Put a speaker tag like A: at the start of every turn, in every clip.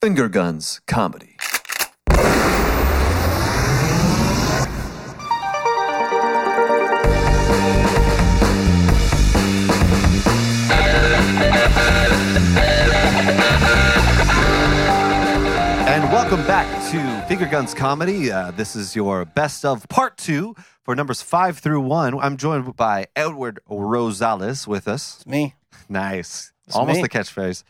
A: Finger Guns Comedy. And welcome back to Finger Guns Comedy. Uh, this is your best of part two for numbers five through one. I'm joined by Edward Rosales with us.
B: Me.
A: Nice. Almost
B: me.
A: the catchphrase.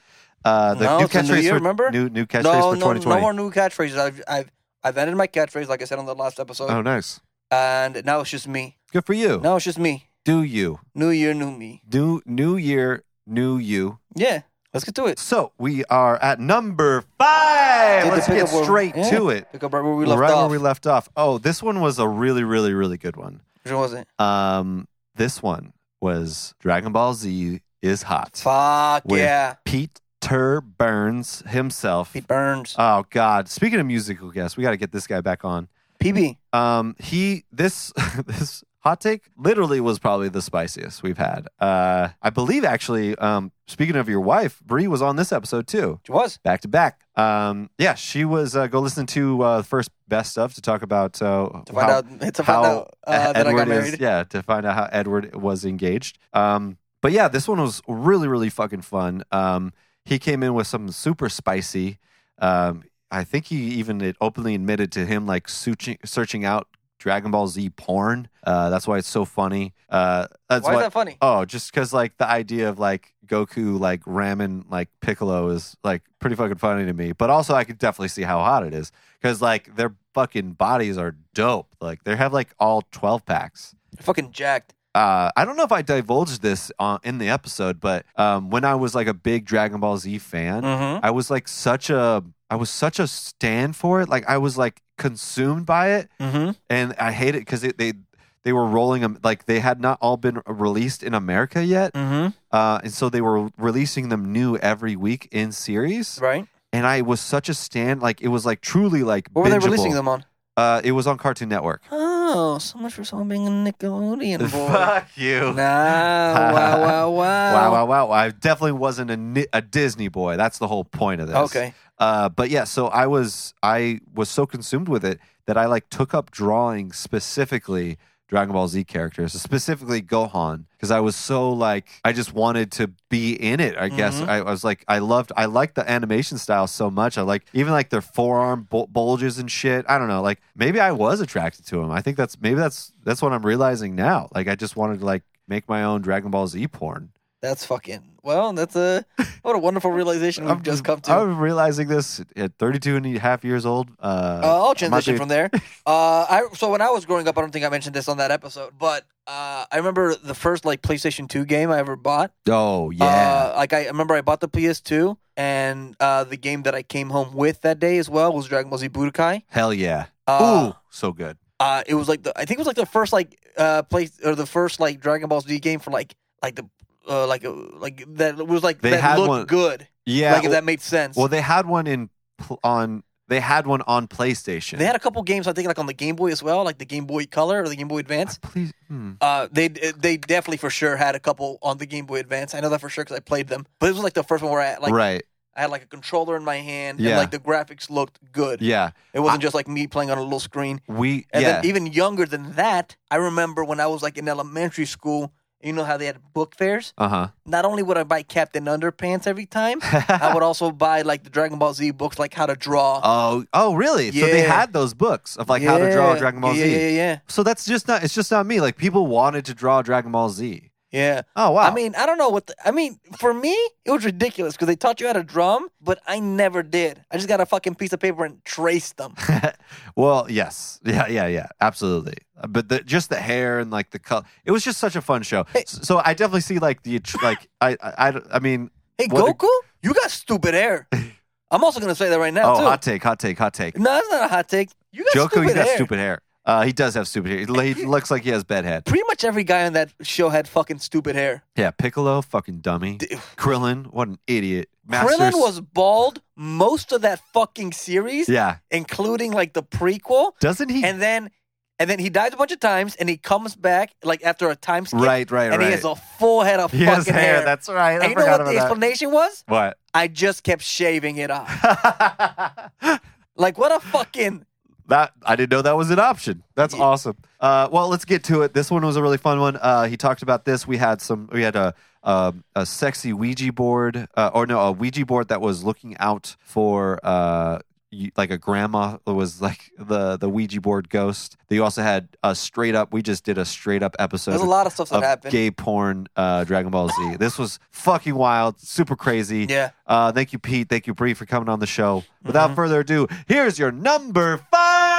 A: Uh, the
B: No,
A: new
B: it's a new
A: catchphrase
B: year,
A: for
B: remember?
A: new new catchphrase
B: no,
A: for
B: no,
A: 2020.
B: no more new catchphrases. I've, I've, I've ended my catchphrase, like I said on the last episode,
A: Oh, nice.
B: and now it's just me.
A: Good for you.
B: Now it's just me.
A: Do you
B: New year, new me.
A: new new year, new you?
B: Yeah, let's get to it.
A: So we are at number five.
B: Did the
A: Let's get
B: pickup where-
A: straight
B: yeah,
A: to it.
B: Pick up right where we left
A: right
B: off.
A: where we left off. Oh, this one was a really, really, really good one.
B: Which one was it?
A: Um, this one was Dragon Ball Z is hot.
B: Fuck
A: With-
B: yeah.
A: Peter Burns himself.
B: Pete Burns.
A: Oh God! Speaking of musical guests, we got to get this guy back on.
B: PB.
A: Um, he this this hot take literally was probably the spiciest we've had. Uh, I believe actually. Um, speaking of your wife, Bree was on this episode too,
B: Which was?
A: back to back. Um, yeah, she was. Uh, go listen to uh, the first best stuff to talk about uh,
B: To find
A: how-
B: out, to
A: how
B: find out uh, that I got
A: Edward is-
B: married.
A: yeah, to find out how Edward was engaged. Um, but yeah, this one was really, really fucking fun. Um, he came in with something super spicy. Um, I think he even it openly admitted to him like searching, searching out Dragon Ball Z porn. Uh, that's why it's so funny. Uh, that's
B: Why
A: why.
B: is that funny?
A: Oh, just because like the idea of like Goku like ramen like Piccolo is like pretty fucking funny to me. But also I could definitely see how hot it is because like their fucking bodies are dope. Like they have like all twelve packs
B: Fucking jacked.
A: uh, I don't know if I divulged this uh, in the episode, but um, when I was like a big Dragon Ball Z fan,
B: Mm-hmm.
A: I was like such a I was such a stand for it. Like I was like consumed by it,
B: Mm-hmm.
A: and I hate it because they they were rolling them like they had not all been released in America yet,
B: Mm-hmm.
A: uh, and so they were releasing them new every week in series.
B: Right.
A: And I was such a stand, like it was like truly like
B: What were they
A: bingeable.
B: releasing them on?
A: Uh, it was on Cartoon Network.
B: Oh, so much for someone being a Nickelodeon boy.
A: Fuck you.
B: nah, wow, wow, wow.
A: Wow, wow, wow. I definitely wasn't a, Ni- a Disney boy. That's the whole point of this.
B: Okay.
A: Uh, but yeah, so I was I was so consumed with it that I like took up drawing specifically Dragon Ball Z characters, specifically Gohan, because I was so like I just wanted to be in it. I guess
B: Mhm.
A: I, I was like I loved I liked the animation style so much. I like even like their forearm bul- bulges and shit. I don't know. Like maybe I was attracted to him. I think that's maybe that's that's what I'm realizing now. Like I just wanted to like make my own Dragon Ball Z porn.
B: That's fucking well. That's a what a wonderful realization we've just come to. Uh,
A: I'm realizing this at 32 and a half years old. Uh,
B: I'll
A: might
B: transition
A: be-
B: from there. Uh, I so when I was growing up, I don't think I mentioned this on that episode, but uh, I remember the first like PlayStation Two game I ever bought.
A: Oh yeah.
B: Uh, like I remember I bought the PS2, and uh, the game that I came home with that day as well was Dragon Ball Z Budokai.
A: Hell yeah.
B: Uh,
A: Ooh, so good.
B: uh, it was like the I think it was like the first like uh place or the first like Dragon Ball Z game for like like the uh, like uh, like that was like
A: They
B: that
A: had
B: looked
A: one-
B: good.
A: Yeah.
B: like if that made sense.
A: well, they had one in pl- on they had one on PlayStation.
B: They had a couple games I think like on the Game Boy as well, like the Game Boy Color or the Game Boy Advance.
A: please. Hmm.
B: Uh, they they definitely for sure had a couple on the Game Boy Advance. I know that for sure because I played them. But it was like the first one where I like
A: right.
B: I had like a controller in my hand
A: Yeah.
B: and like the graphics looked good.
A: Yeah.
B: It wasn't just like me playing on a little screen.
A: We
B: And
A: yeah.
B: then even younger than that, I remember when I was like in elementary school. You know how they had book fairs?
A: uh
B: Not only would I buy Captain Underpants every time,
A: huh.
B: I would also buy like the Dragon Ball Z books, like how to draw.
A: oh oh really? So they
B: Yeah.
A: had those books of like how to draw
B: Yeah.
A: Dragon Ball
B: yeah,
A: Z.
B: Yeah, yeah,
A: So that's just not it's just not me. Like people wanted to draw Dragon Ball Z.
B: yeah.
A: Oh wow.
B: I mean, I don't know what. The, I mean, for me, it was ridiculous because they taught you how to drum, but I never did. I just got a fucking piece of paper and traced them.
A: well, yes, yeah, yeah, yeah, absolutely. Uh, But the, just the hair and like the color, it was just such a fun show.
B: Hey.
A: S- So, I definitely see like the attr- like I I, I, don't- I mean
B: Hey,
A: What a-
B: Goku, you got stupid hair. I'm also gonna say that right now
A: oh
B: too.
A: hot take, hot take, hot take.
B: no, that's not a hot take. You got
A: Joko,
B: stupid
A: he's got
B: hair.
A: stupid hair. Uh, he does have stupid hair. He, l- he looks like he has bed head.
B: Pretty much every guy on that show had fucking stupid hair.
A: Yeah, Piccolo, fucking dummy.
B: D-
A: Krillin, what an idiot. Master
B: Krillin
A: S-
B: was bald most of that fucking series,
A: yeah.
B: including like the prequel,
A: Doesn't he?
B: and then and then he dies a bunch of times, and he comes back like after a time skip,
A: Right, right,
B: and
A: right.
B: he has a full head of
A: He
B: fucking
A: has hair. That's right. I
B: and you know
A: forgot
B: what the
A: about
B: explanation was?
A: that.
B: I just kept shaving it off.
A: What?
B: Like what a fucking
A: That I didn't know that was an option. That's
B: Yeah.
A: awesome. Uh, well, let's get to it. This one was a really fun one. Uh, he talked about this. We had some. We had a um a sexy Ouija board, uh, or no, a Ouija board that was looking out for uh, you, like a grandma was like the the Ouija board ghost. They also had a straight up. We just did a straight up episode
B: there's a lot of stuff that
A: of
B: happened.
A: gay porn, uh, Dragon Ball Z. this was fucking wild, super crazy.
B: Yeah. Mm-hmm.
A: Uh, thank you, Pete. Thank you, Bree, for coming on the show. Without further ado, here's your number five.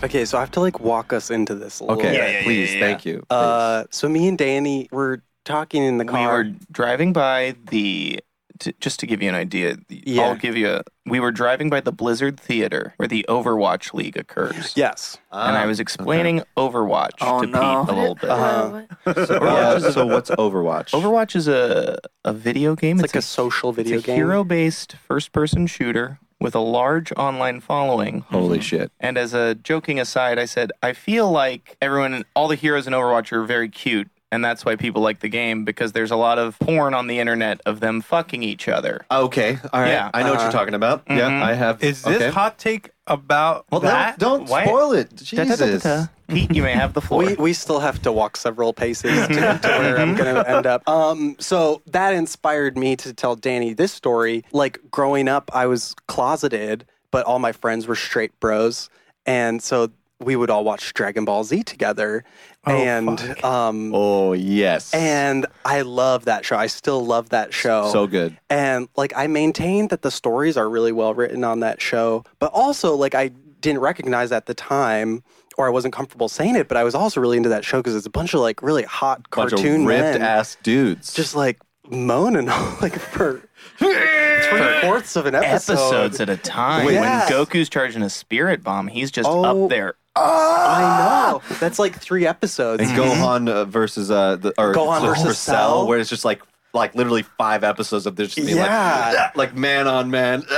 C: Okay, so I have to like walk us into this a little
A: Okay,
D: Yeah,
C: bit.
D: yeah,
A: please,
D: yeah, yeah.
A: thank you.
C: Uh, so me and Danny were talking in the
D: we
C: car.
D: were driving by the to, just to give you an idea the-
C: Yeah.
D: i'll give you a we were driving by the blizzard theater where the overwatch league occurs
C: yes.
D: and i was explaining overwatch
B: Ah, Oh,
D: to
B: no.
D: pete a little bit
C: Uh-huh.
A: so,
D: uh,
A: so what's Overwatch?
D: overwatch is a, a video game
C: It's, like a, social video
D: it's a
C: game.
D: hero-based first-person shooter with a large online following
E: Mm-hmm.
F: Holy shit.
D: and as a joking aside i said i feel like everyone all the heroes in overwatch are very cute and that's why people like the game because there's a lot of porn on the internet of them fucking each other
E: Oh,
F: Okay. All right.
D: Yeah.
F: I know what you're talking about.
D: Mhm.
F: Yeah. I have.
G: Is this
F: okay.
G: hot take about
F: Well, don't-
G: that?
F: Don't
D: Why-
F: spoil it.
D: Da, da, da, da,
F: Jesus.
D: da. Pete, you may have the floor. Mm-hmm.
C: We, we still have to walk several paces to get to where I'm going to end up. Um, so that inspired me to tell Danny this story. Like growing up, I was closeted, but all my friends were straight bros, and so we would all watch Dragon Ball Z together.
D: Oh,
C: and um,
F: Oh, yes.
C: and I love that show. I still love that show.
F: so good.
C: Oh. And like I maintained that the stories are really well written on that show, but also like I didn't recognize at the time or I wasn't comfortable saying it, but I was also really into that show because it's a bunch of like really hot
F: Bunch
C: cartoon
F: of ripped
C: men
F: ass dudes.
C: just like moaning like for three fourths of an episode.
D: Episodes at a time.
C: Wait.
D: when
C: Yes.
D: Goku's charging a spirit bomb, he's just
C: Oh.
D: up there.
C: I know. That's like three episodes.
F: and
D: Mm-hmm.
F: Gohan uh, versus uh, the, or
C: Gohan
F: versus,
C: versus
F: Cell,
C: Cell.
F: where it's just like like literally five episodes of this just being
C: Yeah.
F: like "Ah," like man on man.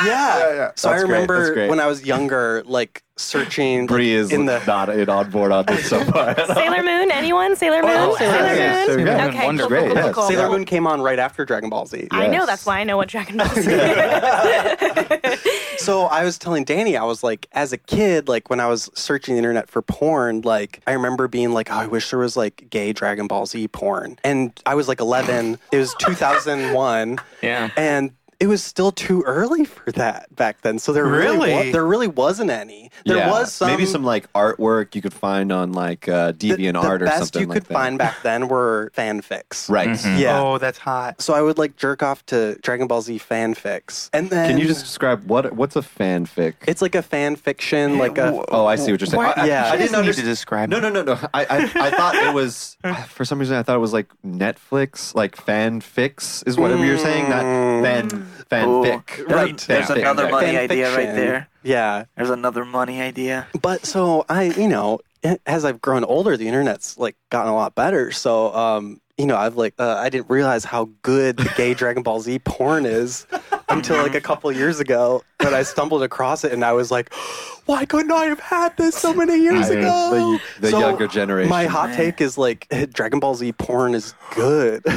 F: Ah!
C: yeah. So I
F: That's great. That's
C: remember
F: great.
C: when I was younger, like searching like,
F: Bree is
C: in the
F: not in on board on this so far.
H: Sailor Moon? Anyone? Sailor Moon?
C: Oh, Sailor
H: Sailor
C: Moon.
F: Yes,
H: Moon?
F: Sailor Moon.
H: Okay,
D: Wonder
H: cool, cool,
F: Great,
H: cool,
F: yes.
H: cool,
C: Sailor
H: cool.
C: Moon came on right after Dragon Ball Z.
H: I know
F: Yes.
H: that's why I know what Dragon Ball Z is.
C: So I was telling Danny, I was like, as a kid, like when I was searching the internet for porn, like I remember being like, oh, I wish there was like gay Dragon Ball Z porn. And I was like 11. it was 2001.
D: Yeah.
C: And it was still too early for that back then. So there really,
G: Really?
C: wa- there really wasn't any. There
F: Yeah.
C: was some
F: maybe some like artwork you could find on like uh,
C: the,
F: DeviantArt
C: the
F: or
C: best
F: something
C: you
F: like
C: could
F: that.
C: find back then were fanfics.
F: right.
C: Yeah.
G: Oh, that's hot.
C: So I would like jerk off to Dragon Ball Z fanfics. And then
F: Can you just describe what what's a fanfic?
C: it's like a fan fiction, like a
F: oh, I see what you're saying. I- I,
C: Yeah.
F: I,
C: She
D: doesn't
F: didn't
D: need to
F: understand-
D: describe
F: No,
D: it.
F: no, no, no. I, I, I thought it was for some reason I thought it was like Netflix, like fanfics is whatever you're saying, not fan fanfic.
C: Mm. Right.
F: There's another
C: Fan
F: money
C: fiction. Yeah.
B: There's another money idea.
C: But so I, you know, as I've grown older, the internet's like gotten a lot better. So, um, you know, I've like uh, I didn't realize how good the gay Dragon Ball Z porn is until like a couple years ago when I stumbled across it and I was like, why couldn't I have had this so many years
F: I-
C: ago?
F: the- the
C: So
F: younger generation.
C: My hot take is like Dragon Ball Z porn is good.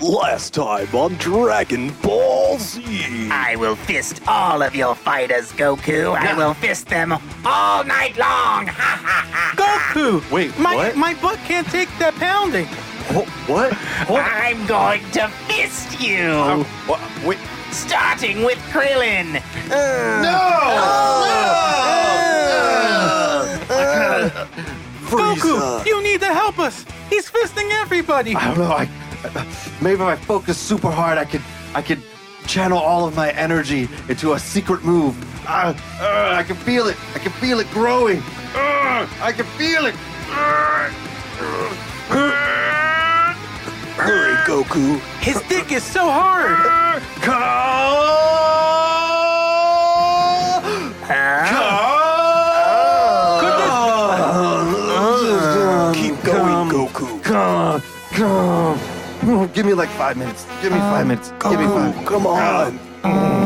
C: Last time on Dragon Ball Z.
I: I will fist all of your fighters, Goku. I will fist them all night long. Ha ha ha.
G: Goku!
F: Wait,
G: My,
F: what?
G: my butt can't take that pounding.
F: what?
I: I'm going to fist you.
C: Um,
F: what? Wait,
I: Starting with Krillin.
G: Uh, uh, Goku, you need to help us. He's fisting everybody.
F: I don't know. I maybe if I focus super hard, I could I could channel all of my energy into a secret move. Ah, ah, I can feel it. I can feel it growing. Ah, I can feel it. Ah.
C: Uh, Hurry, Goku.
G: His dick is so hard.
F: Call-
I: Huh?
F: Call-
E: Oh, give me like five minutes. Give me five minutes. Give me five.
J: Goku, come on.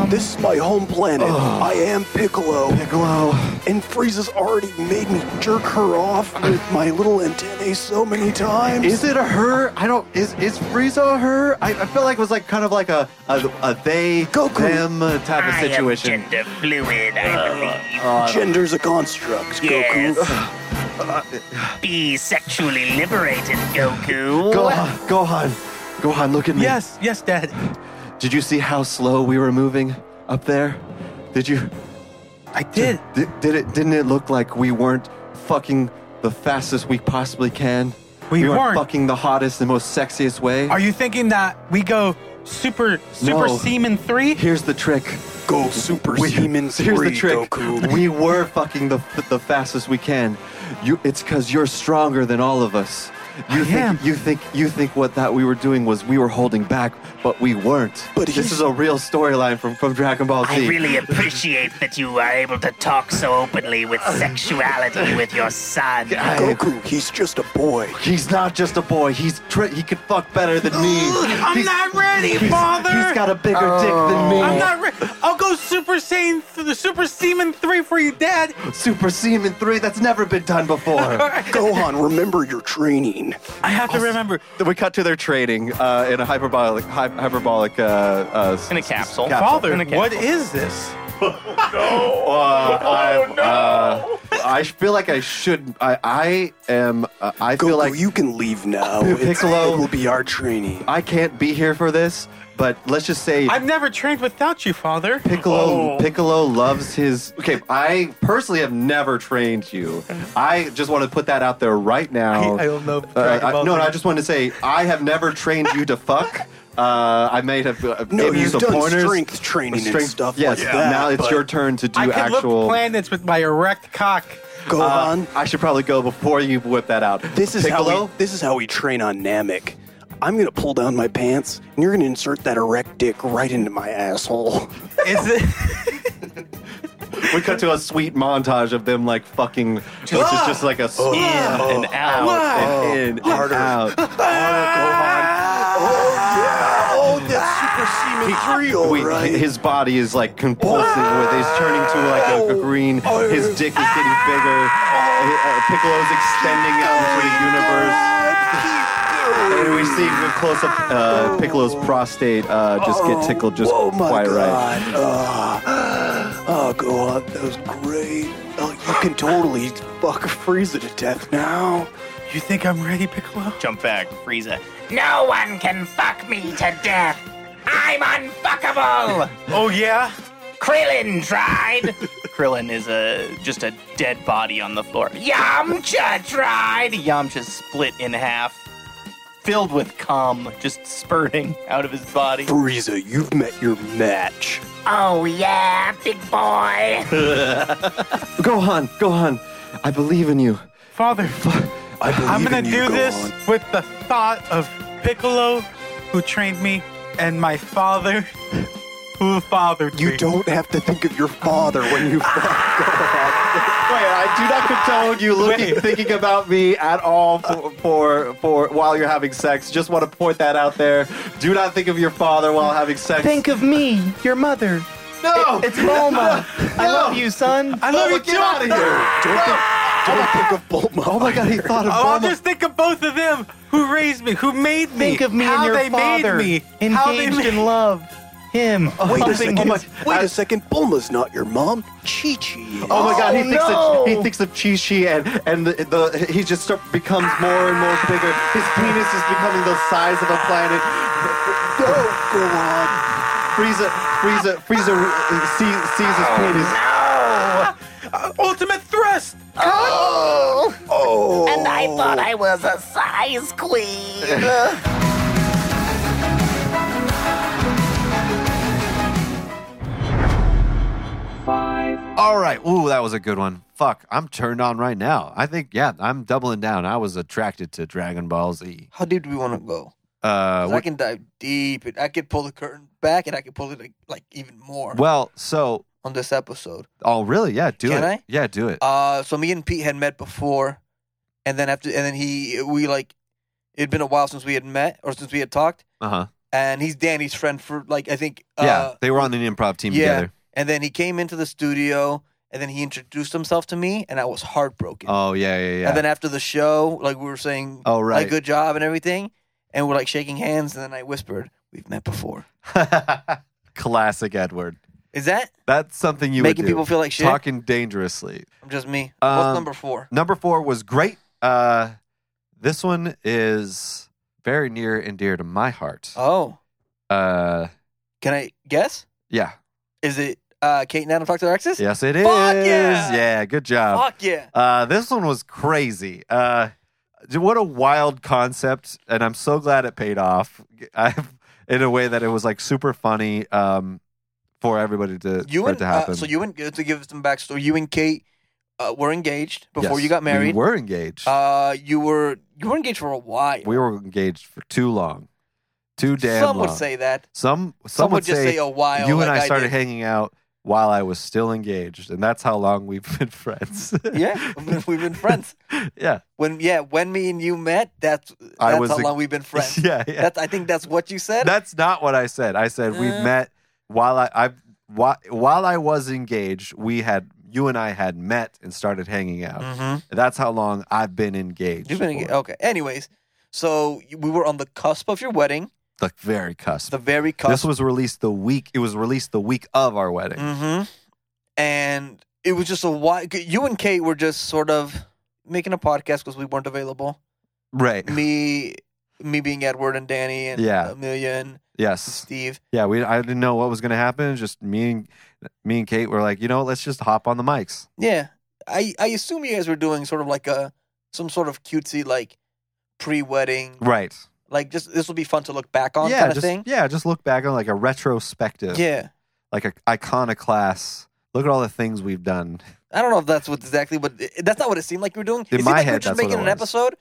J: This is my home planet. I am Piccolo,
E: Piccolo.
J: and Frieza's already made me jerk her off with my little antennae so many times.
E: Is it a her? I don't. Is is Frieza a her? I, I feel like it was like kind of like a a, a they
J: Goku.
E: them type of
K: I
E: situation. Uh, oh,
K: am gender fluid, I
J: Gender's a construct,
K: believe.
J: Goku.
K: Yes. Be sexually liberated, Goku.
E: Gohan, Gohan, Gohan, look at me.
C: Yes, yes, Dad.
E: Did you see how slow we were moving up there? Did you?
C: I did.
E: Did, did it? Didn't it look like we weren't fucking the fastest we possibly can?
C: We weren't.
E: fucking the hottest and most sexiest way.
C: Are you thinking that we go super super
E: No.
C: seaman three?
E: Here's the trick.
J: Go Super
E: We-
J: Seaman
E: Here's the
J: 3,
E: trick.
J: Goku.
E: We were fucking the the fastest we can. You, it's because you're stronger than all of us. You
C: I
E: think
C: am.
E: you think you think what that we were doing was we were holding back, but we weren't.
J: But
E: this
J: he's-
E: is a real storyline from from Dragon Ball Z.
K: I really appreciate that you are able to talk so openly with sexuality with your son.
E: I-
J: Goku, he's just a boy.
E: He's not just a boy. He's tri- he could fuck better than me.
J: Uh,
C: I'm
E: He's-
C: not ready, Father.
E: He's got a bigger dick
J: Oh.
E: than me.
C: I'm not ready. I'll go super saiyan th- the super seaman three for you, Dad.
E: Super Seaman three. That's never been done before.
J: Gohan, remember your training.
C: I have to remember.
E: Then we cut to their training uh, in a hyperbolic hy- hyperbolic uh, uh,
D: In a capsule.
C: Father,
D: In a capsule.
C: what is this? Oh,
E: I, Oh, uh, I feel like I should. I, I am. Uh, I
J: Goku,
E: feel like
J: you can leave now. It's-
E: Piccolo-
J: It will be our training.
E: I can't be here for this. But let's just say
C: I've never trained without you, Father. Oh.
E: Piccolo. Piccolo loves his. Okay, I personally have never trained you. I just want to put that out there right now.
C: I- I don't know if
E: Uh,
C: Dragon
E: I-
C: Ball
E: no, no,
C: Z-
E: I just want to say I have never trained you to fuck. Uh, I may have uh,
J: No,
E: given you
J: you've
E: some
J: done
E: pointers,
J: strength training and stuff
E: Yes,
J: like that,
E: now it's
J: but-
E: your turn to do
C: I can
E: actual.
C: look planets with my erect cock.
E: Uh,
J: Gohan,
E: I should probably go before you whip that out.
J: this is
E: Piccolo.
J: how we, this is how we train on Namek. I'm gonna pull down my pants, and you're gonna insert that erect dick right into my asshole.
C: Is it?
E: we cut to a sweet montage of them like fucking, which
B: Ah!
E: is just like a in and out and in and out.
J: Oh, that's Super Seaman Three,
E: We-
J: alright.
E: His body is like convulsing with he's turning to like a, a green. His
J: Oh.
E: dick is getting bigger. Uh, Piccolo's extending out into the universe. And we see the close up uh, Piccolo's prostate uh, just get tickled just
J: oh my
E: quite right.
J: god! Ah. oh Gohan, that was great. Oh, you can totally fuck Frieza to death now.
C: You think I'm ready, Piccolo?
D: Jump back, Frieza.
K: No one can fuck me to death. I'm unfuckable.
C: Oh yeah.
K: Krillin tried.
D: Krillin is a just a dead body on the floor.
K: Yamcha tried.
D: Yamcha's split in half, filled with cum, just spurting out of his body.
J: Frieza, you've met your match.
K: Oh yeah, big boy.
E: Gohan, Gohan, I believe in you.
C: Father,
J: I believe
C: I'm gonna
J: in you,
C: do
J: Gohan.
C: this with the thought of Piccolo, who trained me, and my father, who fathered me.
J: You don't have to think of your father when you fuck.
E: Wait, I do not condone you looking, thinking about me at all for, for for while you're having sex. Just want to point that out there. Do not think of your father while having sex.
D: Think of me, your mother.
E: no,
D: It's Bulma. I love you, son.
C: I love you
E: Bulma,
C: too.
E: get out of here.
J: Don't think, don't think of Bulma.
E: Oh my god, he thought of
C: Oh, I'll
E: Bulma.
C: just think of both of them who raised me, who made me.
D: Think of me
C: how
D: and your
C: they
D: father.
C: made me.
D: Engaged
C: how they made
D: in love. Him.
J: Wait a
D: Something-
J: second. Wait
E: I-
J: a second. Bulma's not your mom. Chi Chi. is.
E: Oh my god, he
D: Oh,
E: thinks
D: no.
E: of, he thinks of Chi Chi and and the, the he just start, becomes more and more bigger. His penis is becoming the size of a planet.
J: Go, go on.
E: Frieza, Frieza, Frieza uh, see, sees his penis.
D: Ah.
C: ultimate thrust.
J: Oh.
K: And I thought I was a size queen.
A: All right. Ooh, that was a good one. Fuck, I'm turned on right now. I think, yeah, I'm doubling down. I was attracted to Dragon Ball Z.
B: How deep do we want to go?
A: Uh,
B: 'Cause I can dive deep. and I could pull the curtain back, and I could pull it like, like even more
A: well, so,
B: on this episode. Uh,
A: oh, really? Yeah, do
B: Can
A: it.
B: I?
A: Yeah, do it.
B: Uh, so me and Pete had met before, and then after, and then he, we like, It'd been a while since we had met or since we had talked,
A: Uh huh.
B: and he's Danny's friend for like I think. Uh,
A: yeah, they were on an improv team
B: yeah.
A: together.
B: And then he came into the studio, and then he introduced himself to me, and I was heartbroken.
A: Oh yeah, yeah, yeah.
B: And then after the show, like we were saying,
A: oh
B: like
A: right.
B: good job and everything, and we're like shaking hands, and then I whispered, "We've met before."
A: Classic Edward.
B: Is that
A: That's something you
B: making
A: would do.
B: people feel like shit?
A: talking dangerously.
B: I'm just me.
A: Um,
B: What's number four?
A: Number four was great. Uh, this one is very near and dear to my heart.
B: Oh,
A: Uh,
B: can I guess?
A: yeah.
B: Is it uh, Kate and Adam talk to their exes?
A: Yes, it is.
B: Fuck yeah!
A: good job.
B: Fuck yeah!
A: Uh, this one was crazy. Uh, dude, what a wild concept, and I'm so glad it paid off. I've, in a way that it was like super funny um, for everybody to
B: You
A: for
B: and
A: it to happen.
B: uh, so you and to give some backstory. You and Kate uh, were engaged before
A: Yes,
B: you got married.
A: We were engaged.
B: Uh, you were you were engaged for a while.
A: we were engaged for too long, too damn
B: Some
A: long.
B: would say that.
A: some. Some, would
B: Some, would just say, a while.
A: you and
B: like
A: I started
B: did.
A: hanging out while I was still engaged, and that's how long we've been friends.
B: yeah, we've been- we've been friends.
A: yeah,
B: When yeah, when me and you met, that's that's
A: I was
B: how
A: a-
B: long we've been friends.
A: yeah, yeah.
B: That's I think that's what you said.
A: That's not what I said. I said we
B: Uh.
A: met while I, I while, while I was engaged. We had you and I had met and started hanging out.
B: Mhm.
A: That's how long I've been engaged.
B: You've been
A: for.
B: engaged. Okay. Anyways, so you- we were on the cusp of your wedding,
A: the very cusp.
B: the very
A: this
B: cusp.
A: was released the week. It was released the week of our wedding.
B: hmm And it was just a while. You and Kate were just sort of making a podcast because we weren't available.
A: Right.
B: Me, me being Edward and Danny and
A: Yeah.
B: Amelia and
A: Yes.
B: Steve.
A: Yeah. We. I didn't know what was going to happen. Just me and me and Kate were like, you know, let's just hop on the mics.
B: Yeah, I I assume you guys were doing sort of like a some sort of cutesy like pre-wedding,
A: Right.
B: like just this will be fun to look back on
A: yeah.
B: kind of
A: just,
B: thing.
A: Yeah. Just look back on like a retrospective.
B: yeah,
A: Like a iconoclast. Look at all the things we've done.
B: I don't know if that's what exactly what that's not what it seemed like you were doing. it
A: In
B: seemed
A: my
B: like you were
A: head,
B: just
A: that's what
B: making
A: it
B: an
A: was.
B: episode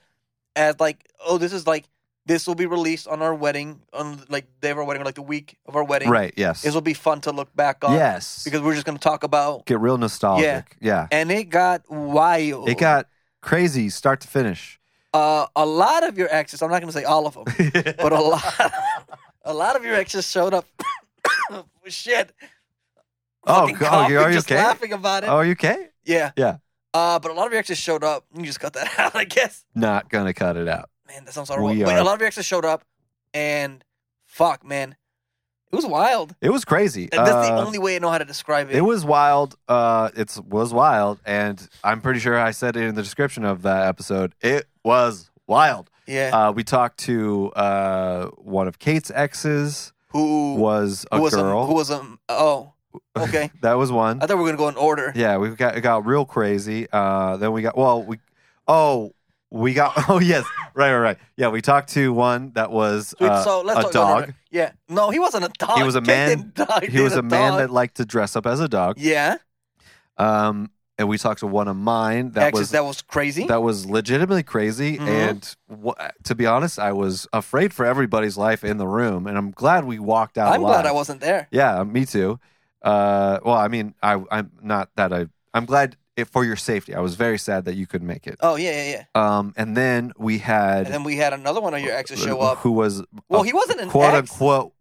B: as like, oh, this is like this will be released on our wedding on like day of our wedding or like the week of our wedding.
A: Right. Yes.
B: This will be fun to look back on.
A: Yes.
B: because we're just gonna talk about
A: get real nostalgic. Yeah.
B: and it got wild.
A: It got crazy start to finish.
B: uh, a lot of your exes. I'm not gonna say all of them. but a lot, a lot of your exes showed up. Shit.
A: Oh,
B: Fucking
A: God,
B: coughing,
A: are you
B: just
A: okay?
B: laughing about it.
A: oh, you okay?
B: yeah.
A: yeah.
B: Uh, but a lot of your exes showed up. You just cut that out, I guess.
A: Not gonna cut it out.
B: Man, that sounds horrible.
A: We
B: But a
A: are-
B: lot of your exes showed up, and fuck, man, it was wild.
A: It was crazy.
B: That's the
A: Uh,
B: only way I know how to describe it.
A: It was wild. Uh, it was wild, and I'm pretty sure I said it in the description of that episode. It was wild.
B: yeah.
A: Uh, we talked to uh, one of Kate's exes
B: who
A: was a
B: who was
A: girl.
B: A, who was a? Oh, okay.
A: that was one.
B: I thought we were gonna go in order.
A: Yeah, we got it got real crazy. Uh, then we got well, we oh we got oh yes, right, right, right. Yeah, we talked to one that was
B: So,
A: uh,
B: so let's
A: a
B: talk in
A: dog.
B: order. Yeah. No, he wasn't a dog.
A: He was a
B: Kate
A: man-
B: Oh, didn't dog-
A: He was
B: did
A: a man
B: dog.
A: that liked to dress up as a dog.
B: Yeah.
A: Um, and we talked to one of mine that
B: Exes,
A: was
B: that was crazy.
A: that was legitimately crazy.
B: Mhm.
A: And wha to be honest, I was afraid for everybody's life in the room, and I'm glad we walked out.
B: I'm glad
A: alive.
B: I wasn't there.
A: Yeah, me too. Uh, well, I mean, I, I'm not that I. I'm glad it, for your safety. I was very sad that you couldn't make it.
B: Oh yeah, yeah, yeah.
A: Um, and then we had
B: And then we had another one of your exes show up.
A: who was
B: Well,
A: a
B: he wasn't an
A: quote
B: ex.
A: unquote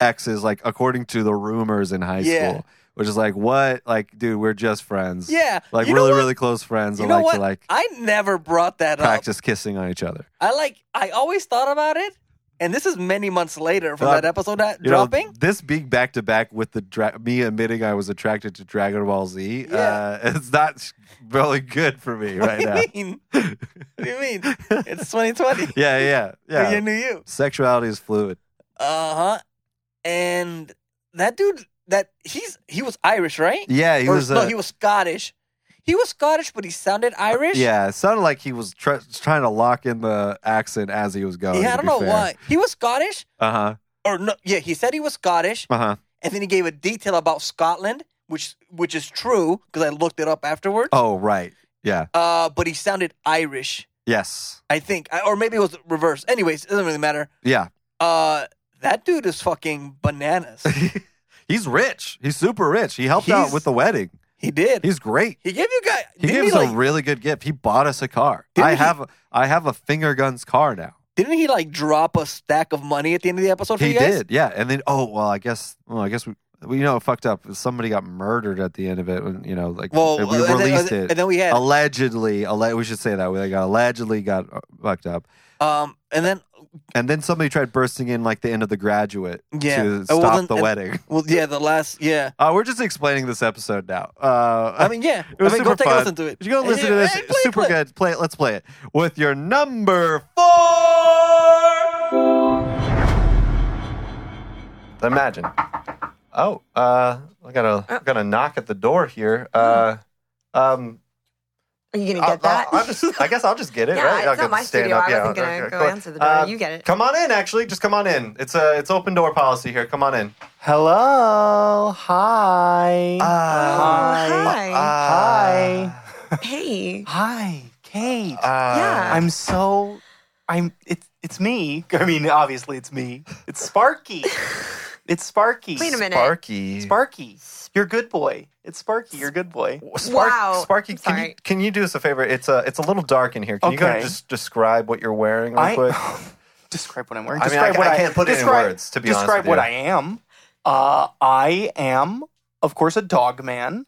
A: exes, like according to the rumors in high
B: Yeah.
A: school, which is like what, like dude, we're just friends,
B: Yeah,
A: like
B: you know
A: really,
B: what?
A: really close friends.
B: You
A: that
B: know
A: like
B: what?
A: to like
B: I never brought that up.
A: practice kissing on each other.
B: I like. I always thought about it, and this is many months later from
A: Uh,
B: that episode that
A: You know,
B: dropping.
A: this being back to back with the dra- me admitting I was attracted to Dragon Ball Z,
B: Yeah.
A: uh, it's not really good for me
B: what
A: right
B: do you
A: now.
B: mean? What do you mean? It's 2020.
A: Yeah, yeah, yeah.
B: You knew you.
A: Sexuality is fluid.
B: Uh huh. And that dude, that he's he was Irish, right?
A: Yeah, he
B: Or-
A: was.
B: no,
A: uh,
B: he was Scottish. He was Scottish, but he sounded Irish.
A: Yeah, it sounded like he was tr- trying to lock in the accent as he was going.
B: Yeah, I don't know why. He was Scottish,
A: Uh huh.
B: or no? Yeah, he said he was Scottish,
A: Uh huh.
B: and then he gave a detail about Scotland, which which is true because I looked it up afterwards.
A: Oh, right. Yeah.
B: Uh, but he sounded Irish,
A: Yes.
B: I think, I, or maybe it was reverse. Anyways, it doesn't really matter.
A: Yeah.
B: Uh, that dude is fucking bananas.
A: He's rich. He's super rich. He helped
B: He's-
A: out with the wedding.
B: he did.
A: He's great.
B: he gave you guys.
A: He
B: didn't
A: gave us
B: he, like,
A: a really good gift. He bought us a car.
B: Didn't
A: I
B: he-
A: have a, I have a finger guns car now.
B: Didn't he like drop a stack of money at the end of the episode for
A: He
B: you guys?
A: did, yeah. And then, oh well, I guess, well, I guess we, we you know, fucked up. Somebody got murdered at the end of it. When, you know, like
B: Well,
A: we
B: uh, and then-
A: released
B: and
A: it
B: then we had-
A: allegedly. Alle- we should say that we got allegedly got uh, fucked up,
B: Um, and then
A: and then somebody tried bursting in like the end of the graduate
B: Yeah.
A: to
B: Oh,
A: stop
B: well, then-
A: the
B: and-
A: wedding.
B: well, yeah, the last, yeah.
A: Uh, we're just explaining this episode now. Uh,
B: I mean, yeah.
A: It was
B: I mean,
A: super
B: go take
A: fun.
B: a listen to it.
A: You go
B: Yeah,
A: listen to
B: yeah,
A: this.
B: hey, play,
A: super
B: play.
A: good. Play it. Let's play it with your number four. Imagine. Oh, uh, I got a I got a knock at the door here. Uh, um,
L: Are you gonna
A: I'll,
L: get
A: I'll-
L: that?
A: I'll just, I guess I'll just get it.
L: Yeah,
A: right?
L: it's
A: I'll
L: not
A: get
L: my
A: to stand
L: studio.
A: Up.
L: I
A: yeah,
L: wasn't gonna
A: okay. Uh,
L: go answer the door. You get it.
A: Come on in. Actually, just come on in. It's a it's open door policy here. Come on in.
D: Hello. Hi.
L: hi.
A: Hi.
L: hey.
D: Hi, Kate. Uh,
L: yeah.
D: I'm so. I'm. It's it's me. I mean, obviously it's me. It's Sparky. it's Sparky.
L: Wait a minute.
A: Sparky.
D: Sparky. You're a good boy. It's Sparky. You're a good boy.
A: Spark,
L: Wow.
A: Sparky,
L: I'm
A: can you,
L: sorry.
A: can you do us a favor? It's a it's a little dark in here. Can you go
D: Okay.
A: just describe what you're wearing real
D: I-
A: quick?
D: Describe what I'm wearing.
A: I mean,
D: Describe
A: I-
D: what
A: I can't put it in words, to be honest
D: describe
A: with
D: what
A: you.
D: I am. Uh, I am, of course, a dog man.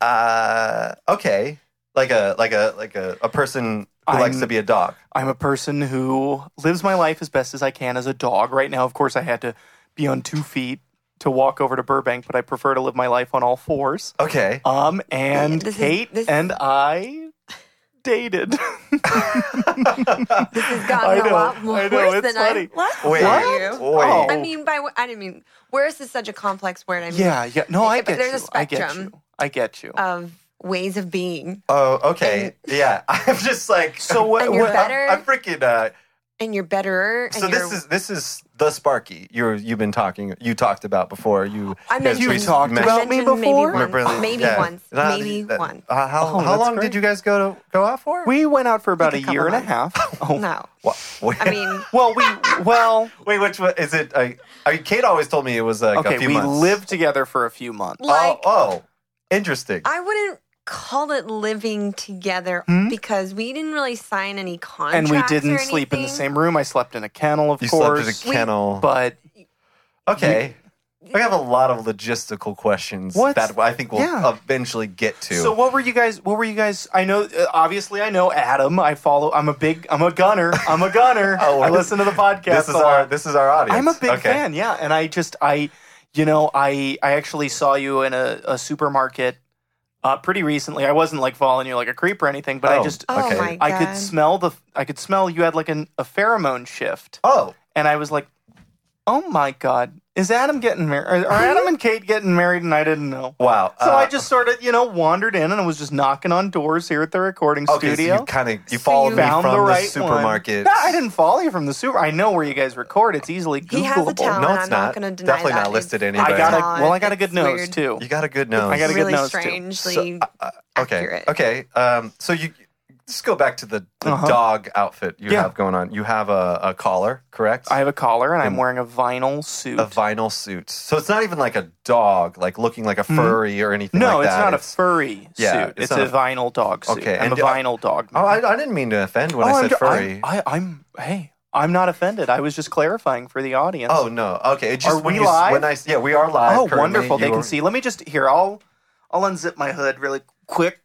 A: Uh, okay, like a like a like a, a person who likes
D: I'm-
A: to be a dog.
D: I'm a person who lives my life as best as I can as a dog. Right now, of course, I had to be on two feet to walk over to Burbank, but I prefer to live my life on all fours.
A: Okay,
D: Um, and
L: This is-
D: Kate
L: this-
D: and I dated.
L: This has gotten
D: I know,
L: a lot more
D: I know,
L: worse
D: it's
L: than I
D: funny.
L: last
A: wait,
L: year.
D: Oh.
A: wait.
L: I mean, by I didn't mean worse is such a complex word. I mean,
D: yeah, yeah. No, I
L: But
D: get
L: there's a
D: you. I get
L: spectrum.
D: you. I get you.
E: Uh,
L: of ways of being,
A: Oh, okay, yeah. I'm just like
D: so what?
L: and you're
D: what-
L: better,
A: I'm freaking. Uh,
L: and you're betterer. And
A: so
L: you're,
A: this is this is the Sparky you're you've been talking you talked about before. You
L: I
A: guys
L: mentioned-
A: re-
D: You talked
A: mentioned-
L: I
D: about me
L: mentioned
D: before?
L: Maybe once.
A: Remember-
L: maybe
A: yeah.
L: once.
A: Uh,
L: Maybe
A: that-
L: once.
A: uh, how
D: Oh,
A: how
D: that's
A: long
D: great.
A: did you guys go to go out for?
D: we went out for about
L: Like a
D: a year and a
L: couple
D: half. Oh.
L: no,
A: Wha- wait.
L: I mean,
D: Well, we well
A: Wait, which one is it? I, I mean, Kate always told me it was like
D: okay.
A: a few
D: we
A: months.
D: lived together for a few months.
L: like
A: oh, oh, interesting.
L: I wouldn't call it living together
D: Hmm?
L: because we didn't really sign any
D: and
L: contracts.
D: we
L: or
D: didn't sleep in the
L: anything.
D: same room. I slept in a kennel, of
A: you
D: course.
A: slept in a kennel.
D: but
A: okay. I have a lot of logistical questions
D: What's-
A: that I think we'll
D: yeah.
A: eventually get to.
D: so what were you guys? What were you guys? I know, uh, obviously, I know Adam. I follow. I'm a big. I'm a gunner. I'm a gunner.
A: Oh,
D: I
A: this-
D: listen to the podcast.
A: this is
D: a
A: our
D: lot.
A: this is our audience.
D: I'm a big
A: Okay.
D: fan. Yeah, and I just I, you know, I I actually saw you in a, a supermarket, uh, pretty recently. I wasn't like following you like a creep or anything, but
A: Oh,
D: I just
L: Oh
A: Okay.
L: my god!
D: I could smell the I could smell you had like an, a pheromone shift.
A: Oh,
D: and I was like, "Oh my god, is Adam getting married? Are, are Adam and Kate getting married?" And I didn't know.
A: wow.
D: So
A: Uh,
D: I just sort of, you know, wandered in and was just knocking on doors here at the recording
A: okay, so
D: studio.
A: you kind of you
L: So
A: followed
L: you
A: me
D: found
A: from
D: the right
A: supermarket.
D: One. No, I didn't follow you from the super. I know where you guys record. It's easily Googleable.
L: He has a talent.
A: No,
L: and
A: it's not.
L: I'm not going to deny
A: Definitely
L: that.
A: not listed
L: It's
A: anywhere.
D: I got a
L: valid.
D: well. I got a
L: It's
D: good nose
L: weird.
D: too.
A: You got a good nose.
D: I got a good
L: really
D: nose, too.
L: strangely
A: okay.
L: accurate.
A: Okay. Um, so you just go back to the, the
D: Uh-huh.
A: dog outfit you
D: Yeah.
A: have going on. You have a, a collar, correct?
D: I have a collar and I'm
A: Mm.
D: wearing a vinyl suit.
A: a vinyl suit. So it's not even like a dog, like looking like a furry or anything
D: Hmm. no,
A: like
D: it's
A: that.
D: not a furry
A: Yeah,
D: suit.
A: it's
D: It's,
A: not
D: a,
A: a-
D: vinyl dog suit.
A: Okay,
D: I'm
A: and
D: a
A: do-
D: vinyl dog.
A: Oh, I, I didn't mean to offend when I
D: Oh, I'm
A: said
D: ju-
A: furry.
D: I'm, I, I'm hey, I'm not offended. I was just clarifying for the audience.
A: oh no. Okay. It just
D: Are
A: when
D: we
A: you, s-
D: live?
A: When I, s- yeah, we are live.
D: Oh,
A: currently.
D: wonderful! They
A: You
D: can
A: are-
D: see. Let me just here. I'll I'll unzip my hood really quick.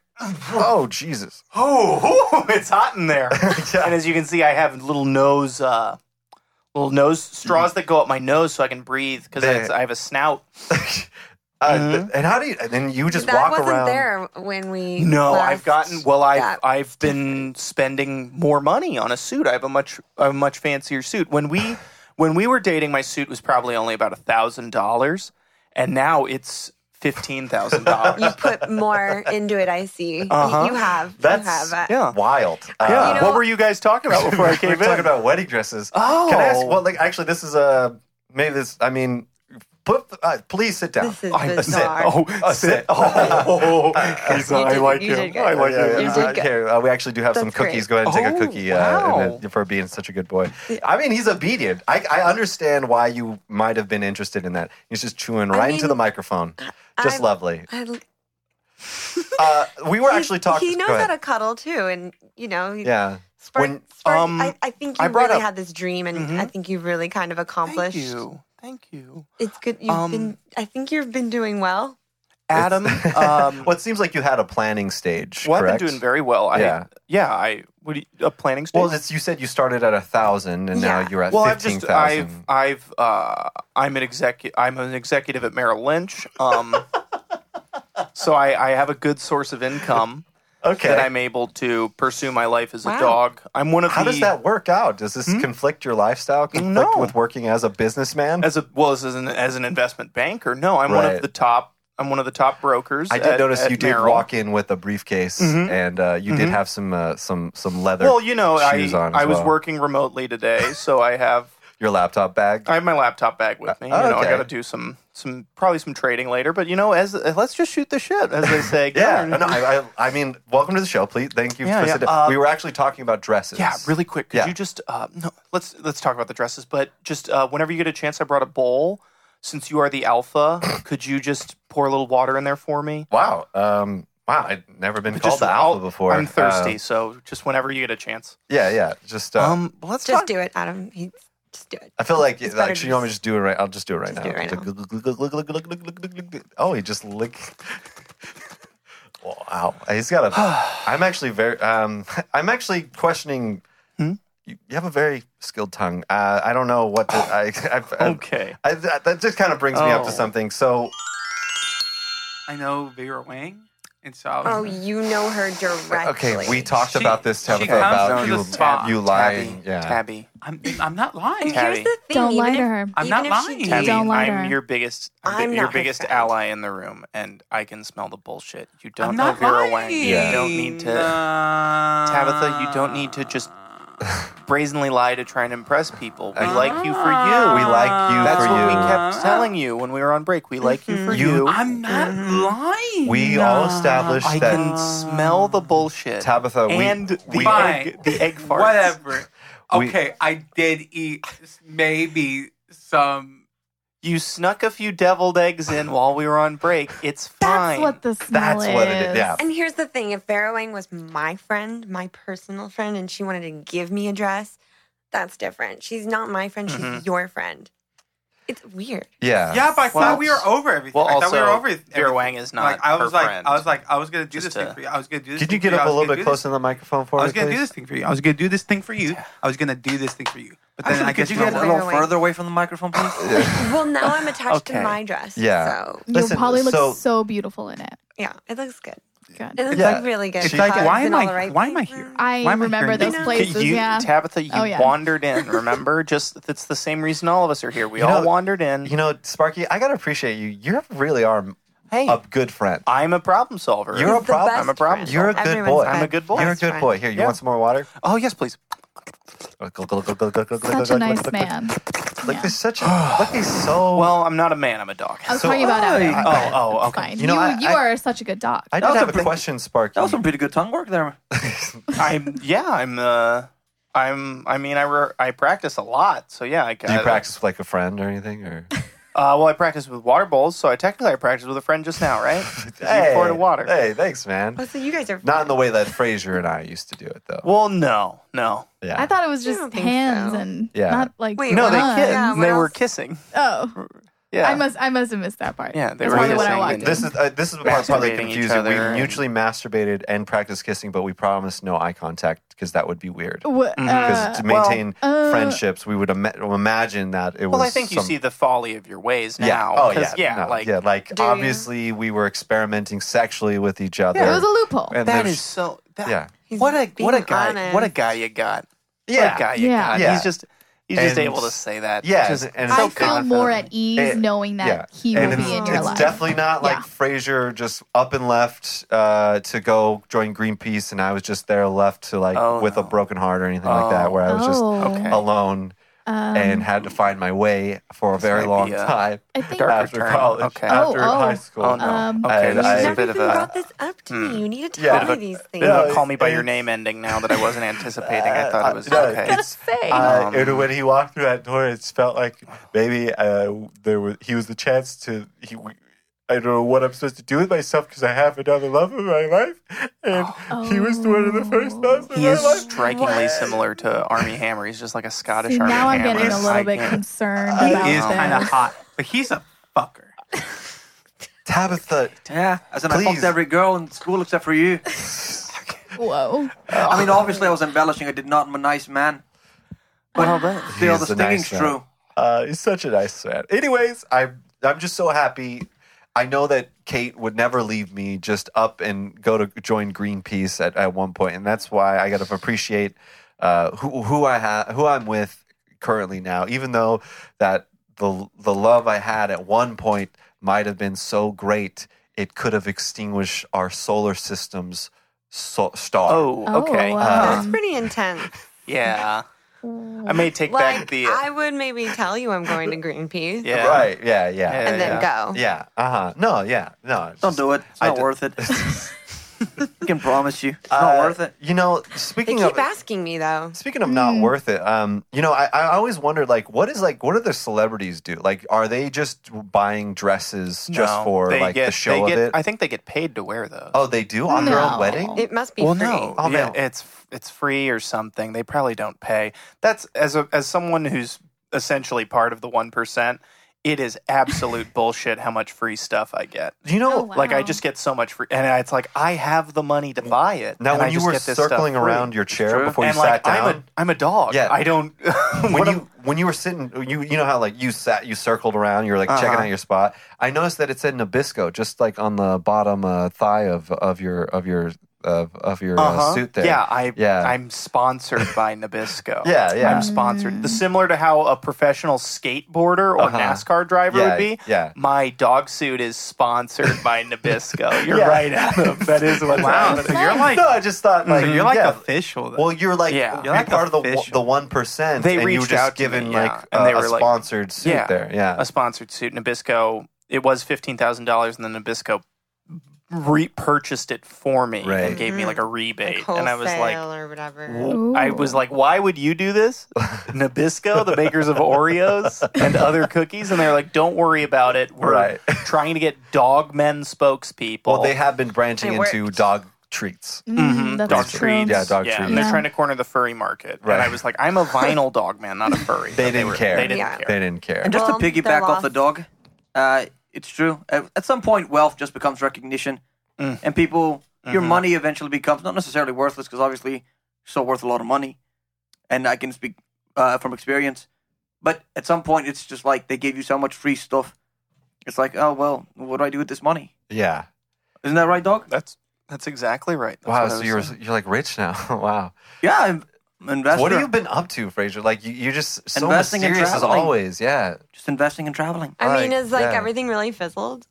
A: Oh Jesus.
D: Oh, it's hot in there.
A: Yeah.
D: And as you can see, I have little nose, uh, little nose
A: Mm.
D: straws that go up my nose so I can breathe because
A: There.
D: I have a snout.
A: Uh,
D: Mhm.
A: th- and how do you? And then you just
L: that
A: walk
L: wasn't
A: around.
L: there when we.
D: No, I've
L: last
D: gotten well. I've
L: got-
D: I've been spending more money on a suit. I have a much a much fancier suit. When we when we were dating, my suit was probably only about a thousand dollars, and now it's fifteen thousand dollars.
L: You put more into it. I see. You-
D: Uh-huh.
L: You have.
A: That's
L: you have. uh,
D: Yeah,
A: Wild. Uh,
D: yeah.
L: You know-
D: what were you guys talking about before I
A: we're
D: came in?
A: talking about wedding dresses.
D: oh,
A: Can I ask? Well, like actually, this is uh, maybe this. I mean, put. Uh, please sit down.
L: This is
D: I-
A: sit.
L: bizarre.
D: Oh,
A: Oh,
D: sit.
A: sit.
D: Oh, he's-
L: You
D: I
L: did-
D: like
L: you did
D: him.
L: good.
D: I like
A: Yeah, yeah,
L: You
D: him.
A: yeah.
L: did good.
A: Here, uh, we actually do have some
L: That's great.
A: cookies. Go ahead and take a
D: Oh,
A: cookie uh,
D: wow.
A: and, uh, for being such a good boy. I mean, he's obedient. I, I understand why you might have been interested in that. He's just chewing right into
L: mean,
A: the microphone. Just
L: I'm-
A: lovely.
L: I,
A: Uh, we were
L: he-
A: actually talking.
L: He knows
A: go
L: how
A: ahead.
L: to cuddle too, and you know. he-
A: yeah.
L: Spark,
A: When-
L: Spark,
D: um,
L: I, I think you
D: I brought
L: really
D: up-
L: had this dream, and
D: Mhm.
L: I think you've really kind of accomplished.
D: Thank you. Thank you.
L: It's good. You've
D: Um,
L: been. I think you've been doing well.
D: Adam, um,
A: Well, it seems like you had a planning stage.
D: well, I've been
A: correct?
D: doing very well. I,
A: Yeah.
D: yeah. I, what do you, a planning stage?
A: Well, it's, you said you started at a thousand, and now
L: Yeah.
A: you're at
D: well, I've
A: fifteen
D: just, I've,
A: thousand.
D: I've, uh, I'm an executive, I'm an executive at Merrill Lynch. Um, so I, I have a good source of income
A: Okay.
D: that I'm able to pursue my life as
L: Wow.
D: a dog. I'm one of
A: How
D: the, Hmm?
A: does that work out? Does this conflict your lifestyle? Conflict
D: No.
A: with working as a businessman?
D: as a, well, as an, as an investment banker. No, I'm one
A: Right.
D: of the top, I'm one of the top brokers.
A: I did
D: at-
A: notice
D: at
A: you did
D: Merrill. Mm-hmm.
A: walk in with a briefcase, and uh, you did have some uh, some some leather.
D: Well, you know, I,
A: shoes on as
D: I was
A: well.
D: working remotely today, so I have
A: your laptop bag.
D: I have my laptop bag with me.
A: Uh,
D: you know,
A: okay.
D: I got to do some some probably some trading later. But you know, as uh, let's just shoot the shit, as they say.
A: yeah,
D: Come on.
A: no, I, I, I mean, welcome to the show, please. Thank you.
D: Yeah,
A: for
D: yeah.
A: sitting-
D: Uh,
A: we were actually talking about dresses.
D: yeah. Really quick, could
A: Yeah.
D: you just uh, no? Let's let's talk about the dresses, but just uh, whenever you get a chance, I brought a bowl. Since you are the alpha, could you just pour a little water in there for me?
A: Wow. Um, wow. I'd never been called
D: Just-
A: the
D: I'll-
A: alpha before.
D: I'm thirsty,
A: Uh,
D: so just whenever you get a chance.
A: yeah, yeah. Just. Uh,
D: Um, well, let's
L: Just
D: talk.
L: do it, Adam. He, just do it.
A: I feel like,
L: It's
A: like
L: better
A: should you want me to just do it right? I'll just do it right
L: Just
A: now.
L: do it right
A: Just like, Oh, he just lick. wow, he's got a. I'm actually very. Um, I'm actually questioning. You, you have a very skilled tongue. Uh, I don't know what to. I, I, I,
D: Okay.
A: I, that that just kind of brings me up to
D: Oh.
A: something. So
E: I know Vera Wang, and so I was
L: Oh, you know her directly.
A: okay, we talked
E: She-
A: about this
E: she
A: Tabitha
E: comes
A: about
E: to the
A: you
E: spa.
A: you lying.
D: Tabby,
A: Yeah,
D: Tabby.
E: I'm, I'm not lying.
L: And here's
D: Tabby.
L: the thing.
M: Don't lie
L: even
M: to
L: if-
M: her.
E: I'm
L: even
E: not
L: if
E: lying.
L: She
M: Tabby.
L: did,
M: Don't lie to her.
D: I'm your biggest,
L: I'm
D: I'm
L: not
D: your
L: her
D: biggest
L: friend.
D: ally in the room, and I can smell the bullshit. You don't
E: I'm
D: know
E: not
D: Vera
E: lying.
D: Wang.
A: Yeah.
D: You don't need to,
E: Tabitha.
D: Tabitha. You don't need to just brazenly lie to try and impress people. We like you for you.
A: we like
E: Ah.
A: you
D: That's
A: for
D: what
A: you. Mm-hmm.
D: we kept telling you when we were on break. We like you for
A: You-
D: you.
E: I'm not
K: Mm.
E: lying.
A: We all established
D: I
A: that
D: can smell the bullshit,
A: Tabitha, we-
D: and the
A: we-
D: egg, the egg farts.
E: Whatever.
A: We-
E: Okay, I did eat maybe some.
D: You snuck a few deviled eggs in while we were on break. It's
M: That's
D: fine.
M: what the smell
A: That's what it is. Yeah.
L: And here's the thing: if Vera Wang was my friend, my personal friend, and she wanted to give me a dress, that's different. She's not my friend; she's
D: Mm-hmm.
L: your friend. It's weird.
A: yeah,
E: Yeah, but I
D: Well,
E: thought we were over everything.
D: well,
E: I thought we
D: also,
E: were over everything.
D: Vera Wang is not
E: Like, I
D: her
E: was like,
D: friend.
E: I was like, I was gonna do
D: Just
E: this thing
D: to-
E: for you. I was gonna do this.
A: Could
E: thing
A: you get
E: for I
A: up a
E: was
A: little
E: gonna do
A: bit
E: this-
A: closer to the microphone for
E: I
A: me,
E: was gonna do
A: please?
E: this thing for you. I was gonna do this thing for you. I was gonna do this thing for you. But then I guess
B: Could you
E: my
B: get a
L: Vera
E: work-
B: little
L: Wang.
B: further away from the microphone, please?
L: Well, now I'm attached to
D: Okay.
L: my dress.
A: Yeah.
L: So
M: You'll
A: Listen,
M: probably look
A: so-
M: so, beautiful in it.
L: yeah, it looks good.
M: Good.
L: It looks
A: Yeah.
L: really good.
E: It's like,
L: Hugs
E: why am
L: in all
E: I-
L: the right
E: why am I
L: places.
E: here?
M: I
E: Why am I
M: remember
E: hearing
M: those
L: this?
M: places.
D: you,
M: yeah.
D: Tabitha, you
M: Oh, yeah.
D: wandered in. Remember, just that's the same reason all of us are here. We
A: You
D: all
A: know-
D: wandered in.
A: You know, Sparky, I gotta appreciate you. You really are
D: hey,
A: a good friend.
D: I'm a problem solver.
A: You're a
L: He's the
A: problem.
L: best
D: I'm a problem.
L: friend.
A: You're a good
L: Everyone's
A: boy.
D: I'm a good boy.
A: You're a
L: Best
A: good
L: friend.
A: boy. Here, you
D: Yeah.
A: want some more water?
D: oh yes, please.
M: Such a nice man.
A: Like
M: Yeah.
A: he's such. a- Like he's so.
D: Well, I'm not a man. I'm a dog.
M: I was
A: So-
M: talking about Adam.
D: Oh, oh,
M: It's
D: okay.
M: Fine.
A: You
M: You,
A: know,
M: you,
A: I- I-
M: are such a good dog.
A: I did
B: was
A: have
B: a
A: a
B: pretty-
A: question, Sparky.
B: That was some pretty good tongue work there.
D: I'm yeah. I'm uh, I'm. I mean, I re- I practice a lot. So yeah, I
A: Do you practice with like a friend or anything? Or
D: Uh, well, I practice with water bowls. So I technically I practiced with a friend just now, right? You poured water.
A: Hey, thanks, man.
L: Oh, so you guys are
A: Not in the way that Frasier and I used to do it, though.
D: Well, no, no,
A: Yeah.
M: I thought it was
L: I
M: just
L: don't think
M: hands
L: so.
M: and
A: Yeah.
M: not like
L: Wait,
D: no.
L: what?
D: They
M: guns.
D: kissed.
L: Yeah, what
D: they were
L: else?
D: kissing.
M: Oh,
D: Yeah.
M: I must I must have missed that part.
D: Yeah, they
M: That's
D: were
M: probably what I
D: kissing
M: walked
D: and-
A: This is uh, this is what's probably
D: Masturbating each
A: confusing.
D: other
A: We
D: and-
A: mutually masturbated and practiced kissing, but we promised no eye contact because that would be weird.
M: in.
D: Mm-hmm.
M: Wha-
A: Because
M: uh,
A: to maintain
M: uh,
A: friendships, we would ima- imagine that it was.
D: Well, I think you
A: some-
D: see the folly of your ways now.
A: Oh
D: 'cause,
A: yeah.
D: yeah.
A: no,
D: like
A: yeah, like
L: Do you?
A: obviously we were experimenting sexually with each other.
M: it was a loophole.
A: and
D: that
A: there's-
D: is so. That,
A: yeah.
L: He's
D: what a what a
L: being
D: guy
L: honest.
D: what a guy you got. What
A: Yeah.
D: a guy you
M: Yeah.
D: got.
A: Yeah.
D: He's just he's just
A: And-
D: able to say that.
A: Yeah,
D: Just,
A: and-
M: I
A: so
M: feel more at ease
A: And-
M: knowing that
A: yeah.
M: he
A: and
M: will
A: it's,
M: be in your
A: it's
M: life.
A: definitely not like
M: Yeah.
A: Frasier just up and left uh, to go join Greenpeace, and I was just there left to like
D: Oh,
A: with a
D: no.
A: broken heart or anything like that, where I was just
M: oh,
D: okay.
A: alone
M: um,
A: and had to find my way for a very
D: might
A: long
D: be a
A: time
M: I think
D: darker
A: after
D: turn.
A: college,
D: Okay.
A: after
M: Oh, oh.
A: high school.
D: oh no.
M: Um,
D: okay,
A: And
D: this
A: I-
D: is
L: You
D: a
L: never
D: bit of
L: even
D: a
L: brought this up to
D: Hmm.
L: me. You need to
A: Yeah.
L: tell me these things.
A: Yeah.
D: the call me by your
A: it's-
D: name ending now that I wasn't anticipating. I thought it was
A: no,
D: okay.
A: it's-
M: say.
A: Uh,
D: Um,
A: and when he walked through that door, it felt like maybe uh, there was he was the chance to he
E: I don't know what I'm supposed to do with myself because I have another love of my life, and
M: Oh.
E: he was one of the first loves of
D: He
E: my
D: is
E: life.
D: strikingly
E: What?
D: similar to Army Hammer. He's just like a Scottish
M: See,
D: Army
M: now I'm
D: Hammer.
M: getting a
D: I
M: little bit
D: can't-
M: concerned
D: He
M: about
D: is
M: this.
D: kinda
K: hot, but he's a fucker.
A: Tabitha.
B: Yeah, as in I
A: Please.
B: fucked every girl in school except for you.
M: Whoa.
B: I mean, obviously I was embellishing. I did not. I'm a nice man. But still,
E: He's
B: the
E: a nice
B: stinging's
E: man.
B: true.
A: Uh, he's such a nice man. Anyways, I'm I'm just so happy. I know that Kate would never leave me just up and go to join Greenpeace at, at one point, and that's why I got to appreciate uh, who who I ha- who I'm with currently now. Even though that the the love I had at one point might have been so great, it could have extinguished our solar system's so- star.
D: Oh, okay.
A: uh,
L: That's pretty intense.
D: yeah. I may take back
L: Like,
D: the.
L: I would maybe tell you I'm going to Greenpeace.
D: Yeah.
A: Right. uh, Yeah. Yeah.
D: And
L: And then
A: yeah.
L: go.
A: Yeah. Uh huh. No. Yeah. No.
B: Don't do it. It's
A: I
B: not
A: d-
B: worth it. I can promise you, it's not
A: Uh,
B: worth it.
A: You know,
L: They
A: speaking
L: keep
A: of
L: asking me though.
A: speaking of not worth it, um, you know, I, I always wondered like, what is like, what do the celebrities do? Like, are they just buying dresses just
D: No,
A: for
D: they
A: like
D: get-
A: the show
D: they
A: of
D: get-
A: it?
D: I think they get paid to wear those.
A: oh, they do on their own wedding.
L: It must be
D: well,
L: free.
D: no,
A: Oh,
D: yeah,
A: man.
D: it's it's free or something. They probably don't pay. That's as a, as someone who's essentially part of the one percent. It is absolute bullshit how much free stuff I get.
A: You know,
L: Oh,
D: like I just get so much free, and it's like I have the money to buy it.
A: now
D: and I
A: when you
D: just
A: were
D: get this stuff
A: circling
D: free.
A: around your chair before you
D: and
A: sat
D: like,
A: down,
D: I'm a I'm a dog.
A: Yeah.
D: I don't.
A: when you when you were sitting, you you know how like you sat, you circled around, you were like checking
D: Uh-huh.
A: out your spot. I noticed that it said Nabisco just like on the bottom uh, thigh of of your of your of, of your uh
D: Uh-huh.
A: suit there.
D: Yeah, I
A: yeah.
D: I'm sponsored by Nabisco.
A: Yeah, yeah.
D: I'm sponsored. The similar to how a professional skateboarder or
A: Uh-huh.
D: NASCAR driver
A: Yeah,
D: would be.
A: yeah.
D: My dog suit is sponsored by Nabisco. You're
A: Yeah.
D: right, Adam. That is what's
A: Wow,
D: happening. You're like
A: no, I just thought like
D: so you're like
A: Mm-hmm. yeah.
D: official. Then.
A: well, you're like
D: Yeah.
A: you're,
D: You're like
A: part of the
D: official.
A: the one percent.
D: They
A: and you were
D: reached
A: just
D: out to
A: given
D: me,
A: like
D: yeah. And they
A: a, a
D: were like-
A: sponsored suit
D: Yeah. Uh,
A: there. Yeah,
D: a sponsored suit. Nabisco. It was fifteen thousand dollars, and then Nabisco repurchased it for me
A: Right.
D: and gave me
L: Mhm.
D: like Mm. a rebate,
L: Wholesale
D: and I was like.
L: or whatever.
D: I was like, why would you do this? Nabisco, the makers of Oreos and other cookies. And they're like, don't worry about it. We're
A: Right.
D: trying to get dog men spokespeople.
A: well, they have been branching
L: It
A: into dog treats.
D: Mhm,
M: that's
D: dog
M: true.
D: treats.
A: Yeah, dog treats.
D: And they're
M: Yeah.
D: trying to corner the furry market.
A: Right.
D: And I was like, I'm a vinyl dog man, not a furry.
A: They
D: But
A: didn't
D: were-
A: care.
D: They didn't
L: Yeah.
D: care.
A: They didn't care.
B: And just
L: Well,
B: to
L: they're
B: piggyback off the dog, uh, it's true. At at some point, wealth just becomes recognition,
D: Mm.
B: and people, your
D: Mhm.
B: money eventually becomes not necessarily worthless because obviously, you're still worth a lot of money. And I can speak uh, from experience, but at some point, it's just like they gave you so much free stuff. It's like, oh well, what do I do with this money?
A: Yeah.
B: Isn't that right, dog?
D: That's that's exactly right. That's
A: Wow.
D: what I
A: So
D: was
A: you're
D: saying.
A: you're like rich now. wow.
B: Yeah, I'm I'm investor.
A: What have you been up to, Fraser? Like you, you're just so
B: Investing and
A: mysterious as
B: traveling.
A: always. Yeah.
B: Just investing and traveling.
L: I mean,
A: Right,
L: is like
A: yeah.
L: everything really fizzled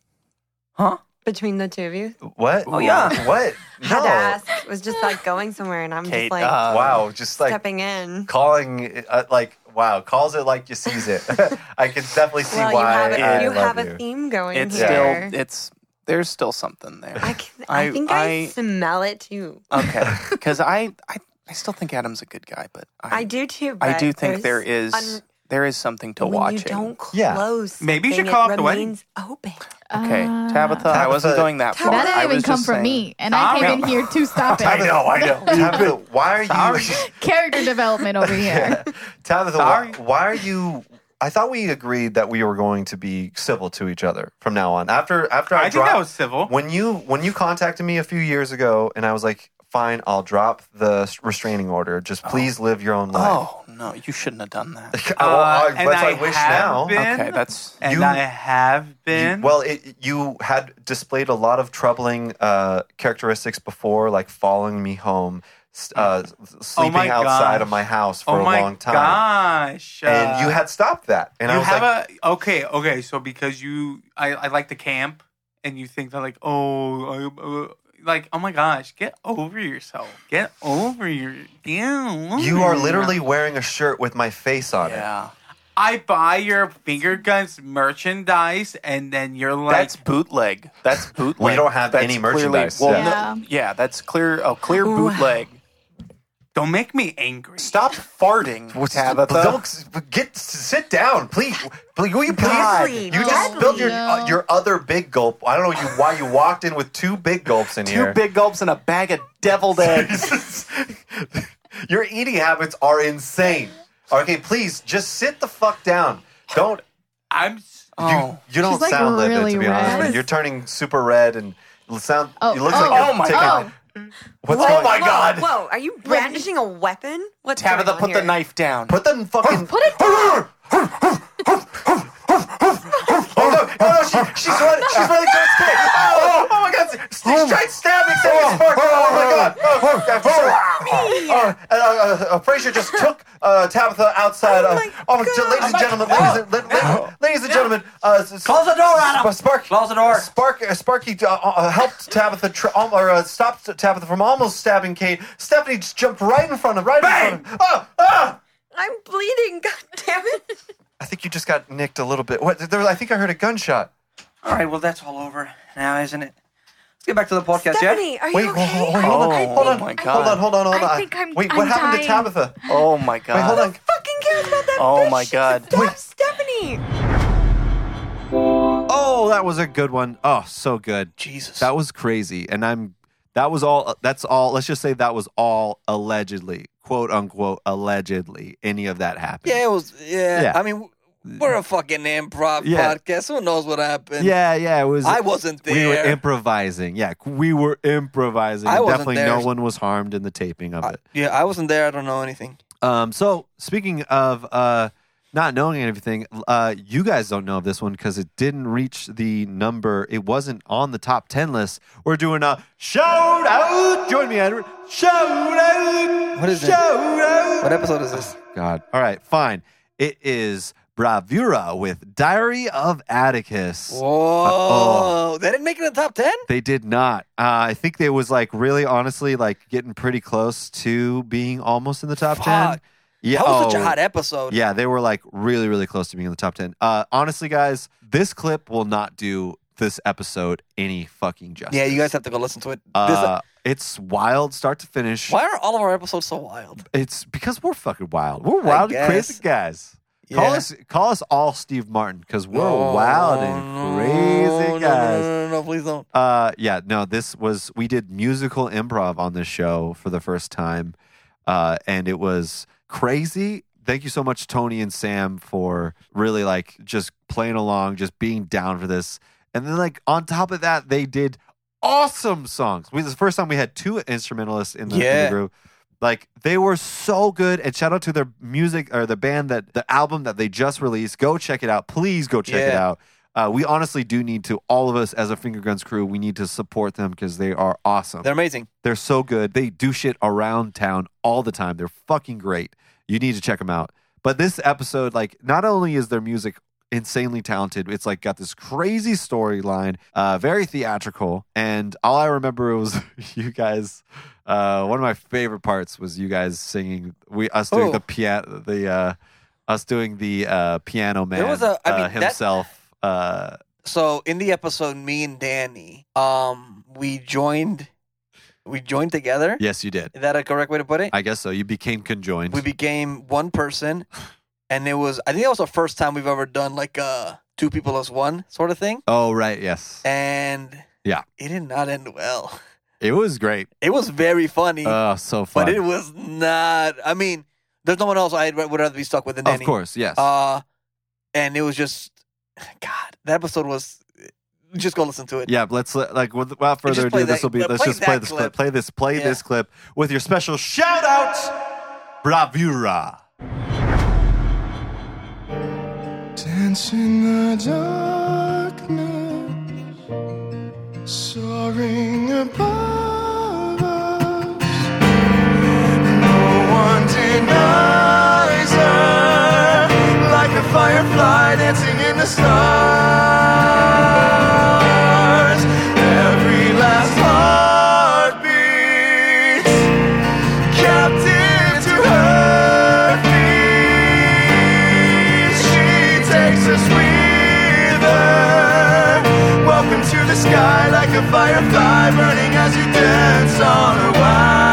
B: Huh?
L: between the two of you?
A: What?
B: Oh, yeah.
A: What?
L: Had to
A: No.
L: ask. It was just like going somewhere, and I'm
D: Kate,
L: just like
D: uh,
A: Wow. Just like
L: stepping in.
A: calling uh, like wow calls it like you sees it i can definitely see
L: Well, you
A: why
L: have
A: I
L: a, you
A: love
L: have a theme going
D: It's
L: here.
D: still it's there's still something there.
L: I, can, I,
D: I-
L: think I,
D: I-
L: smell it too.
D: Okay. Because I, I I still think Adam's a good guy, but I,
L: I do too. But
D: I do think there is
L: there's un-
D: there is something to
L: when
D: watching.
L: You don't
A: Yeah.
L: close.
K: Maybe you should
L: something,
K: call
L: it
K: off the wedding.
L: remains Open.
D: Okay,
K: Uh,
M: Ah.
D: Tabitha, I wasn't
A: Tabitha-
D: going that far.
M: That
D: I
M: didn't even
D: was
M: come
D: just
M: from
D: saying-
M: me, and I
D: Sorry.
M: came in here to stop
A: I
M: it.
A: know, I know. Tabitha, why are you,
M: Character development over here.
A: Tabitha? Why,
K: Sorry.
A: why are you? I thought we agreed that we were going to be civil to each other from now on. After after I,
K: I think
A: dropped,
K: that was civil.
A: when you when you contacted me a few years ago, and I was like, "Fine, I'll drop the restraining order. Just please live your own life."
D: Oh no, you shouldn't have done that.
A: Oh, I,
K: Uh, and
A: that's what I
K: I
A: wish
K: have
A: now.
K: been-
D: Okay, that's
K: And
A: You-
K: I have
A: You-
K: been.
A: well, it, you had displayed a lot of troubling uh, characteristics before, like following me home, s- uh,
D: Mm.
A: sleeping
K: Oh my
A: outside
K: gosh.
A: of my house for
K: oh
A: a
K: my
A: long time,
K: gosh!
A: and you
K: uh,
A: had stopped that. And I
K: you
A: was
K: have
A: like,
K: a okay, okay. So because you, I, I like to camp, and you think that like, oh, uh, uh, like oh my gosh, get over yourself, get over your, get over
A: you are
K: your-
A: literally wearing a shirt with my face on it.
D: yeah.
K: I buy your finger guns merchandise, and then you're like,
D: that's bootleg. That's
A: We
D: bootleg.
A: don't have
D: That's
A: any
D: clearly-
A: merchandise,
D: well,
A: yeah.
D: no- yeah, that's clear. Oh, clear bootleg.
G: Don't make me angry.
I: Stop farting, Tabitha.
E: Don't get sit down, please. please will you please?
I: God.
E: You
I: Deadly.
E: just spilled your uh,
I: No.
E: your other big gulp. I don't know you why you walked in with two big gulps in
I: Two
E: here.
I: big gulps and a bag of deviled eggs.
E: your eating habits are insane. Okay, please just sit the fuck down. Don't.
G: I'm.
I: Oh.
E: You, you don't
N: She's, like,
E: sound like
N: really
E: to be
N: red.
E: honest. You're turning super red and you sound.
N: Oh,
E: you look
N: oh,
E: like you're
N: oh my
E: taking.
N: God.
E: What's
I: Oh
E: going
I: my God.
L: Whoa, are you brandishing a weapon? What's
I: Tabitha,
L: going on
I: put the
L: here?
I: knife down.
E: Put the fucking.
N: Put it down.
E: Oh no! Oh no! She, she's running. She's running towards Kate. Oh, oh, oh my God! She tried stabbing Sammy Spark. Oh my God! Oh, oh, oh, oh, and, uh, uh, uh, Fraser just took uh, Tabitha outside. Oh, uh, oh j- ladies and gentlemen, ladies and, la- la- ladies and gentlemen, uh, close the door, Adam. Spark, close the door. Spark, uh, Sparky uh, uh, helped Tabitha tr- um, or uh, stopped Tabitha from almost stabbing Kate. Stephanie just jumped right in front of, right in front of. Oh, ah!
L: I'm bleeding. God damn it!
E: I think you just got nicked a little bit. What? There, I think I heard a gunshot.
O: All right, well, that's all over now, isn't it? Let's get back to the podcast,
L: Stephanie,
O: yeah?
L: are you
E: Wait,
L: okay?
E: hold, hold, hold on,
I: Oh,
E: hold on,
I: my
E: hold on,
I: God.
E: hold on, hold on.
N: I think I'm-
E: Wait,
N: I'm
E: what happened
N: dying.
E: to Tabitha?
I: Oh my
E: Wait, hold
I: god.
E: on.
L: Fucking cares about that
I: Oh
L: bitch.
I: my God.
L: Stop, Stephanie.
A: Oh, that was a good one. Oh, so good.
I: Jesus.
A: That was crazy. And I'm that was all that's all let's just say that was all allegedly, quote unquote allegedly any of that happened.
B: Yeah, it was. Yeah,
A: Yeah.
B: I mean, we're a fucking improv
A: Yeah.
B: podcast. Who knows what happened?
A: Yeah, yeah, it was
B: I wasn't there.
A: We were improvising. Yeah, we were improvising.
B: I
A: And
B: wasn't
A: Definitely
B: there.
A: no one was harmed in the taping of it.
B: yeah, I wasn't there. I don't know anything.
A: Um, so speaking of uh, not knowing anything, uh, you guys don't know of this one because it didn't reach the number. It wasn't on the top ten list. We're doing a shout out. Join me, Edward. Shout out.
B: What is it?
A: Shout out.
B: What episode is this?
A: God. All right, fine. It is Bravura with Diary of Atticus. Oh,
B: Whoa! Oh, They didn't make it in the top ten.
A: They did not. Uh, I think they was like really honestly like getting pretty close to being almost in the top ten.
B: Fuck.
A: Yeah,
B: that was such a
A: oh,
B: hot episode.
A: yeah, they were like really, really close to being in the top 10. Uh, honestly, guys, this clip will not do this episode any fucking justice.
B: yeah. You guys have to go listen to it. This-
A: Uh, it's wild, start to finish.
B: why are all of our episodes so wild?
A: It's because we're fucking wild. We're wild and crazy
B: guess.
A: guys. Call
B: Yeah.
A: us, call us all Steve Martin because we're
B: No,
A: wild
B: no,
A: and crazy
B: no, no,
A: guys.
B: No, no, no, no, please don't.
A: Uh, yeah, no, this was we did musical improv on this show for the first time, uh, and it was crazy. Thank you so much, Tony and Sam, for really like just playing along, just being down for this. And then, like on top of that, they did awesome songs. We this is the first time we had two instrumentalists in the, in the
B: Yeah.
A: group. Like they were so good, and shout out to their music or the band that the album that they just released. Go check it out, please. Go check it
B: Yeah.
A: out. Uh, we honestly do need to, all of us as a Finger Guns crew, we need to support them because they are awesome. They're,
B: They're amazing.
A: so good. They do shit around town all the time. They're fucking great. You need to check them out. But this episode, like, not only is their music insanely talented, it's like got this crazy storyline, uh, very theatrical. And all I remember was you guys. Uh, one of my favorite parts was you guys singing. We us doing
B: Oh.
A: the piano, the uh, us doing the uh, piano man
B: There was a- I
A: uh,
B: mean, that-
A: himself. uh,
B: So in the episode, me and Danny, um, we joined, we joined together.
A: Yes, you did.
B: Is that a correct way to put it?
A: I guess so. You became conjoined.
B: we became one person and it was i think that was the first time we've ever done like a two people as one sort of thing
A: oh, right. Yes.
B: and
A: Yeah.
B: it did not end well
A: It was great.
B: it was very funny
A: Oh, so fun.
B: but it was not i mean there's no one else i would rather be stuck with than
A: of
B: Danny.
A: course, yes.
B: uh and it was just god that episode was just go listen to it
A: yeah, but let's let- like with- without further
B: play
A: ado, this
B: that-
A: will be.
B: uh,
A: Let's
B: play
A: just play
B: that
A: this
B: clip.
A: clip. Play this. Play
B: Yeah.
A: this clip with your special shout out, bravura.
K: Dance in the darkness, soaring above us. No one denies her, like a firefly dancing in the stars. Every last heartbeat, captive to her feet. She takes us with her. Welcome to the sky, like a firefly burning as you dance on her wire.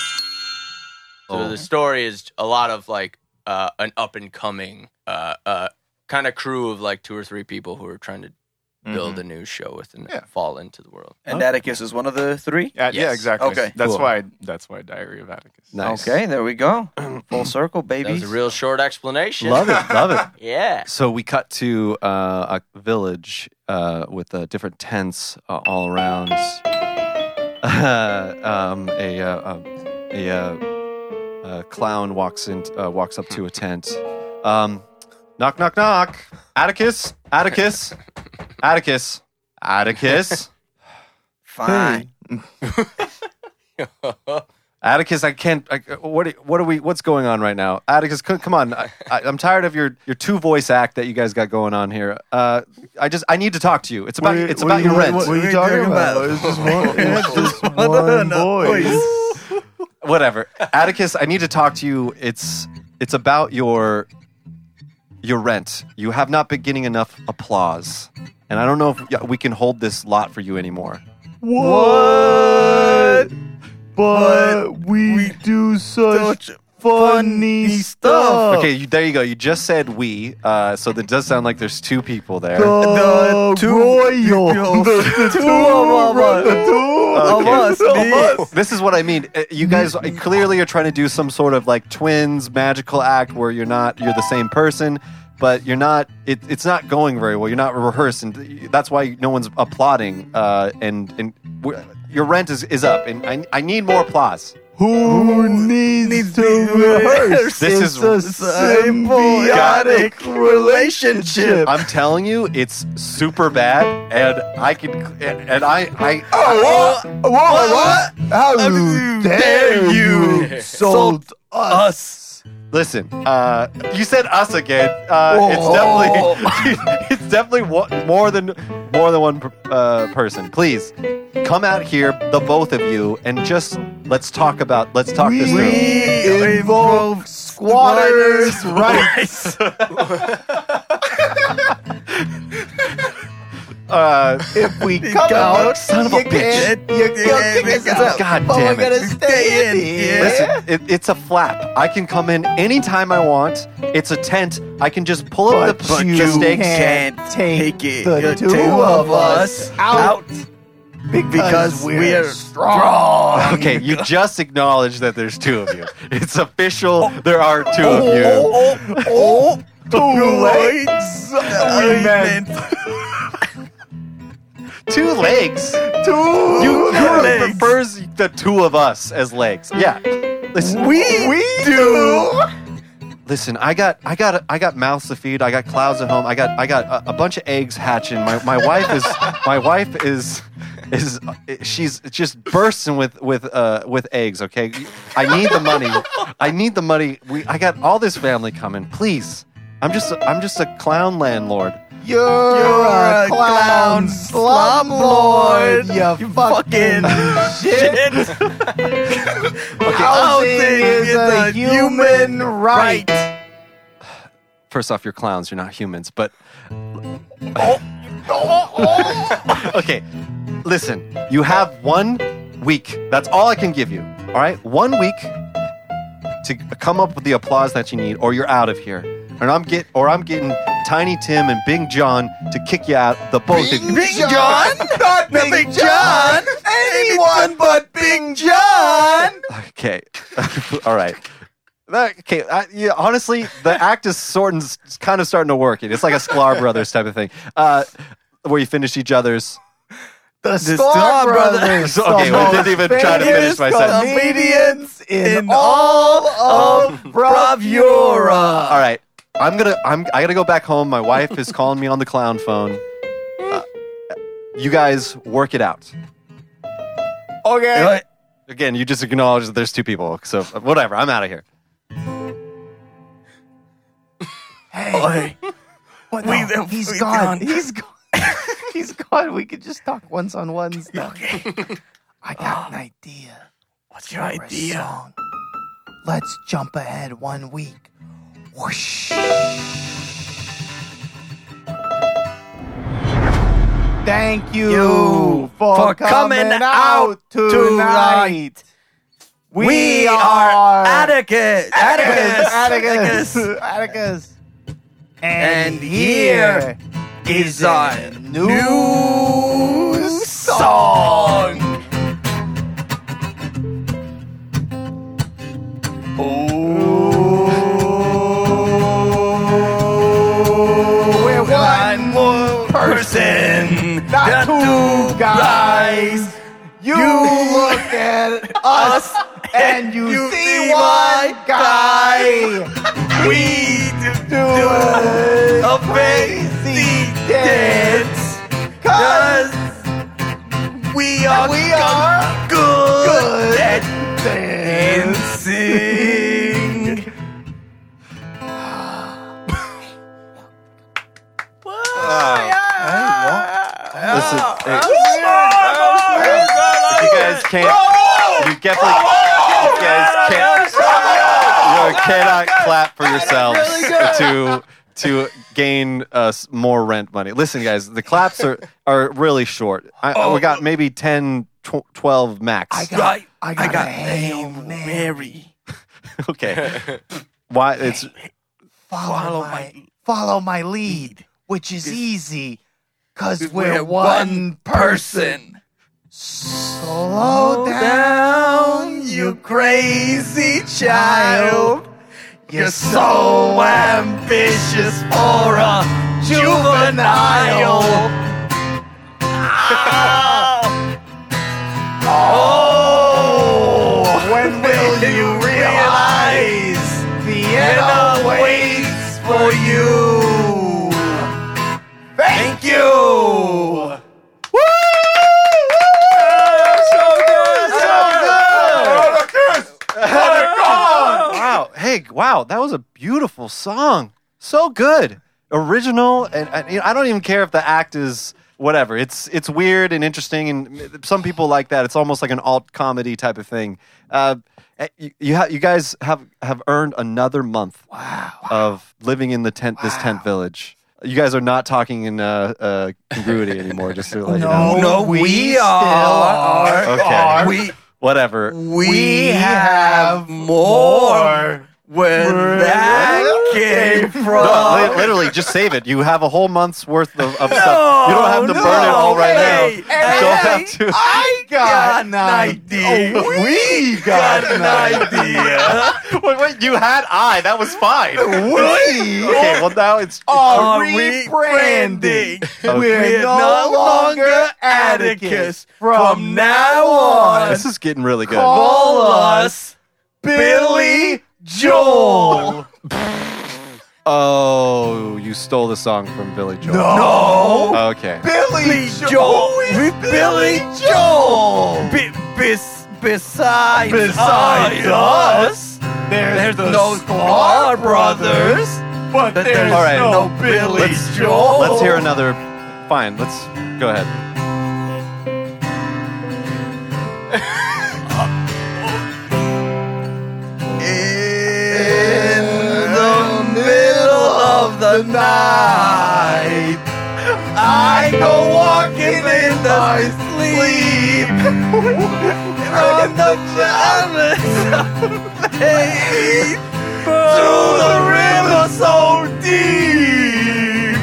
P: So
I: Oh.
P: the story is a lot of like uh, an up and coming uh, uh, kind of crew of like two or three people who are trying to build
I: Mm-hmm.
P: a new show with and fall into the world.
O: And Atticus is one of the three.
P: Yeah, yeah,
I: Uh, exactly.
O: Okay,
I: That's
O: Cool.
I: why. That's why Diary of Atticus.
O: Okay, there we go. Full circle, baby.
P: That was a real short explanation.
A: Love it, love it.
P: yeah.
A: So we cut to uh, a village uh, with uh, different tents uh, all around. um, a uh, um, a, uh, uh clown walks in, uh, walks up to a tent. Um, knock, knock, knock. Atticus, Atticus, Atticus, Atticus.
O: Fine.
A: Atticus, I can't. I, what? are- What are we? What's going on right now? Atticus, c- come on. I, I, I'm tired of your your two voice act that you guys got going on here. Uh, I just I need to talk to you. It's about
K: What are you-
A: it's
K: what
A: about
K: are
A: your
K: you-
A: rent.
K: what- what are you talking about? It's just one- it's just one voice.
A: Whatever, Atticus. I need to talk to you. It's it's about your your rent. You have not been getting enough applause, and I don't know if we can hold this lot for you anymore.
K: What? But we, do such, funny stuff.
A: Okay, you, there you go. You just said we, uh, so that does sound like there's two people there.
K: The, two royal. The, the two of us. The two of
A: Okay.
K: us. me.
A: This is what I mean. Uh, You guys clearly are trying to do some sort of like twins magical act where you're not you're the same person, but you're not. It, it's not going very well. You're not rehearsed, and that's why no one's applauding. Uh, and and w- your rent is, is up, and I, I need more applause.
K: Who needs, to rehearse?
A: This
K: it's
A: is-
K: a symbiotic relationship.
A: I'm telling you, it's super bad, and I can and, and I I
K: Oh, what? What? what? How dare you sold us?
A: Listen, uh, you said us again. Uh,
K: Oh.
A: It's definitely, it's definitely wa- more than more than one per- uh, person. Please come out here, the both of you, and just let's talk about let's talk this through.
K: We involve squatters' rights.
A: Uh, if we
K: Come out,
A: son of a bitch. God damn it.
K: stay in here.
A: Listen, it, it's a flap. I can come in anytime I want. It's a tent. I can just pull up the, the stakes.
K: take it. The,
A: The
K: two,
A: two
K: of us out because, we're, strong.
A: Okay, you just acknowledged that there's two of you. It's official. There are two of you.
K: Oh, oh, oh, two legs. We meant
A: Two legs.
K: two
A: You, you
K: legs.
A: prefers the two of us as legs. Yeah. Listen.
K: We, do.
A: Listen, I got, I got, I got mouths to feed. I got clouds at home. I got, I got a, a bunch of eggs hatching. My, my wife is, my wife is, is, she's just bursting with, with, uh, with eggs. Okay, I need the money. I need the money. We, I got all this family coming. Please, I'm just, a, I'm just a clown landlord.
K: You're, a clown, slumlord. You, fucking shit. Housing is a human right.
A: First off, you're clowns. You're not humans. But
K: Oh,
A: okay, listen, you have one week. That's all I can give you. All right, one week to come up with the applause that you need, or you're out of here. And I'm get, or I'm getting Tiny Tim and Big John to kick you out. The both of you.
K: Big John, not Big, John. Anyone but Big John.
A: Okay, all right. That- okay, I, yeah, honestly, the act is sort and kind of starting to work. It. It's like a Sklar Brothers type of thing, uh, where you finish each other's.
K: The,
A: The
K: Star,
A: Star
K: Brothers.
A: Brothers. Okay, well, I didn't even try to finish my sentence.
K: Comedians in all of Bravura.
A: All right, I'm gonna I'm I gotta go back home. My wife is calling me on the clown phone. Uh, you guys work it out.
K: Okay.
A: Again, you just acknowledge that there's two people, so whatever. I'm out of here.
K: Hey.
I: What
K: We-
I: the-
K: he's
I: we
K: gone.
I: done.
K: He's gone. he's gone. We could just talk ones on ones now. I got an idea. What's
I: your idea?
K: Song. Let's jump ahead one week. Whoosh. Thank you,
I: You
K: for,
I: for coming
K: coming,
I: out
K: out tonight. We, are
B: Atticus.
K: Atticus.
B: Atticus.
K: Atticus.
B: And here is our new song.
K: Oh, we're one more person, not two guys. You look at us and you, see one guy. We do a crazy dance because we are, we are good, at dancing.
A: This is, if you guys can't, you definitely you guys can't.
K: Oh,
A: You cannot clap for yourselves to to gain us more rent money. Listen, guys, the claps are are really short. I, uh, We got maybe 10, tw- 12 max.
K: Oh. I got, I got, I got Hail Mary.
A: okay. Why it's
B: Follow, my, follow my lead, which is easy, cause
K: We're,
B: we're
K: one person. Slow down, you crazy child. You're so ambitious for a juvenile. Ah. Oh, when will you realize the end waits for you? Thank you.
A: Wow. Hey, wow. That was a beautiful song. So good. Original. And, and you know, I don't even care if the act is whatever. It's it's weird and interesting. And some people like that. It's almost like an alt comedy type of thing. Uh, you you, ha- you guys have, have earned another month of living in the tent this tent village. You guys are not talking in uh, uh, congruity anymore. Just to let you know.
K: No, we we still are. are.
A: Okay.
K: Are. We-
A: whatever.
K: We have more where that
A: No,
K: came from.
A: li- literally, just save it. You have a whole month's worth of, of stuff. You don't have to burn it all right now. Don't have to.
K: I got an idea. we got an idea.
A: wait, wait, you had I. That was fine.
K: We
A: okay, well, now it's.
K: are rebranding.
A: Okay.
K: We're no longer Atticus. From now on,
A: This is getting really good.
K: call us Billy Joel.
A: Oh, you stole the song from Billy Joel.
K: No.
A: Okay.
K: Billy Joel. Billy Joel.
B: Be- bes- besides,
K: Besides us, there's, no Scar Brothers, but there's
A: All right.
K: no Billy
A: let's,
K: Joel.
A: Let's hear another. Fine. Let's go ahead.
K: In the middle of the night, I go walking in my sleep. on the palace fade, through the river so deep,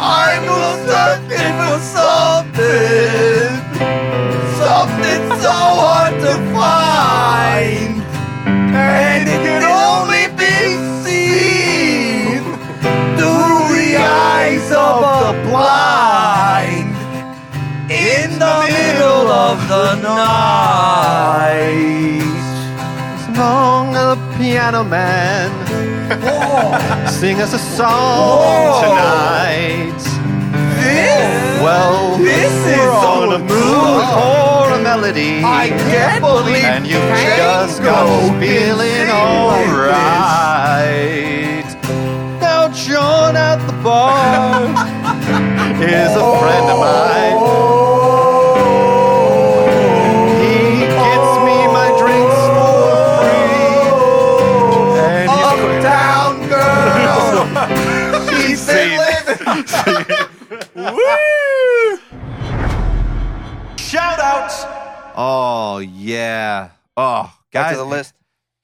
K: I'm looking for something, something so hard to find and it can only be seen through the eyes of the blind in the middle of the night.
A: Song of the piano man. Sing us a song
K: Whoa.
A: tonight.
K: This,
A: Well,
K: this is
A: we're on a
K: so
A: mood
K: cool.
A: for a melody.
K: I can't believe
A: and you
K: tango
A: just got
K: can
A: feeling
K: sing like
A: alright. Now John at the bar is a friend of mine.
K: Oh.
A: He gets me my drinks for
K: Oh.
A: free, and he's quick.
K: Uptown girl, she's been living. Woo!
A: Shout out! Oh yeah. Oh
B: Back to the list.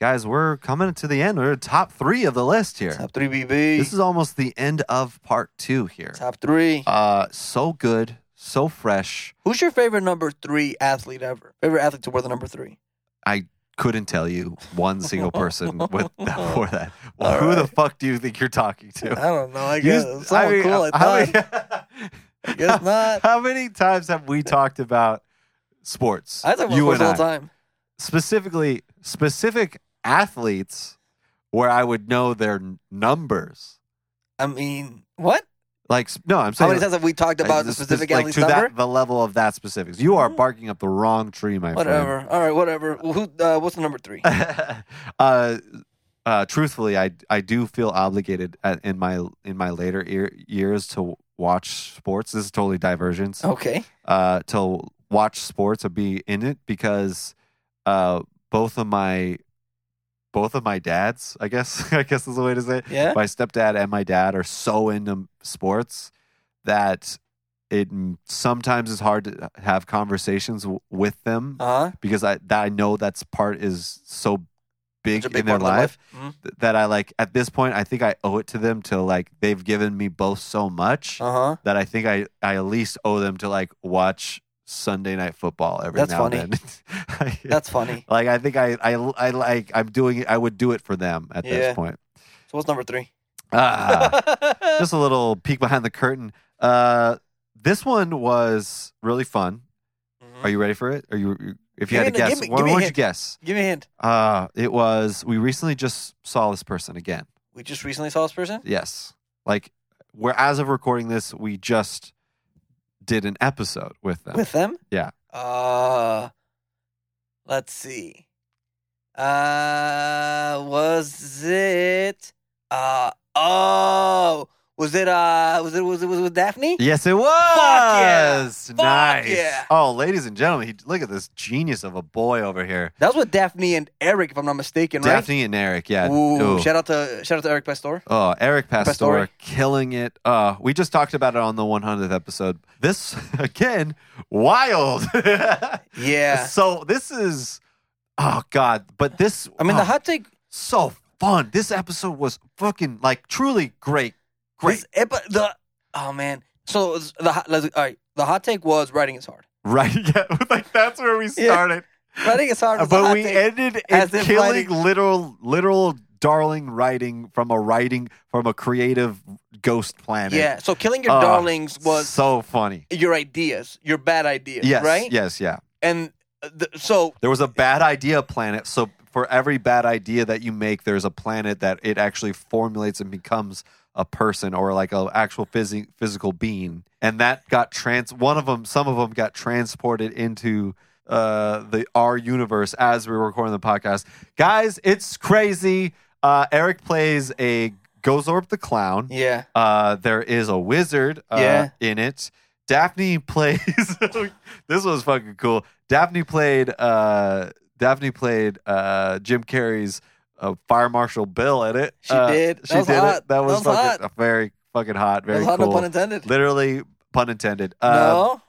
A: Guys, we're coming to the end. We're at top three of the list here. Top
B: three, BB.
A: This is almost the end of part two here.
B: Top three.
A: Uh, so good, so fresh.
B: Who's your favorite number three athlete ever? Favorite athlete to wear the number three?
A: I couldn't tell you one single person with for that. Well, who the fuck do you think you're talking to?
B: I don't know. I
A: You-
B: guess someone
A: mean,
B: cool. I
A: how many-
B: thought. I guess not.
A: How many times have we talked about sports?
B: I talk about
A: You
B: sports
A: and
B: all the time.
A: Specifically, specific athletes where I would know their n- numbers.
B: I mean, what?
A: Like, s- no, I'm
B: How
A: saying.
B: many times have we talked
A: like,
B: about the
A: this- this-
B: specific
A: like
B: athlete's
A: to that-
B: number?
A: the level of that specifics. You are barking up the wrong tree, my friend.
B: Whatever. All right, whatever. Well, who? Uh, what's the number three?
A: uh, uh, truthfully, I I do feel obligated at, in my in my later ear, years to watch sports. This is totally divergence.
B: Okay.
A: Uh, to watch sports and be in it because uh, both of my both of my dads, I guess, I guess is the way to say it.
B: Yeah.
A: My stepdad and my dad are so into sports that it m- sometimes is hard to have conversations w- with them
B: Uh-huh.
A: because I that I know that's part is so big,
B: Such a big
A: in their
B: part of their
A: life,
B: life. Mhm.
A: th- that I like at this point I think I owe it to them to like they've given me both so much
B: Uh-huh.
A: that I think I I at least owe them to like watch Sunday night football every
B: That's
A: now
B: funny.
A: and then.
B: That's funny.
A: Like I think I I I like I'm doing it. I would do it for them at
B: Yeah.
A: this point.
B: So what's number three?
A: Ah, just a little peek behind the curtain. Uh, this one was really fun. Are you ready for it? Are you? you- If you
B: Mm-hmm.
A: had to
B: Give me a-
A: guess,
B: give me-
A: what
B: give me a
A: would you
B: hint.
A: guess?
B: Give me a hint.
A: Uh, it was. We recently just saw this person again.
B: We just recently saw this person.
A: Yes, like where as of recording this, we just did an episode with them.
B: With them?
A: yeah.
B: Uh let's see. Uh was it uh oh was it uh was it was it was it with Daphne?
A: Yes, it was.
B: yeah. Fuck
A: Nice.
B: yeah.
A: Oh, ladies and gentlemen, he, look at this genius of a boy over here.
B: That was with Daphne and Eric, if I'm not mistaken,
A: Daphne and Eric. Yeah.
B: right? Ooh,
A: Ooh.
B: shout out to shout out to Eric Pastor.
A: Oh, Eric
B: Pastore.
A: Pastore killing it. Uh, we just talked about it on the 100th episode. This, again, wild.
B: Yeah.
A: So this is, oh, God. But this,
B: I mean the
A: oh,
B: hot take
A: so fun. This episode was fucking, like, truly great. Great.
B: this epi- the oh man. So it was the hot let's, all right, the hot take was writing is hard.
A: right? Yeah. like, that's where we started.
B: Writing is hard. was the
A: But
B: hot
A: we
B: take.
A: ended in
B: as if
A: killing
B: writing-
A: literal, literal darling writing from a writing, from a creative ghost planet.
B: Yeah. So killing your
A: Oh,
B: darlings was
A: so funny.
B: your ideas, your bad ideas,
A: Yes.
B: right?
A: Yes. Yeah.
B: And the, so
A: There was a bad idea planet. So for every bad idea that you make, there's a planet that it actually formulates and becomes a person or like a actual physi- physical being. And that got trans. One of them, some of them got transported into uh, the our universe as we were recording the podcast. Guys, it's crazy. Uh, Eric plays a Gozorb the clown.
B: yeah,
A: Uh, there is a wizard uh,
B: Yeah.
A: in it. Daphne plays. this was fucking cool. Daphne played. Uh, Daphne played uh, Jim Carrey's uh, Fire Marshal Bill in it.
B: She
A: Uh,
B: did. That
A: she
B: was
A: did
B: hot.
A: it. That was,
B: That was
A: fucking very fucking hot. Very
B: was hot, no
A: cool.
B: pun intended.
A: Literally pun intended. Um,
B: no,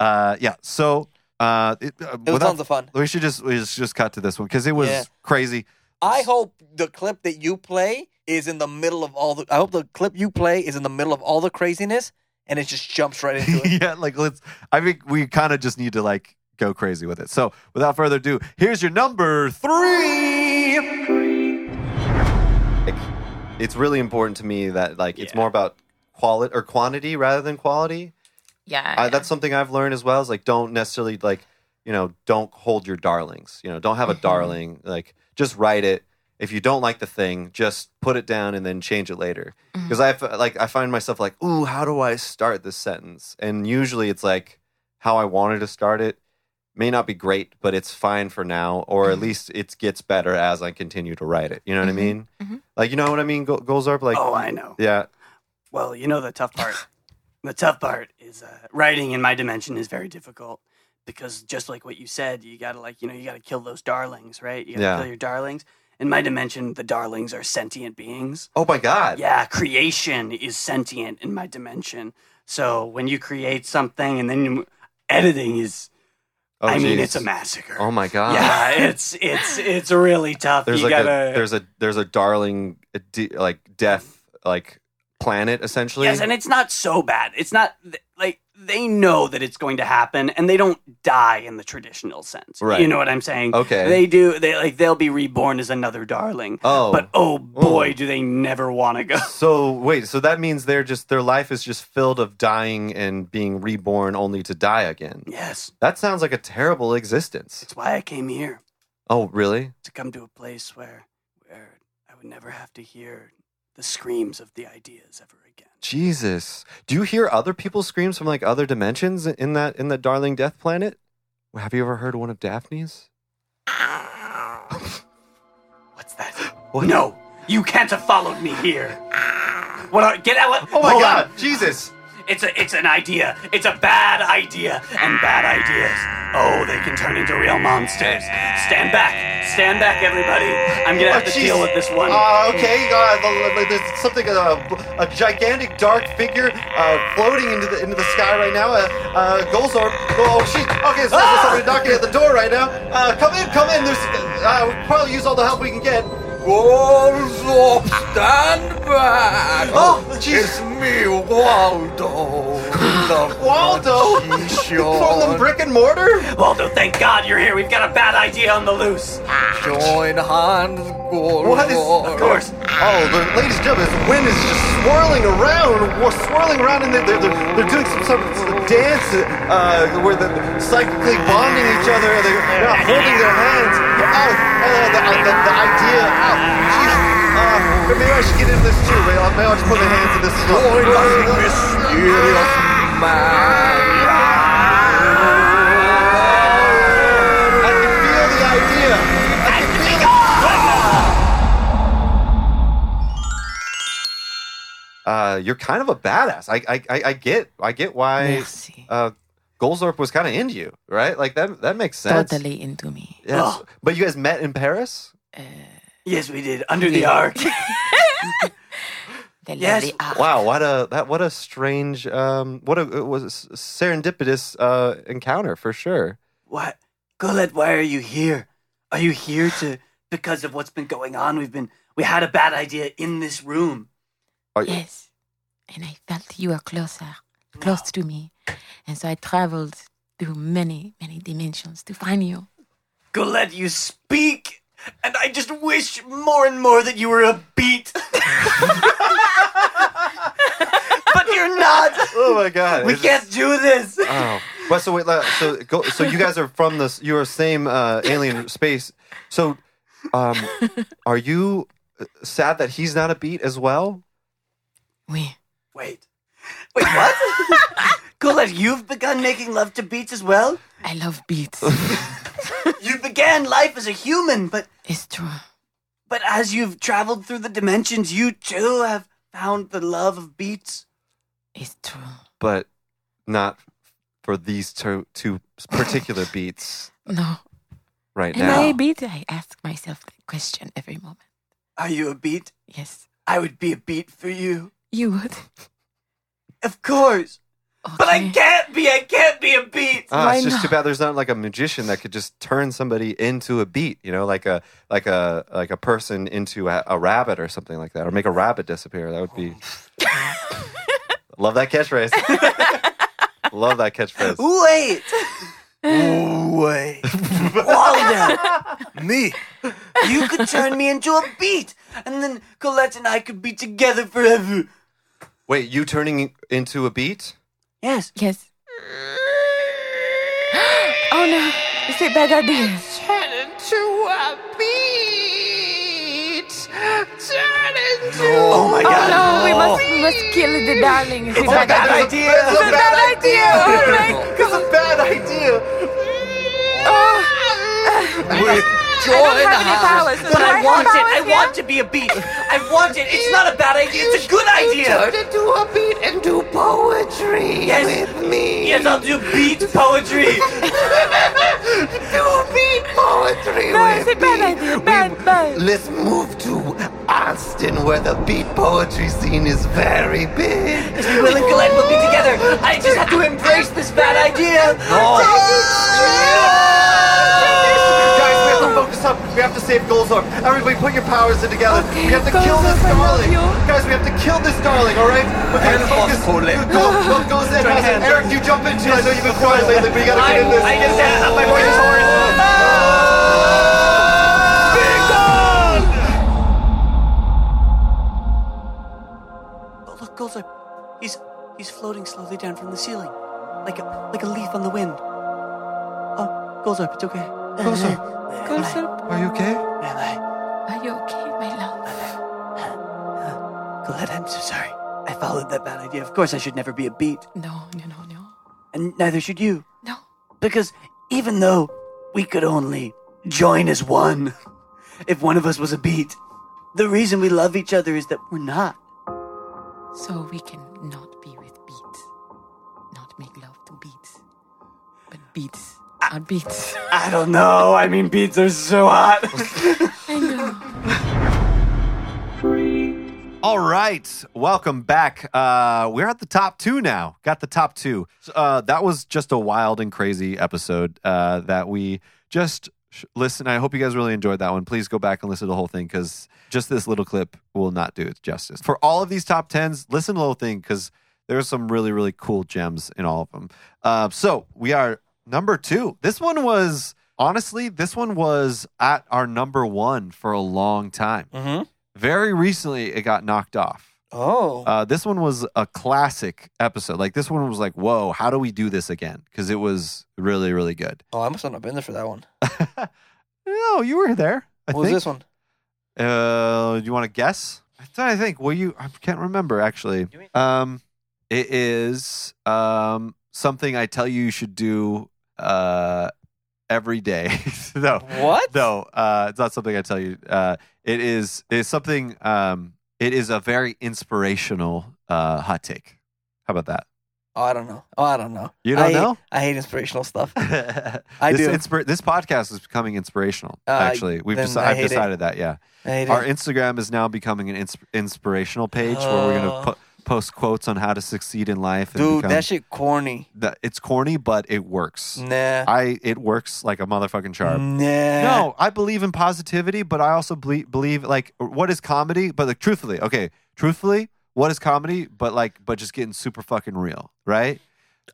A: Uh, yeah. So. Uh, it, uh,
B: it was
A: without-
B: tons of fun.
A: We should just we should just cut to this one because it was
B: Yeah.
A: crazy.
B: I hope the clip that you play is in the middle of all the. I hope the clip you play is in the middle of all the craziness, and it just jumps right into it.
A: yeah, like let's. I think we kind of just need to like go crazy with it. So, without further ado, here's your number three.
E: It's really important to me that like it's more about quality or quantity rather than quality.
Q: Yeah.
E: I, that's something I've learned as well. Is like don't necessarily like you know don't hold your darlings. You know don't
Q: Mm-hmm.
E: have a darling. Like just write it. If you don't like the thing, just put it down and then change it later.
Q: Mm-hmm.
E: Because I f- like I find myself like, ooh, how do I start this sentence? And usually it's like how I wanted to start it may not be great, but it's fine for now, or
Q: Mm-hmm.
E: at least it gets better as I continue to write it. You know what I mean?
Q: Mm-hmm.
E: Like you know what I mean? Go- goals are like
R: Oh, I know.
E: Yeah,
R: Well, you know the tough part. the tough part is uh, writing in my dimension is very difficult because just like what you said, you gotta like you know you gotta kill those darlings, right? You gotta
E: Yeah.
R: kill your darlings. In my dimension, the darlings are sentient beings.
E: Oh my god.
R: Yeah, creation is sentient in my dimension. So when you create something and then you, editing is
A: Oh,
R: I mean,
A: geez.
R: it's a massacre.
A: Oh my god.
R: Yeah, it's it's it's really tough.
A: There's
R: you
A: like
R: gotta
A: a there's a there's a darling uh, de- like death like planet essentially.
R: Yes, and it's not so bad. It's not th- like they know that it's going to happen, and they don't die in the traditional sense.
A: Right.
R: You know what I'm saying?
A: Okay.
R: They do. They like they'll be reborn as another darling.
A: Oh.
R: but oh boy, do they never want to go.
A: so wait, so that means they're just their life is just filled of dying and being reborn only to die again.
R: Yes,
A: That sounds like a terrible existence.
R: that's why I came here
A: Oh, really?
R: to come to a place where where I would never have to hear the screams of the ideas ever again.
A: Jesus. Do you hear other people's screams from like other dimensions in that in the darling death planet? Have you ever heard one of Daphne's?
R: What's that?
A: What?
R: No, you can't have followed me here. What? Are, get out! What,
A: Oh my
R: hold on.
A: god, Jesus.
R: It's a, it's an idea. It's a bad idea, and bad ideas. Oh, they can turn into real monsters. Stand back, stand back, everybody. I'm gonna have to deal with this one.
E: Oh, Uh, okay, uh, the- the- there's something uh, a gigantic dark figure uh, floating into the into the sky right now. Uh, uh, Golzor, oh shit! Okay, so there's
B: Ah!
E: somebody knocking at the door right now. Uh, come in, come in. There's uh, we'll probably use all the help we can get.
K: Golzor, stand back!
E: Oh,
K: it's me, Waldo. The
E: Waldo?
K: bloody
E: From the
K: shore.
E: brick and mortar?
R: Waldo, thank God you're here. We've got a bad idea on the loose.
K: Join hands, Golzor.
E: What is? Of
R: course.
E: Oh, the, ladies and gentlemen, this wind is just swirling around. We're swirling around, and they're, they're, they're doing some sort of dance uh, where they're psychically bonding each other. They're uh, holding their hands. Oh, oh the, uh, the, the idea. Oh, jeez. Uh, maybe I should get into this too. Maybe I'll, maybe I'll just put my hands in this.
K: Join us, mysterious man.
E: I can feel the idea. I can feel it.
A: Uh, you're kind of a badass. I I, I, I get I get why uh, Golzorp was kind of into you, right? Like that that makes sense.
Q: Totally into me.
A: Yes.
Q: Oh.
A: But you guys met in Paris.
R: Yes, we did under the arc.
Q: Yes.
A: Wow. What a that what a strange um what a it was a s- serendipitous uh encounter for sure.
R: What? Gullet, why are you here? Are you here to because of what's been going on? We've been we had a bad idea in this room.
E: Oh,
Q: Yes. And I felt you are closer, close to me. And so I traveled through many, many dimensions to find you.
R: Gullet, you speak, and I just wish more and more that you were a beat. but you're not.
A: Oh my god.
R: We
A: It's-
R: can't do this.
A: Oh. But so wait, let- so go, so you guys are from this you are same uh alien space. So um are you uh, sad that he's not a beat as well?
R: Wait. Wait, what? Gullet, you've begun making love to beats as well?
Q: I love beats.
R: you began life as a human, but
Q: It's true.
R: but as you've traveled through the dimensions, you too have found the love of beats.
Q: It's true.
A: But not for these two two particular beats
Q: No.
A: right
Q: Am
A: now.
Q: I a beat? I ask myself that question every moment.
R: Are you a beat?
Q: Yes.
R: I would be a beat for you.
Q: You would.
R: Of course. But I can't be. I can't be a beat.
A: Ah, it's just too bad there's not like a magician that could just turn somebody into a beat, you know, like a like a like a person into a, a rabbit or something like that, or make a rabbit disappear. That would be. Love that catchphrase. Love that catchphrase.
R: Wait.
K: Wait.
R: Waldo.
K: me.
R: You could turn me into a beat, and then Colette and I could be together forever.
A: Wait, you turning into a beat?
R: Yes.
Q: Yes. oh no. Is it bad idea?
K: Turn into a beat. Turn into.
Q: Oh my God. no, we must- we
R: Oh.
Q: must kill the darling. It's a bad idea.
K: It's a bad idea.
Q: Oh my
K: It's a bad idea. Oh.
R: Wait.
K: Join hands.
R: but I, want it. I want to be a beat. I want it. It's not a bad idea. It's a good
K: Turn
R: idea.
K: into a beat and do poetry
R: Yes.
K: with me.
R: Yes, I'll do beat poetry.
K: do beat
J: Oh,
K: poetry
Q: No,
K: with
Q: it's a bad idea. Bad, bad.
K: Let's move to Austin, where the beat poetry scene is very big.
R: Will and Colette will be together. I just have to embrace this bad idea.
K: No.
E: save Golzor. Everybody, put your powers in together.
K: Okay,
E: we have to kill
K: Golzor,
E: this
K: I love
E: darling,
K: you.
E: guys. We have to kill this darling. All right. Okay, focus. Dude, Go, go, go, Zed.
K: Join
E: Hazard.
K: hands.
E: Eric, you jump in too. I know you've been quiet lately, but you gotta get in this.
K: I just had enough. My voice is
R: But Oh, look, Golzar, he's he's floating slowly down from the ceiling, like a like a leaf on the wind. Oh, Golzar, it's okay.
K: Golzar.
Q: Golzar.
E: Are you okay?
R: Am I?
Q: Are you okay, my love?
R: Glad I'm so sorry. I followed that bad idea. Of course, I should never be a beat.
Q: No, no, no, no.
R: and neither should you.
Q: No.
R: Because even though we could only join as one, if one of us was a beat, the reason we love each other is that we're not.
Q: So we can not be with beats, not make love to beats, but beats
R: Ah.
Q: are beats.
R: I don't know. I mean, beats are so hot.
Q: I know.
A: All right, welcome back. Uh, we're at the top two now. Got the top two. So, Uh, that was just a wild and crazy episode uh, that we just sh- listen. I hope you guys really enjoyed that one. Please go back and listen to the whole thing because just this little clip will not do it justice. For all of these top tens, listen to the whole thing because there's some really really cool gems in all of them. Uh, so we are number two. This one was honestly, this one was at our number one for a long time. Very recently, it got knocked off.
B: Oh.
A: Uh, this one was a classic episode. Like, this one was like, whoa, how do we do this again? Because it was really, really good.
B: Oh, I must have not been there for that one.
A: No, you were there. I
B: what was
A: think.
B: this one?
A: Uh, you want to guess? I'm trying to think. Well, you, I can't remember actually. Um, it is um something I tell you you should do uh every day. no,
B: What?
A: No, uh, it's not something I tell you. Uh, it is it's something. Um, it is a very inspirational uh hot take. How about that?
B: Oh, I don't know. Oh, I don't know.
A: You don't
B: I-
A: know?
B: I hate inspirational stuff.
A: I this
B: do.
A: inspir- this podcast is becoming inspirational.
B: Uh,
A: actually, we've
B: then
A: deci-
B: I
A: I've
B: hate it.
A: decided that. Yeah,
B: I hate
A: our
B: it.
A: Instagram is now becoming an ins- inspirational page where we're gonna
B: Oh.
A: po- post quotes on how to succeed in life. And
B: Dude,
A: become-
B: that shit corny.
A: that- it's corny, but it works.
B: Nah.
A: I it works like a motherfucking charm.
B: Nah.
A: No, I believe in positivity, but I also ble- believe like what is comedy? But like truthfully, okay, truthfully, what is comedy? But like, but just getting super fucking real, right?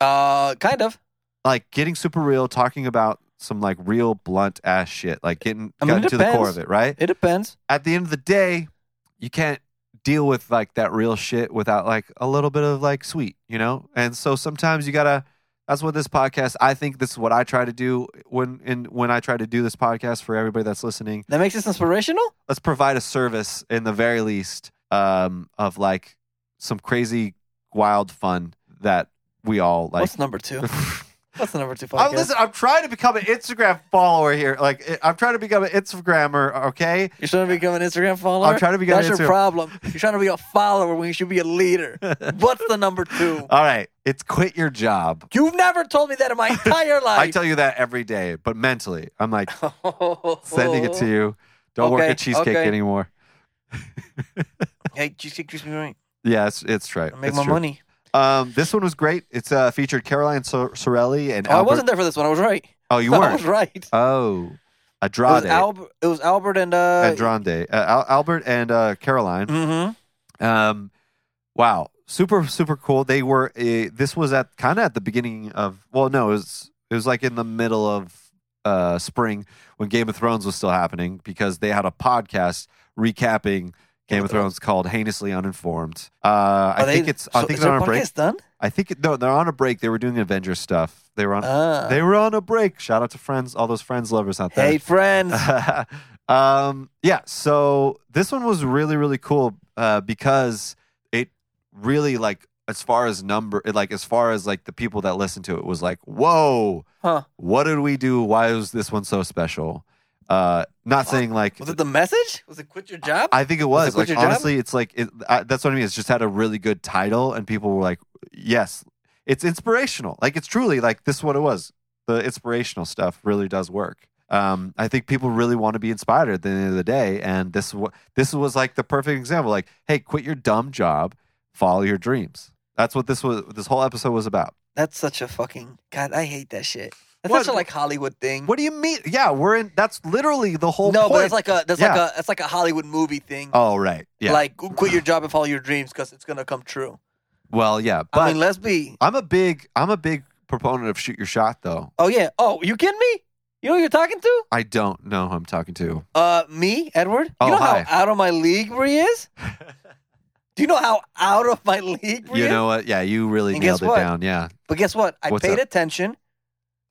B: Uh, kind of.
A: Like getting super real, talking about some like real blunt ass shit, like getting
B: I mean,
A: cutting
B: it
A: to the core
B: depends.
A: of it, right?
B: It depends.
A: At the end of the day, you can't deal with like that real shit without like a little bit of like sweet, you know? And so sometimes you gotta that's what this podcast I think this is what I try to do when in when I try to do this podcast for everybody that's listening.
B: That makes this inspirational?
A: Let's provide a service in the very least um of like some crazy wild fun that we all like
B: What's number two? What's the number two
A: I'm,
B: podcast?
A: listen, I'm trying to become an Instagram follower here. Like, I- I'm trying to become an Instagrammer. Okay,
B: You're trying to become an Instagram follower?
A: I'm trying to become
B: That's
A: an
B: your
A: Instagram-
B: problem. You're trying to be a follower when you should be a leader. What's the number two?
A: all right. It's quit your job.
B: You've never told me that in my entire
A: I
B: life. Oh.
A: tell you that every day, but mentally, I'm like sending it to you. Don't work
B: Okay,
A: at cheesecake
B: okay.
A: anymore.
B: Hey, cheesecake keeps me right.
A: Yeah, it's it's true.
B: I make
A: It's
B: my
A: true.
B: money.
A: Um, this one was great. It's uh, featured Caroline Sor- Sorelli and
B: Oh, I
A: Albert-
B: wasn't there for this one. I was right.
A: Oh, you
B: I
A: weren't.
B: was right.
A: Oh,
B: It
A: Andrade,
B: was, Albert, it was Albert and uh,
A: Andrade, uh, Al- Albert and uh, Caroline.
B: Mm-hmm.
A: Um, wow, super super cool. They were uh, this was at kind of at the beginning of well, no, it was it was like in the middle of uh, spring when Game of Thrones was still happening because they had a podcast recapping Game, of Thrones. called "Heinously Uninformed." Uh, I
B: Are they-
A: think it's I
B: so
A: think
B: is
A: they're
B: their
A: on a break.
B: podcast done?
A: I think it, no, they're on a break. They were doing Avengers stuff. They were on.
B: Ah.
A: They were on a break. Shout out to friends, all those friends lovers out there.
B: Hey, friends.
A: um, yeah, so this one was really, really cool uh, because it really like as far as number, it, like as far as like the people that listened to it was like, whoa,
B: Huh.
A: what did we do? Why was this one so special? Uh, not saying like
B: Was it the message? Was it quit your job?
A: I think it was,
B: it Quit
A: like
B: Your Job?
A: honestly, it's like it, I, that's what I mean. It's just had a really good title, and people were like, "Yes, it's inspirational." Like it's truly like this. Is what it was, the inspirational stuff really does work. Um, I think people really want to be inspired at the end of the day, and this wa- this was like the perfect example. Like, hey, quit your dumb job, follow your dreams. That's what this was. This whole episode was about.
B: That's such a fucking God. I hate that shit. That's
A: What-
B: such a like Hollywood thing.
A: What do you mean? Yeah, we're in. That's literally the whole.
B: No,
A: point.
B: but that's like a that's like
A: Yeah.
B: a that's like a Hollywood movie thing.
A: Oh right. Yeah.
B: Like quit your job and follow your dreams because it's gonna come true.
A: Well, yeah. But
B: I mean, let's be.
A: I'm a big. I'm a big proponent of shoot your shot, though.
B: Oh yeah. Oh, you kidding me? You know who you're talking to?
A: I don't know who I'm talking to.
B: Uh, me, Edward.
A: Oh,
B: you know
A: hi.
B: how out of my league Bree is? Do you know how out of my league Bree
A: You
B: is?
A: know what? Yeah, you really
B: And guess
A: nailed it
B: what?
A: down. Yeah.
B: But guess what? I
A: What's
B: paid
A: up?
B: attention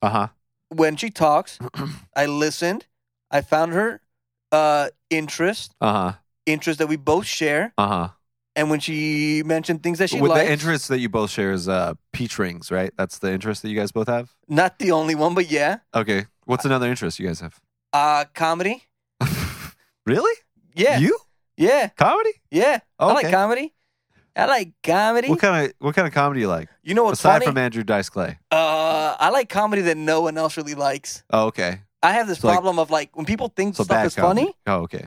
A: Uh huh.
B: when she talks. I listened. I found her uh interest,
A: Uh huh.
B: interest that we both share.
A: Uh huh.
B: And when she mentioned things that she
A: With
B: liked,
A: the interest that you both share is uh, peach rings, right? That's the interest that you guys both have.
B: not the only one, but yeah,
A: Okay. What's another interest you guys have?
B: uh, comedy.
A: Really?
B: Yeah.
A: You?
B: Yeah.
A: Comedy?
B: Yeah. I
A: Okay.
B: like comedy. I like comedy.
A: What kind of what kind of comedy you like?
B: You know what's
A: aside
B: funny?
A: from Andrew Dice Clay.
B: uh, I like comedy that no one else really likes.
A: Oh, okay.
B: I have this
A: So, like-
B: problem of like when people think
A: So
B: stuff
A: bad
B: is
A: comedy.
B: funny,
A: Oh, okay.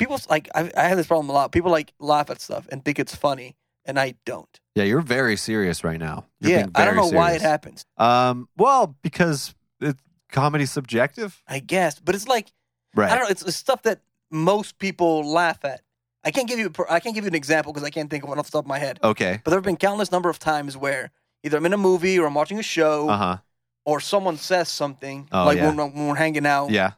B: people like I, I have this problem a lot. People like laugh at stuff and think it's funny, and I don't.
A: Yeah, you're very serious right now. You're
B: yeah,
A: being
B: I don't
A: very
B: know why it
A: serious.
B: happens.
A: Um, well, because it, comedy's subjective,
B: I guess, but it's like
A: right?
B: I don't know. It's, it's stuff that most people laugh at. I can't give you a per- I can't give you an example because I can't think of one off the top of my head.
A: Okay.
B: But there have been countless number of times where either I'm in a movie or I'm watching a show
A: Uh huh.
B: or someone says something
A: Oh,
B: like
A: yeah.
B: when, when we're hanging out
A: Yeah.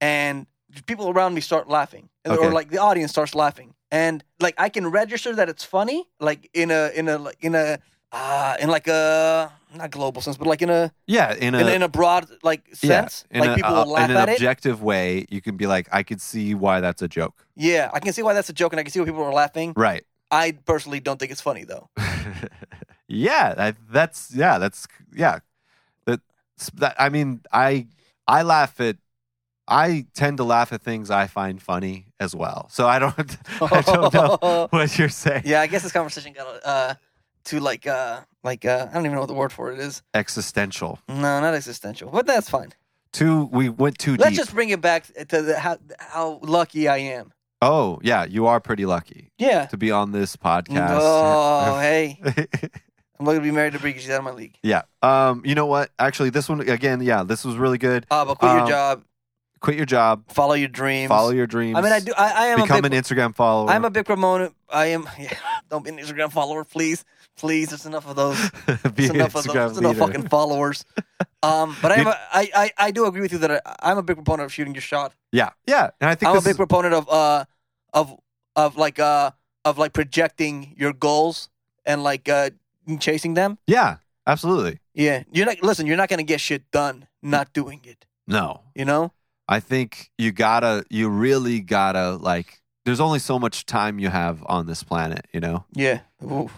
B: and people around me start laughing
A: Okay.
B: or like the audience starts laughing and like I can register that it's funny like in a in a like, in a uh, in like a not global sense but like in a
A: Yeah. In a,
B: in, a, in a broad like
A: yeah,
B: sense
A: in
B: like
A: a-
B: people
A: uh,
B: will laugh
A: in an
B: at it
A: objective way, you can be like, I could see why that's a joke.
B: yeah I can see why that's a joke and I can see why people are laughing
A: Right.
B: I personally don't think it's funny though
A: Yeah. That, that's yeah. That's yeah. That, that I mean, I I laugh at. I tend to laugh at things I find funny as well. So I don't I don't know what you're saying.
B: yeah I guess this conversation got uh to like uh like uh I don't even know what the word for it is
A: Existential.
B: no not existential but that's fine
A: Too we went too
B: Let's
A: deep.
B: just bring it back to the, how how lucky I am.
A: Oh, yeah, you are pretty lucky.
B: Yeah.
A: To be on this podcast.
B: Oh, hey. I'm lucky to be married to Bree 'cause she's out of my league.
A: yeah. Um, you know what? Actually, this one again, yeah, this was really good.
B: Uh, but quit your
A: Um,
B: job,
A: Quit your job.
B: follow your dreams.
A: Follow your dreams.
B: I mean, I do. I, I am
A: become
B: a big,
A: an Instagram follower.
B: I'm a big proponent. I am. Yeah, don't be an Instagram follower, please, please. There's enough of those.
A: Be
B: There's
A: an
B: enough of those.
A: Instagram
B: There's enough
A: leader.
B: fucking followers. Um, but I am. A, I, I I do agree with you that I, I'm a big proponent of shooting your shot.
A: yeah, yeah. And I think
B: I'm a
A: this
B: big
A: is-
B: proponent of uh of of like uh of like projecting your goals and like uh chasing them.
A: yeah, absolutely.
B: Yeah, you're not. Listen, you're not gonna get shit done not doing it.
A: No,
B: You know?
A: I think you gotta, you really gotta like. There's only so much time you have on this planet, you know.
B: Yeah. Ooh.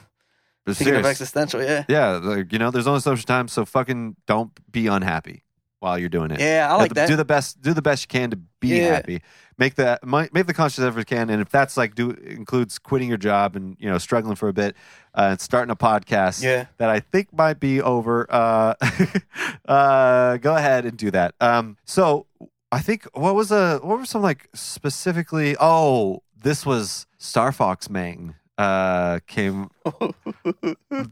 A: But
B: Speaking of
A: serious-
B: existential, yeah.
A: Yeah, like, you know, there's only so much time, so fucking don't be unhappy while you're doing it.
B: Yeah, I like that.
A: Do the best, do the best you can to be
B: Yeah.
A: happy. Make the mi- make the conscious effort you can, and if that's like do includes quitting your job and you know struggling for a bit uh, and starting a podcast,
B: Yeah.
A: that I think might be over. Uh, uh, go ahead and do that. Um, so I think what was a what were some like specifically? Oh, this was Star Fox Mang uh came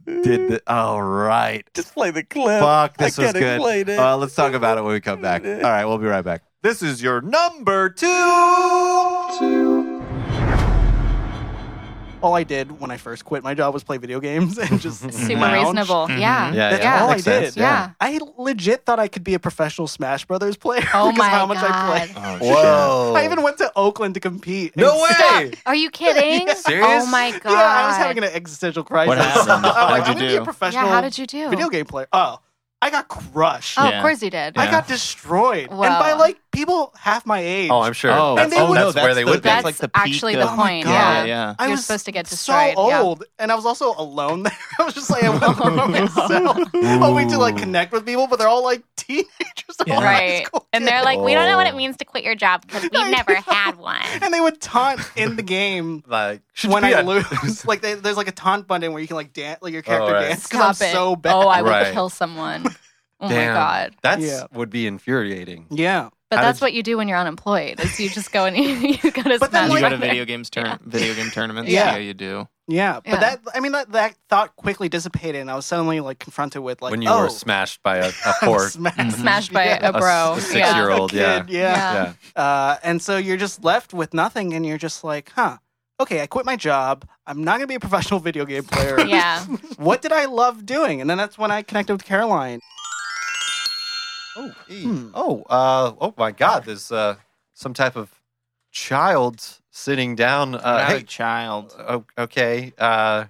A: did the all right
B: Just play the clip.
A: Fuck, this
B: I
A: was
B: can't
A: good.
B: explain it.
A: Uh, let's talk about it when we come back. All right, we'll be right back. This is your number two.
C: all I did when I first quit my job was play video games and just
N: Super
C: lounge. Mm-hmm.
N: reasonable. Yeah.
A: Yeah,
C: That's
A: yeah.
C: all I
A: Makes sense,
C: did.
N: yeah.
C: I legit thought I could be a professional Smash Brothers player because
N: Oh
C: of
N: my
C: how much I played.
A: Oh,
N: God.
A: Whoa.
C: I even went to Oakland to compete.
A: No way!
N: Stop. Are you kidding?
A: Serious?
N: Oh my god.
C: Yeah, I was having an existential crisis.
A: What happened?
C: I'm like,
A: How'd you
C: I'm gonna be
A: do?
C: a professional.
N: Yeah, how did you do?
C: Video game player. Oh, I got crushed.
N: Oh, of Yeah. course you did.
C: I
N: Yeah.
C: got destroyed, and
N: Wow.
C: by like people half my age.
D: Oh, I'm sure. Oh,
C: and
D: that's-
C: they
D: oh,
C: would-
D: that's where they would be. That's
N: That's
D: like the peak
N: actually the
D: of-
N: point.
D: Oh my
N: yeah.
D: God. Yeah, yeah.
C: I
N: You're
C: was
N: supposed to get
C: so
N: destroyed. yeah. Oh,
C: old, and I was also alone there. I was just like, I went through myself, hoping to like connect with people, but they're all like teenagers. They're all in high
H: Right.
C: school.
H: And they're like, we don't know what it
A: Oh.
H: means to quit your job because we've never had one.
C: And they would taunt in the game
A: Like
C: when I lose. like they, there's like a taunt button where you can like dance, like your character
A: right.
C: dance because I'm
H: it.
C: so bad.
H: Oh, I would
A: Right.
H: kill someone. Oh
A: Damn,
H: my god.
A: That's
C: Yeah.
A: would be infuriating.
C: yeah.
H: But
A: How
H: that's
A: did
H: what you do when you're unemployed. Is you just go and you, you go to
C: But
H: Smash
D: You go
C: then, like-
D: to
H: Brothers.
D: video games turn video game tournaments.
C: Yeah.
D: you do.
S: Yeah, but
N: Yeah.
S: that I mean that, that thought quickly dissipated, and I was suddenly like confronted with like
E: when you
S: oh,
E: were smashed by a, a
S: I
E: fork.
S: was smashed,
N: Smashed by
S: Yeah.
N: a bro.
E: A s- a Yeah. six-year-old,
S: A Mm-hmm. kid,
E: yeah.
S: yeah. Uh, and so you're just left with nothing, and you're just like, huh. Okay, I quit my job. I'm not gonna be a professional video game player.
N: Yeah.
S: what did I love doing? And then that's when I connected with Caroline.
H: Hmm.
A: Oh, uh, oh my God! There's uh, some type of child sitting down. Uh,
D: Not a
A: hey, child. okay. Uh,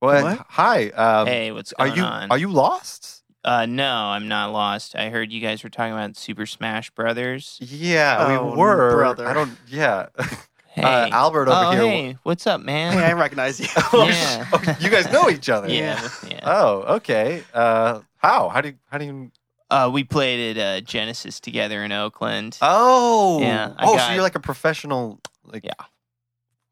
A: what?
D: What?
A: Hi. Um,
D: Hey, what's
A: are
D: going
A: you
D: on?
A: are you lost?
D: Uh, no, I'm not lost. I heard you guys were talking about Super Smash Brothers.
A: Yeah, we were. I don't. Yeah. Uh, Albert over
D: oh,
A: here.
D: Hey, what's up, man?
S: Hey, I recognize you.
D: yeah.
A: You guys know each other.
D: Yeah,
A: Oh, okay. Uh, how? How do you, how do you?
D: Uh, we played at uh, Genesis together in Oakland.
A: Oh.
D: Yeah, I
A: Oh, so
D: got-
A: you're like a professional. Like.
D: Yeah.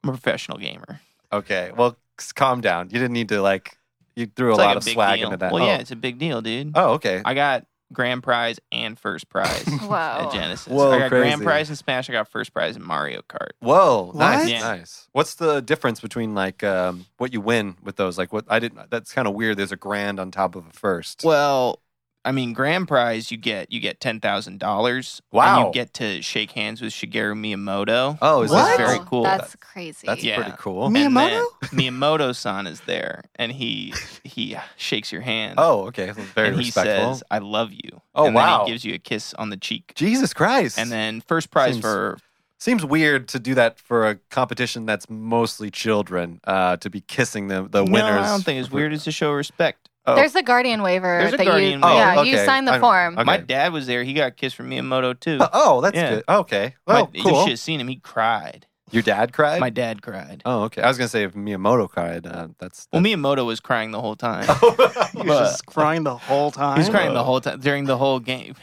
D: I'm a professional gamer.
A: Okay. Well, c- calm down. You didn't need to like. You threw a
D: It's like
A: lot
D: a
A: of
D: big
A: swag
D: deal.
A: into that.
D: Well,
A: oh.
D: yeah, it's a big deal, dude.
A: Oh, okay.
D: I got grand prize and first prize
N: Whoa.
D: at Genesis.
A: Whoa,
D: I got grand
A: crazy.
D: prize in Smash. I got first prize in Mario Kart.
A: Whoa, nice,
D: Yeah.
A: nice. What's the difference between like um, what you win with those? Like what I didn't. That's kind of weird. There's a grand on top of a first.
D: Well, I mean, grand prize you get you get ten thousand dollars.
A: Wow.
D: And you get to shake hands with Shigeru Miyamoto.
A: Oh, is
D: that's
A: that
D: very
A: cool?
D: cool.
N: That's crazy.
A: cool.
D: Miyamoto. Miyamoto san is there, and he he uh, shakes your hand.
A: Oh, okay. Very
D: and he
A: respectful.
D: says, "I love you."
A: Oh,
D: and Then
A: wow.
D: he gives you a kiss on the cheek.
A: Jesus Christ.
D: And then first prize
A: Seems-
D: for
A: Seems weird to do that for a competition that's mostly children. Uh, to be kissing the the
D: no,
A: winners.
D: I don't think it's weird. It's to show respect.
S: Oh.
N: There's
A: Oh.
N: a guardian waiver
D: There's a
N: that
D: guardian
N: you
D: waiver.
N: yeah you sign the form.
D: My dad was there. He got a kiss from Miyamoto too.
A: oh, that's
D: Yeah.
A: good. Okay. Well,
D: My- You
A: cool.
D: should have seen him. He cried.
A: Your dad cried.
D: My dad cried.
A: Oh, okay. I was gonna say if Miyamoto cried, uh, that's Oh,
D: Well, Miyamoto was crying the whole time.
S: He was
D: But-
S: just crying the whole time.
D: He was crying the whole time during the whole game.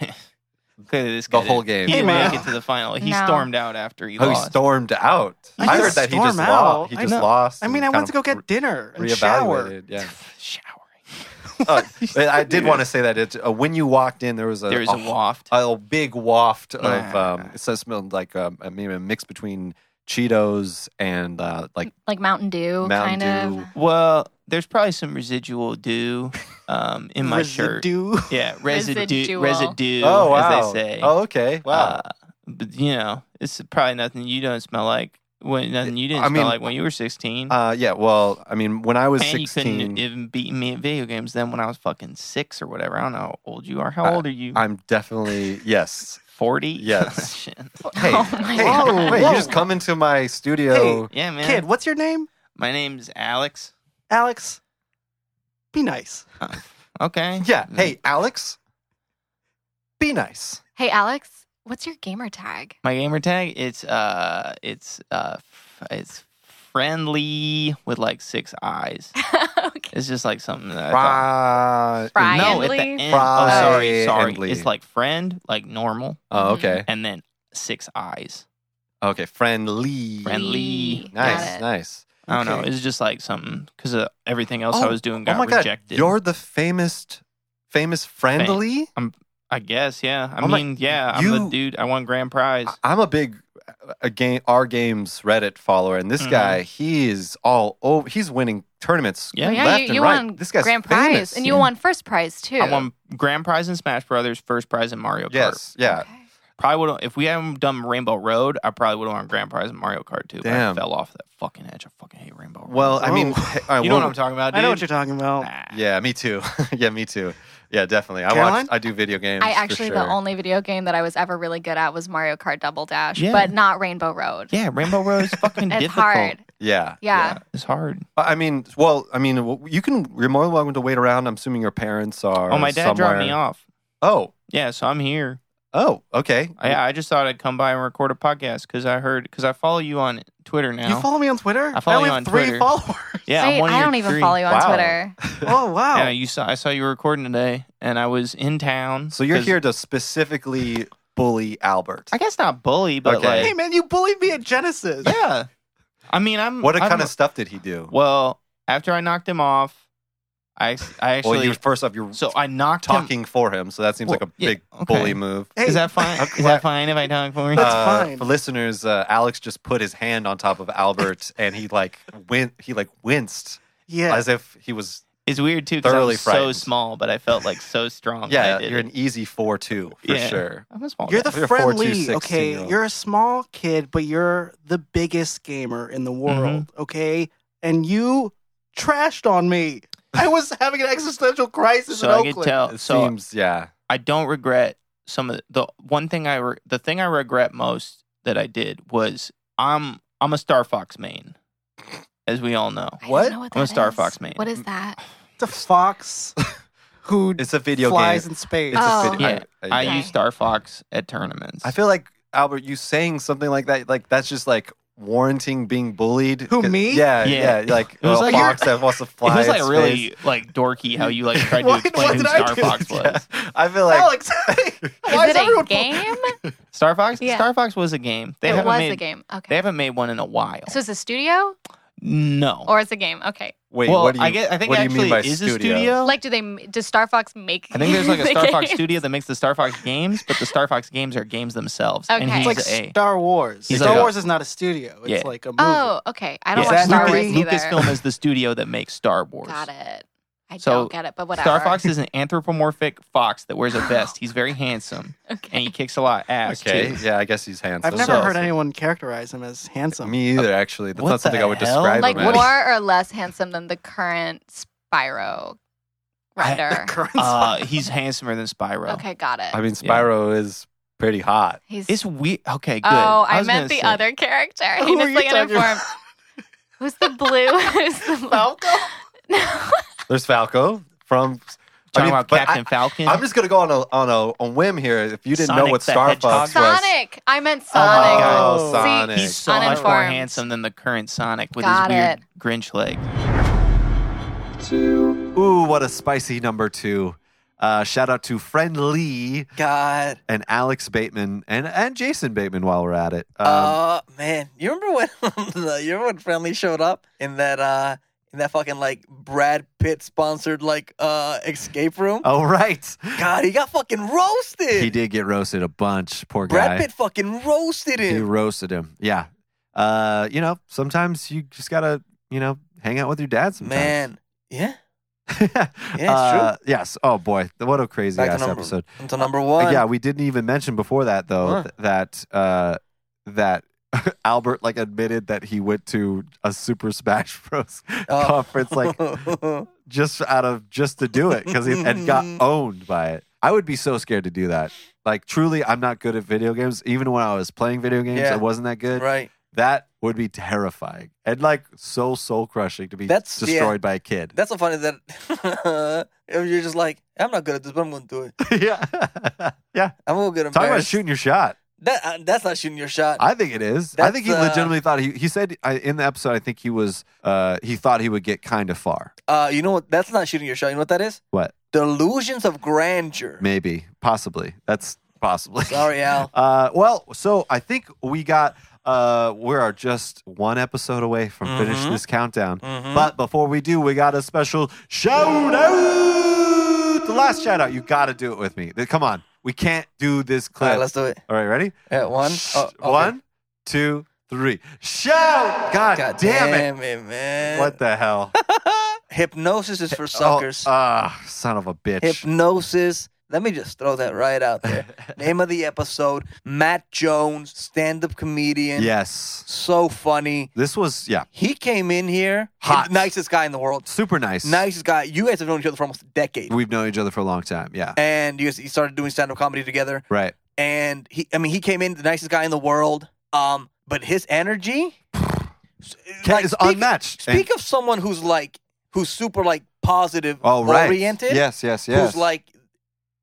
D: Clearly, this
A: The
D: guy didn't-
A: whole game.
D: He didn't
A: Hey, man.
D: make it to the final. He
S: No.
D: stormed out after he
A: Oh, he
D: lost.
A: stormed out. I
S: You just
A: heard that he
S: storm
A: just
S: out.
A: lost. He
S: I
A: just
S: know.
A: lost.
S: I mean, I went to go get dinner and shower.
A: reevaluated. Yeah. Showering. I did want to say that it's, uh, when you walked in, there was a
D: There was a waft.
A: a, big waft of um, it says smelled like um, I mean, a mix between Cheetos and uh, like
N: Like Mountain Dew,
A: Mountain
N: kind of.
D: Well, there's probably some residual dew um, in my shirt. Yeah, residue,
N: Residual.
D: residue,
A: Oh,
D: as
A: wow.
D: they say.
A: Oh, okay. Wow.
D: Uh, but you know, it's probably nothing you don't smell like when nothing you didn't
A: I
D: smell
A: mean-
D: like when you were 16.
A: uh, yeah. Well, I mean, when I was
D: and you
A: sixteen,
D: couldn't even beat me at video games then when I was fucking six or whatever. I don't know how old you are. How old are you?
A: I'm definitely yes.
D: Forty. Oh,
A: Yes.
D: Shit.
A: Hey,
N: Oh
A: hey,
S: God.
A: wait!
S: Whoa.
A: You just come into my studio.
D: yeah, man.
S: Kid, what's your name?
D: My name's Alex. Uh,
S: Alex. Be nice.
D: Okay.
A: Yeah. Hey, Alex. Be nice.
N: Hey Alex, what's your gamer tag?
D: My gamer tag, it's uh it's uh f- it's friendly with like six eyes. It's just like something that I thought.
A: Fri-
D: No, at the end. Oh, sorry, sorry. It's like friend, like normal.
A: Oh, okay.
D: And then six eyes.
A: Okay, friendly.
D: Friendly.
A: Nice, nice.
D: I don't know.
A: Okay.
D: It's just like something because of everything else I was doing got
A: oh my God,
D: rejected.
A: you're the famous, famous friendly.
D: I'm, I guess, yeah. I
A: Oh my-
D: mean, yeah. I'm the
A: you-
D: dude. I won grand prize.
A: I'm a big uh, a game our games Reddit follower, and this
D: Mhm.
A: guy he is all over. He's winning tournaments
D: Yeah.
A: left
D: Yeah,
A: and
N: you, you
A: right.
N: won
A: this guy's
N: grand prize,
A: famous.
N: and you won first prize too.
D: I won grand prize in Smash Brothers, first prize in Mario Kart.
A: Yes, yeah.
D: Probably would if we hadn't done Rainbow Road, I probably would have won grand prize in Mario Kart too.
A: Damn.
D: But I fell off that fucking edge. I fucking hate Rainbow Road.
A: Well, I mean,
D: Oh.
A: I
D: you know what
A: will-
D: I'm talking about. Dude?
S: I know what you're talking about.
A: Yeah, me too. yeah, me too. Yeah, definitely. I watch.
S: Caroline?
A: I do video games.
N: I
A: for
N: actually
A: sure.
N: the only video game that I was ever really good at was Mario Kart Double Dash,
A: Yeah.
N: but not Rainbow Road.
D: Yeah, Rainbow Road is fucking
N: It's hard.
A: Yeah.
N: Yeah.
D: It's hard.
A: I mean, well, I mean, w- you can. You're more than welcome to wait around. I'm assuming your parents are.
D: Oh, my dad dropped
A: somewhere.
D: me off.
A: Oh,
D: Yeah, so I'm here.
A: oh, okay.
D: Yeah, I just thought I'd come by and record a podcast because I heard because I follow you on Twitter now.
S: You follow me on Twitter?
D: I follow
S: only
D: you
S: have
D: on
S: three
D: Twitter.
S: followers.
D: Yeah,
N: Wait,
D: I'm one of
N: I
D: your
N: don't even
D: three.
N: follow you on Twitter.
S: Oh wow.
D: Yeah, you saw. I saw you were recording today, and I was in town.
A: So you're
D: 'cause-
A: here to specifically bully Albert.
D: I guess not bully, but
A: Okay.
D: like
S: Hey man, you bullied me at Genesis.
D: Yeah. Hmm, I mean, I'm.
A: What
D: I'm-
A: kind of stuff did he do?
D: Well, after I knocked him off, I, I actually.
A: well, you first off, you're
D: so I knocked him-
A: talking for him, so that seems like a
D: yeah,
A: big
D: okay.
A: bully move.
D: Is that fine? Is that fine if I talk for you?
A: Uh, For listeners, uh, Alex just put his hand on top of Albert, and he like win- He like winced,
D: Yeah.
A: as if he was.
D: It's weird too. Thoroughly
A: thoroughly
D: I was so
A: frightened.
D: small, but I felt like so strong.
A: Yeah,
D: I did
A: you're
D: it.
A: an easy four-two for
D: Yeah.
A: sure.
D: I'm a small.
S: You're
D: guy.
S: the friendly, okay? You're a small kid, but you're the biggest gamer in the
D: Mm-hmm.
S: world, okay? And you trashed on me. I was having an existential crisis
D: so
S: in
D: I
S: Oakland.
D: could tell. so
A: yeah.
D: I don't regret some of the, the one thing I re, the thing I regret most that I did was I'm I'm a Star Fox main, as we all know.
S: What?
N: know what
D: I'm a
N: that
D: Star
N: is.
D: Fox main.
N: What is that?
S: It's a fox who
A: It's a video
S: flies
A: game.
S: in space.
A: It's a
N: Oh.
A: video.
D: Yeah, I,
A: I-
D: use Star Fox at tournaments.
A: I feel like Albert, you saying something like that, like that's just like warranting being bullied.
S: Who,
A: 'Cause-
S: me?
A: Yeah,
D: Yeah.
A: yeah. Like
D: It was
A: a
D: like-
A: fox that wants to fly.
D: it was
A: in
D: like really
A: space.
D: like dorky how you like tried to
A: Why-
D: explain
A: why
D: who
A: did I
D: Star
A: do
D: Fox was.
A: I feel
N: Oh,
A: like
S: Alex,
N: Is it a game?
D: Star Fox.
N: Yeah.
D: Star Fox was a game. They
N: It
D: haven't
N: was
D: made
N: a game. Okay.
D: They haven't made one in a while.
N: So it's a studio
D: no.
N: or it's a game? Okay.
A: Wait,
D: well,
A: what do you?
D: I, guess, I think
A: what do you
D: actually
A: mean by
D: is
A: studio?
D: a studio.
N: Like, do they? Does Star Fox make?
D: I think there's like a
N: the
D: Star Fox
N: game?
D: studio that makes the Star Fox games, but the Star Fox games are games themselves. And
N: Okay.
D: he's
N: It's
S: like
D: a
S: Star Wars.
D: He's
S: Star
D: like a-
S: Wars is not a studio. It's
D: Yeah.
S: like a movie.
N: Oh, okay. I don't
D: Yeah.
N: watch Star Wars
D: Lucas-
N: either.
D: Lucasfilm is the studio that makes Star Wars.
N: Got it. I
D: So,
N: don't get it, but whatever.
D: Star Fox is an anthropomorphic fox that wears a vest. He's very handsome, and he kicks a lot of ass
A: okay,
D: too.
A: yeah, I guess he's handsome.
S: I've never
D: So-
S: heard anyone characterize him as handsome.
A: me either. Actually, that's
D: What
A: not something
D: the
A: I would
D: hell?
A: describe
N: like
A: him as.
N: more or less handsome than the current Spyro render.
D: Uh, he's handsomer than Spyro.
N: okay, got it.
A: I mean, Spyro is pretty hot.
N: He's
D: It's weird. Okay, good.
N: oh, I,
D: was gonna
N: meant the
D: say-
N: other character.
S: Who
N: He
S: are
N: just
S: you
N: like
S: talking about?
N: uniform. Who's the blue? Who's the blue?
A: There's Falco from.
D: Talking about
A: but
D: Captain
A: I,
D: Falcon.
A: I'm just gonna go on a on a, a whim here. If you didn't know
D: Sonic
A: what
D: the
A: Star
D: Hedgehog.
A: Fox was,
N: Sonic. I meant
D: my
N: Sonic.
A: God.
N: See,
A: Oh, Sonic.
D: He's so much more
N: uninformed.
D: handsome than the current Sonic with
N: Got
D: his weird
N: it.
D: Grinch leg.
A: Ooh, what a spicy number two. Uh, shout out to Friend Lee
B: God.
A: and Alex Bateman and, and Jason Bateman while we're at it. Um,
B: Uh man, you remember when you remember when Friendly showed up in that uh in that fucking like Brad Pitt sponsored like uh escape room?
A: oh, right.
B: God, he got fucking roasted.
A: He did get roasted a bunch. Poor
B: Brad
A: guy.
B: Pitt fucking roasted
A: He
B: him.
A: roasted him. Yeah. Uh, you know, sometimes you just gotta, you know, hang out with your dad sometimes.
B: Man, yeah.
A: yeah,
B: it's true.
A: Yes. Oh boy, what a crazy
B: Back to
A: ass
B: number-
A: episode.
F: Uh,
A: Uh,
B: To number one.
A: Yeah, we didn't even mention before that though
B: Huh.
A: th- that uh, that Albert like admitted that he went to a Super Smash Bros.
B: Oh.
A: conference like just out of just to do it because and got owned by it. I would be so scared to do that. Like truly, I'm not good at video games. Even when I was playing video games,
B: Yeah.
A: I wasn't that good.
B: right.
A: That would be terrifying and like so soul crushing to be
B: That's- yeah.
A: destroyed by a kid.
B: That's so funny that if you're just like, I'm not good at this, but I'm gonna do it.
A: yeah, yeah.
B: I'm gonna get
A: Talking about
B: embarrassed.
A: shooting your shot.
B: That uh, that's not shooting your shot.
A: I think it is. I
B: That's,
A: think he
B: uh,
A: legitimately thought he. He said I, in the episode. I think he was. Uh, he thought he would get kind of far.
B: uh, you know what? That's not shooting your shot. You know what that is?
A: What?
B: Delusions of grandeur.
A: Maybe. Possibly. That's possibly.
B: Sorry, Al.
A: Uh, well, so I think we got. Uh, we are just one episode away from finishing this countdown. But before we do, we got a special shout out. The last shout out. You got to do it with me. Come on. We can't do this
B: All
A: clip.
B: right, let's do it.
A: All right, ready?
B: At one, oh, okay.
A: One, two, three. Shout! God,
B: God
A: damn,
B: damn it, man!
A: it! What the hell?
B: Hypnosis is for suckers.
A: Oh, ah, son of a bitch.
B: Hypnosis. Let me just throw that right out there. Name of the episode: Matt Jones, stand-up comedian.
A: yes.
B: so funny.
A: This was, yeah,
B: He came in here,
A: Hot.
B: nicest guy in the world.
A: super nice.
B: Nicest guy. You guys have known each other for almost a decade,
A: We've known each other for a long time. Yeah.
B: and you guys you started doing stand-up comedy together.
A: right.
B: and he I mean he came in the nicest guy in the world. Um, but his energy
A: Cat is
B: speak-
A: unmatched.
B: Speak of someone who's like who's super like positive
A: Oh, right.
B: oriented.
A: Yes, yes, yes.
B: Who's like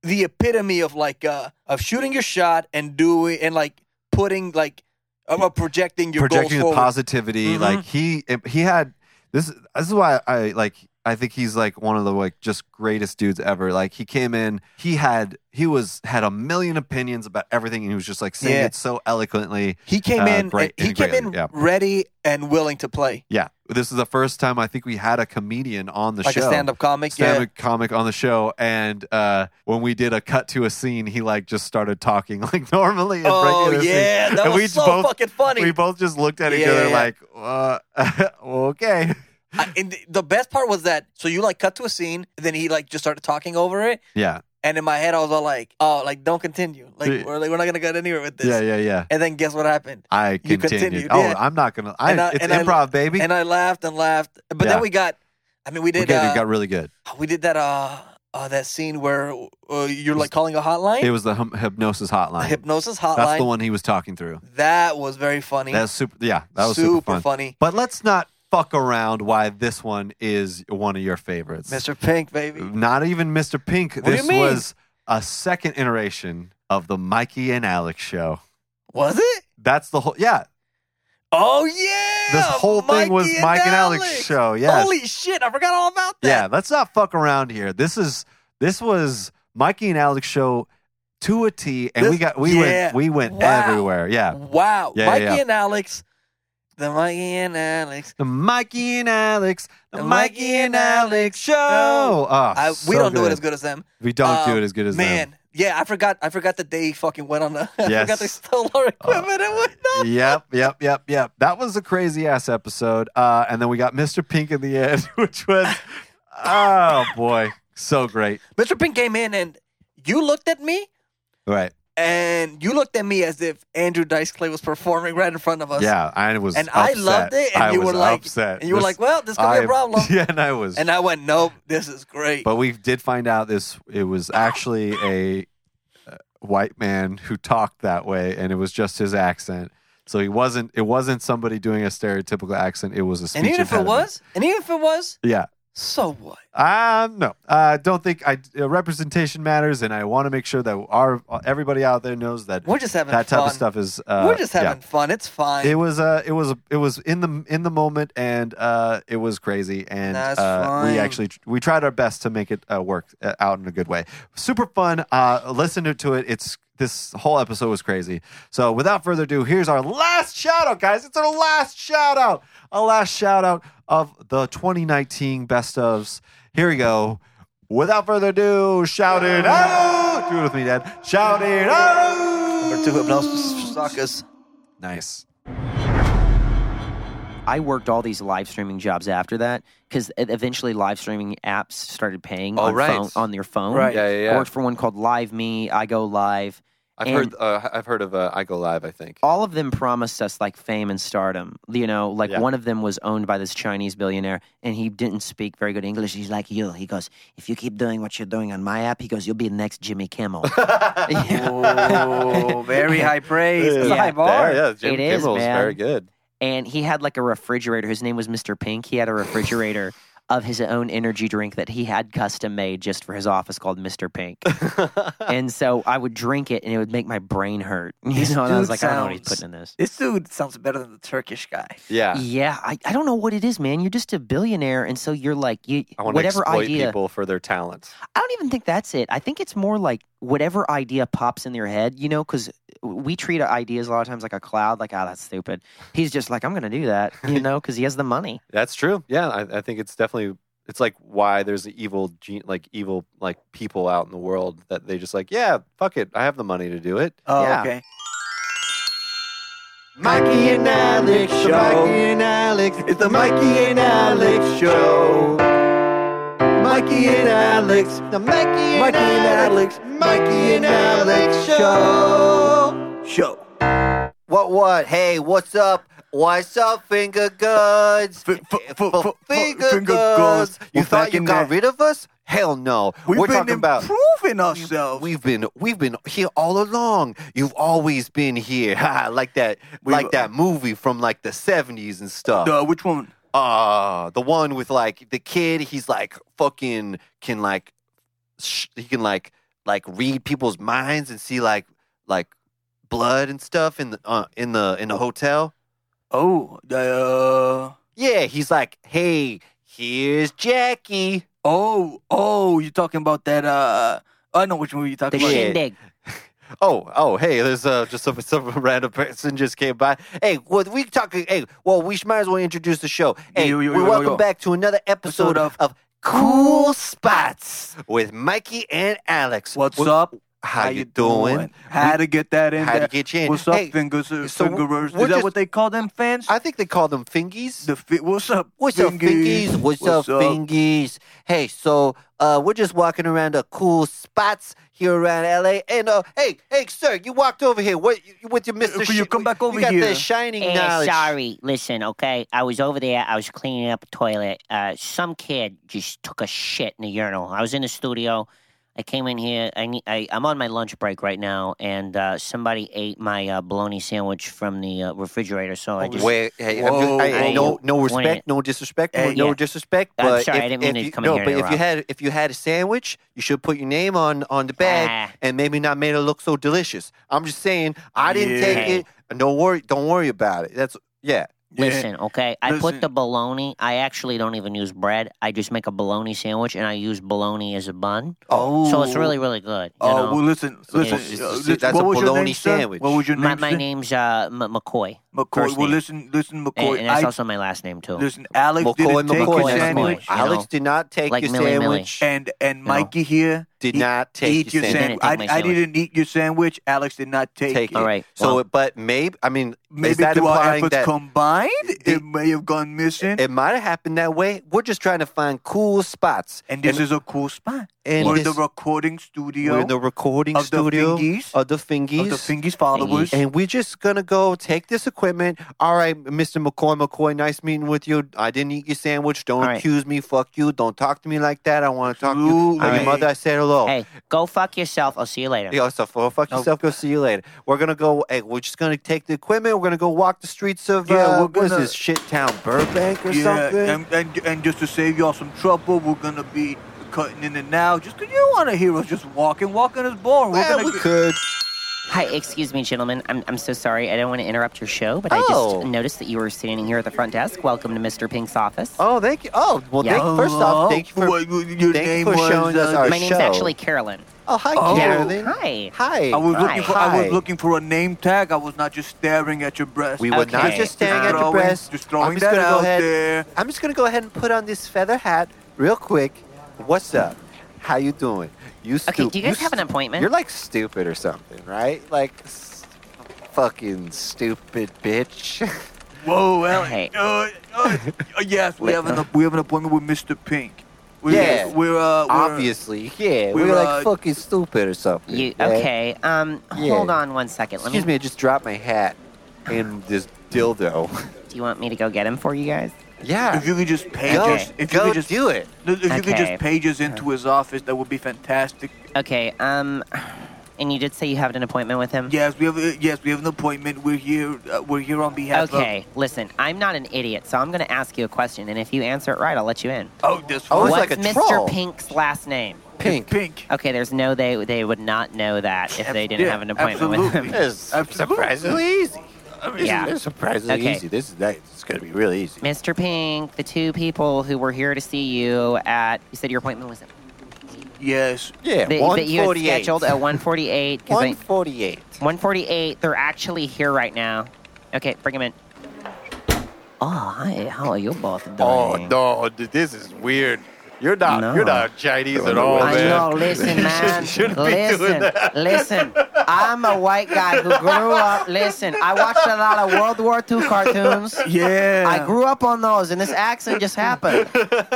B: the epitome of like uh of shooting your shot and doing and like putting like uh, uh, projecting your Mm-hmm.
A: projecting the
B: goals forward.
A: positivity. Like he he had this. This is why I like I think he's like one of the like just greatest dudes ever. Like he came in, he had he was had a million opinions about everything, and he was just like saying
B: Yeah.
A: it so eloquently.
B: He came
A: uh,
B: in.
A: great-
B: he
A: and
B: came
A: greatly-
B: in
A: yeah.
B: ready and willing to play.
A: Yeah, this is the first time I think we had a comedian on the
B: Like a
A: show,
B: stand-up comic, yeah.
A: stand-up comic on the show. And uh, when we did a cut to a scene, he like just started talking like normally. And
B: Oh,
A: breaking the scene.
B: yeah, that
A: and
B: was
A: we
B: so
A: both,
B: fucking funny.
A: We both just looked at each
B: Yeah,
A: other
B: yeah, yeah.
A: like, uh, okay,
B: I, and th- the best part was that so you like cut to a scene, then he like just started talking over it,
A: yeah,
B: and in my head I was all like, "Oh, like don't continue. Like
A: Yeah.
B: we're like we're not gonna get anywhere with this."
A: yeah, yeah, yeah.
B: And then guess what happened?
A: I
B: You
A: continued.
B: continued,
A: Oh,
B: yeah.
A: I'm not gonna. I,
B: And I-
A: it's
B: and I-
A: improv, baby.
B: And I laughed and laughed, but
A: Yeah.
B: then we got. I mean, we
A: We
B: did.
A: got-
B: uh,
A: it got really good.
B: we did that. Uh, uh, that scene where uh, you're like calling a hotline.
A: It was the hum- hypnosis hotline.
B: hypnosis hotline.
A: That's the one he was talking through.
B: That was very funny.
A: That's super. Yeah, that was super,
B: super
A: fun.
B: funny.
A: But let's not fuck around. Why this one is one of your favorites,
B: Mr. Pink, baby.
A: Not even Mr. Pink.
B: do you
A: this
B: mean?
A: was a second iteration of the Mikey and Alex show.
B: Was it?
A: That's the whole. Yeah,
B: Oh yeah.
A: this whole thing was
B: Mikey and
A: Mike and Alex, show. Yeah,
B: Holy shit! I forgot all about that.
A: yeah. Let's not fuck around here. This is this was Mikey and Alex show to a T, and we
B: This-
A: got we
B: yeah.
A: went we went
B: Wow.
A: everywhere. Yeah,
B: Wow.
A: Yeah, yeah,
B: Mikey
A: yeah.
B: and Alex. The Mikey and Alex.
A: The Mikey and Alex. The,
B: Mikey, and Alex show.
A: Oh, ah,
B: I, we
A: so
B: don't do
A: good.
B: it as good as them.
A: We don't do
B: Um,
A: it as good as them.
B: man. Yeah, I forgot. I forgot that they fucking went on. The, I
A: Yes. Uh.
B: forgot they stole our equipment and went
A: yep, yep, yep, yep. That was a crazy ass episode. Uh, and then we got Mr. Pink in the end, which was oh boy, so great.
B: Mr. Pink came in and you looked at me
A: Right.
B: and you looked at me as if Andrew Dice Clay was performing right in front of us.
A: Yeah, I was
B: And I
A: upset.
B: loved it, and
A: I
B: you
A: was
B: were like-
A: upset.
B: and you were like, well, this could be a
A: I-
B: problem.
A: Yeah, and I was
B: And I went, nope, this is great.
A: But we did find out this it was actually a uh, white man who talked that way, and it was just his accent. So he wasn't. It wasn't somebody doing a stereotypical accent. It was a speech.
B: and even if it
A: impediment.
B: was, and even if it was,
A: yeah.
B: so what?
A: Um, no, I don't think I uh, representation matters, and I want to make sure that our everybody out there knows that
B: We're just having
A: that type of
B: fun.
A: stuff is. Uh,
B: We're just
A: yeah.
B: having fun. It's fine.
A: It was uh, it was it was in the in the moment, and uh, it was crazy, and
B: That's
A: uh, we
B: fine.
A: actually we tried our best to make it uh, work uh, out in a good way. Super fun. Uh, listen to it. It's this whole episode was crazy. So without further ado, here's our last shout out, guys. It's our last shout out, a last shout out of the 2019 best ofs. Here we go. Without further ado, shout it out. Do it with me, Dad. Shout it out. Number
B: two hypnosis suckers.
A: Nice.
F: I worked all these live streaming jobs after that because eventually live streaming apps started paying
O: Oh,
F: on,
O: right.
F: phone, on your phone.
O: Right. Yeah, yeah, yeah.
F: I worked for one called Live Me, I Go Live.
O: I've
F: and
O: heard. Uh, I've heard of uh, I Go Live. I think.
F: all of them promised us like fame and stardom. You know, like
O: Yeah.
F: one of them was owned by this Chinese billionaire and he didn't speak very good English. He's like, you, he goes, if you keep doing what you're doing on my app, he goes, you'll be the next Jimmy Kimmel.
B: oh, very high praise. That's a high bar.
F: It is, man. And he had like a refrigerator. His name was Mr. Pink. He had a refrigerator of his own energy drink that he had custom made just for his office called Mr. Pink. and so I would drink it and it would make my brain hurt. You
B: This
F: know, and I was
B: dude
F: like, I don't know what he's
B: sounds-
F: putting in this.
B: This dude sounds better than the Turkish guy.
F: Yeah. Yeah. I, I don't know what it is, man. You're just a billionaire. And so you're like, you,
O: I want to
F: whatever
O: exploit
F: idea.
O: people for their talents.
F: I don't even think that's it. I think it's more like whatever idea pops in your head, you know, because we treat ideas a lot of times like a cloud, like, ah, that's stupid. He's just like, I'm going to do that, you know, because he has the money.
O: That's true. Yeah, I, I think it's definitely. It's like why there's evil, gen- like evil, like people out in the world that they just like, yeah, fuck it, I have the money to do it.
B: Oh,
O: yeah.
B: okay.
J: Mikey and Alex show. Mikey and Alex. It's the Mikey and Alex show. Mikey and Alex. The Mikey and, Mikey Alex. Mikey and Alex show. Show.
T: What what? Hey, what's up? What's up, finger goods? Well, finger, goods. You thought you got rid of us? Hell no.
J: We've
T: We're
J: been
T: talking about
J: improving ourselves.
T: We've been we've been here all along. You've always been here, Ha, like that like that movie from like the seventies and stuff.
U: Uh, which one?
T: Uh the one with like the kid. He's like fucking can like sh- he can like like read people's minds and see like like blood and stuff in the uh, in the in the hotel.
U: Oh, uh,
T: yeah. He's like, hey, Here's Jackie.
B: Oh, oh, you're talking about that? Uh, I know which movie you're talking
T: The
B: about.
T: shindig. Oh, oh, hey, there's uh, just some, some random person just came by. Hey, well, we talking. Hey, well, we might as well introduce the show. Hey,
B: Yo, yo, yo,
T: we
B: yo,
T: welcome
B: yo.
T: back to another episode,
B: Episode
T: of, of Cool Spots with Mikey and Alex.
B: What's up?
T: How, you doing?
B: How to get that in?
T: How to
B: there.
T: get you in?
B: What's up,
T: Hey,
B: fingers? uh,
T: so we're-
B: fingerers? Is
T: we're
B: that
T: just-
B: what they call them, fans?
T: I think they call them fingies.
B: The fi- what's up?
T: What's up, fingies? What's, up, fingies? Hey, so uh, we're just walking around the cool spots here around LA, and uh, hey, hey, sir, you walked over here. What you, with your Mister?
B: you come back over
T: You got
B: here?
T: that shining
O: Eh,
T: knowledge.
O: Sorry, listen, okay? I was over there. I was cleaning up a toilet. Uh, some kid just took a shit in the urinal. I was in the studio. I came in here. I, need, I I'm on my lunch break right now, and uh, somebody ate my uh, bologna sandwich from the uh, refrigerator. So I just
T: Oh, Wait, hey, I'm just, I, no, no respect, no disrespect,
O: Hey,
T: no
O: Uh, yeah.
T: disrespect.
O: I'm
T: But
O: sorry,
T: if,
O: I didn't
T: if
O: mean to
T: you,
O: come in
T: no,
O: here and
T: but if you
O: interrupt.
T: had if you had a sandwich, you should put your name on on the bag
O: Ah.
T: and maybe not made it look so delicious. I'm just saying, I didn't take
O: Yeah.
T: it. Don't worry, don't worry about it. That's yeah.
O: Listen, okay. I put the bologna. I actually don't even use bread. I just make a bologna sandwich, and I use bologna as a bun.
B: Oh,
O: so it's really, really good. you
B: Oh,
O: know?
B: well, listen,
O: So
B: listen.
O: it's-
B: uh,
O: it's-
B: listen, what was your name, sir? What was your name?
O: My, my
B: sir?
O: name's uh, M- McCoy.
B: McCoy.
O: first
B: Well,
O: name.
B: listen, listen, McCoy.
O: And, and that's
B: I-
O: also my last name too.
B: Listen, Alex didn't take your sandwich.
O: Alex
T: did not take
O: like
T: your
O: Millie
T: sandwich.
B: And and Mikey here
T: Did
B: he-
T: not take
B: eat
T: your
B: your sandwich.
T: sandwich.
B: I,
T: Didn't take my
B: I didn't eat your sandwich. Alex did not take.
T: Take
B: it. Um,
T: it. So, it- but maybe I mean, is
B: maybe
T: that
B: through our
T: implying
B: efforts
T: that
B: combined, it may have gone missing.
T: it might have happened that way? We're just trying to find cool spots,
B: and this is a cool spot.
T: And
B: We're in
T: this,
B: the recording studio.
T: We're in the recording
B: of the
T: studio
B: Fingies.
T: of the Fingies.
B: Of the Fingies followers. Fingies.
T: And we're just going to go take this equipment. All right, Mr. McCoy, McCoy, nice meeting with you. I didn't eat your sandwich. Don't
O: right.
T: accuse me. Fuck you. Don't talk to me like that. I want to talk to you. Like your mother, I said hello.
O: Hey, go fuck yourself. I'll see you later.
T: Yo, so fuck fuck yourself. Go see you later. We're gonna go. Hey, we're just gonna take the equipment. We're gonna go walk the streets of
B: Yeah,
T: uh,
B: we're
T: what is
B: gonna-
T: this shit town, Burbank or
B: yeah,
T: something?
B: And, and and just to save y'all some trouble, we're gonna be cutting in and now just 'cause you don't want to hear us just walking. Walking is boring. we're gonna get-
O: Hi, excuse me, gentlemen. I'm, I'm so sorry. I don't want to interrupt your show, but I
T: Oh.
O: just noticed that you were standing here at the front desk. Welcome to Mr. Pink's office.
T: Oh, thank you. Oh, well,
O: Yeah.
T: thank, first off, thank you for
O: What-
T: thank you for showing us our
O: My name's
T: show.
O: actually Carolyn.
T: Oh,
B: uh,
T: hi,
B: Oh.
T: Carolyn.
O: Hi.
T: Hi.
B: I was looking for I
T: Hi.
B: was looking for a name tag. I was not just staring at your breast.
T: We were not just staring at your
B: throwing-
T: breast.
B: Just throwing
T: I'm just
B: that
T: gonna
B: out
T: go ahead.
B: there.
T: I'm just gonna go ahead and put on this feather hat real quick. What's up? How you doing? You
O: Okay,
T: stu-
O: do you guys have an
T: st-
O: appointment?
T: You're like stupid or something, right? Like s- fucking stupid bitch.
B: Whoa, Alex. Uh, uh, yes, we have an app- we have an appointment with Mr. Pink. We,
T: yeah,
B: we're uh, we're,
T: obviously yeah. We're,
B: we're,
T: like
B: uh,
T: fucking stupid or something.
O: You,
T: yeah?
O: okay, um,
T: Yeah.
O: hold on one second. Let
T: Excuse me, I just dropped my hat and this dildo.
O: Do you want me to go get him for you guys?
T: Yeah.
B: If you could just page
O: Go-
B: us, if
O: go
B: you could just
T: do it.
B: If you could
O: Okay.
B: just page us into his office, that would be fantastic.
O: Okay, um, and you did say you have an appointment with him?
B: Yes, we have. uh, Yes, we have an appointment. We're here. Uh, we're here on behalf. of...
O: Okay, listen, I'm not an idiot, so I'm going to ask you a question, and if you answer it right, I'll let you in.
B: Oh, this.
O: Oh, it's
B: one.
O: like a What's Mr. troll. Pink's last name?
T: Pink.
B: Pink.
O: Okay, there's no they they would not know that if they didn't
T: Yeah,
O: have an appointment with him.
T: absolutely. It's surprisingly easy.
O: yeah.
T: This is surprisingly
O: Okay.
T: easy. This is nice. It's gonna be really easy.
O: Mr. Pink, the two people who were here to see you at you said your appointment was at
B: Yes.
T: Yeah,
O: that, that you had
T: 148.
O: scheduled at 148. 'cause I-
T: 148.
O: 148. They're actually here right now. Okay, bring them in. Oh, hi. How are you both doing?
E: Oh no, th- this is weird. You're not
O: No.
E: you're not Chinese at all,
O: I
E: man.
O: know. Listen,
E: You
O: man.
E: shouldn't be doing
O: listen,
E: that.
O: listen. I'm a white guy who grew up. Listen, I watched a lot of World War II cartoons.
B: Yeah.
O: I grew up on those, and this accident just happened.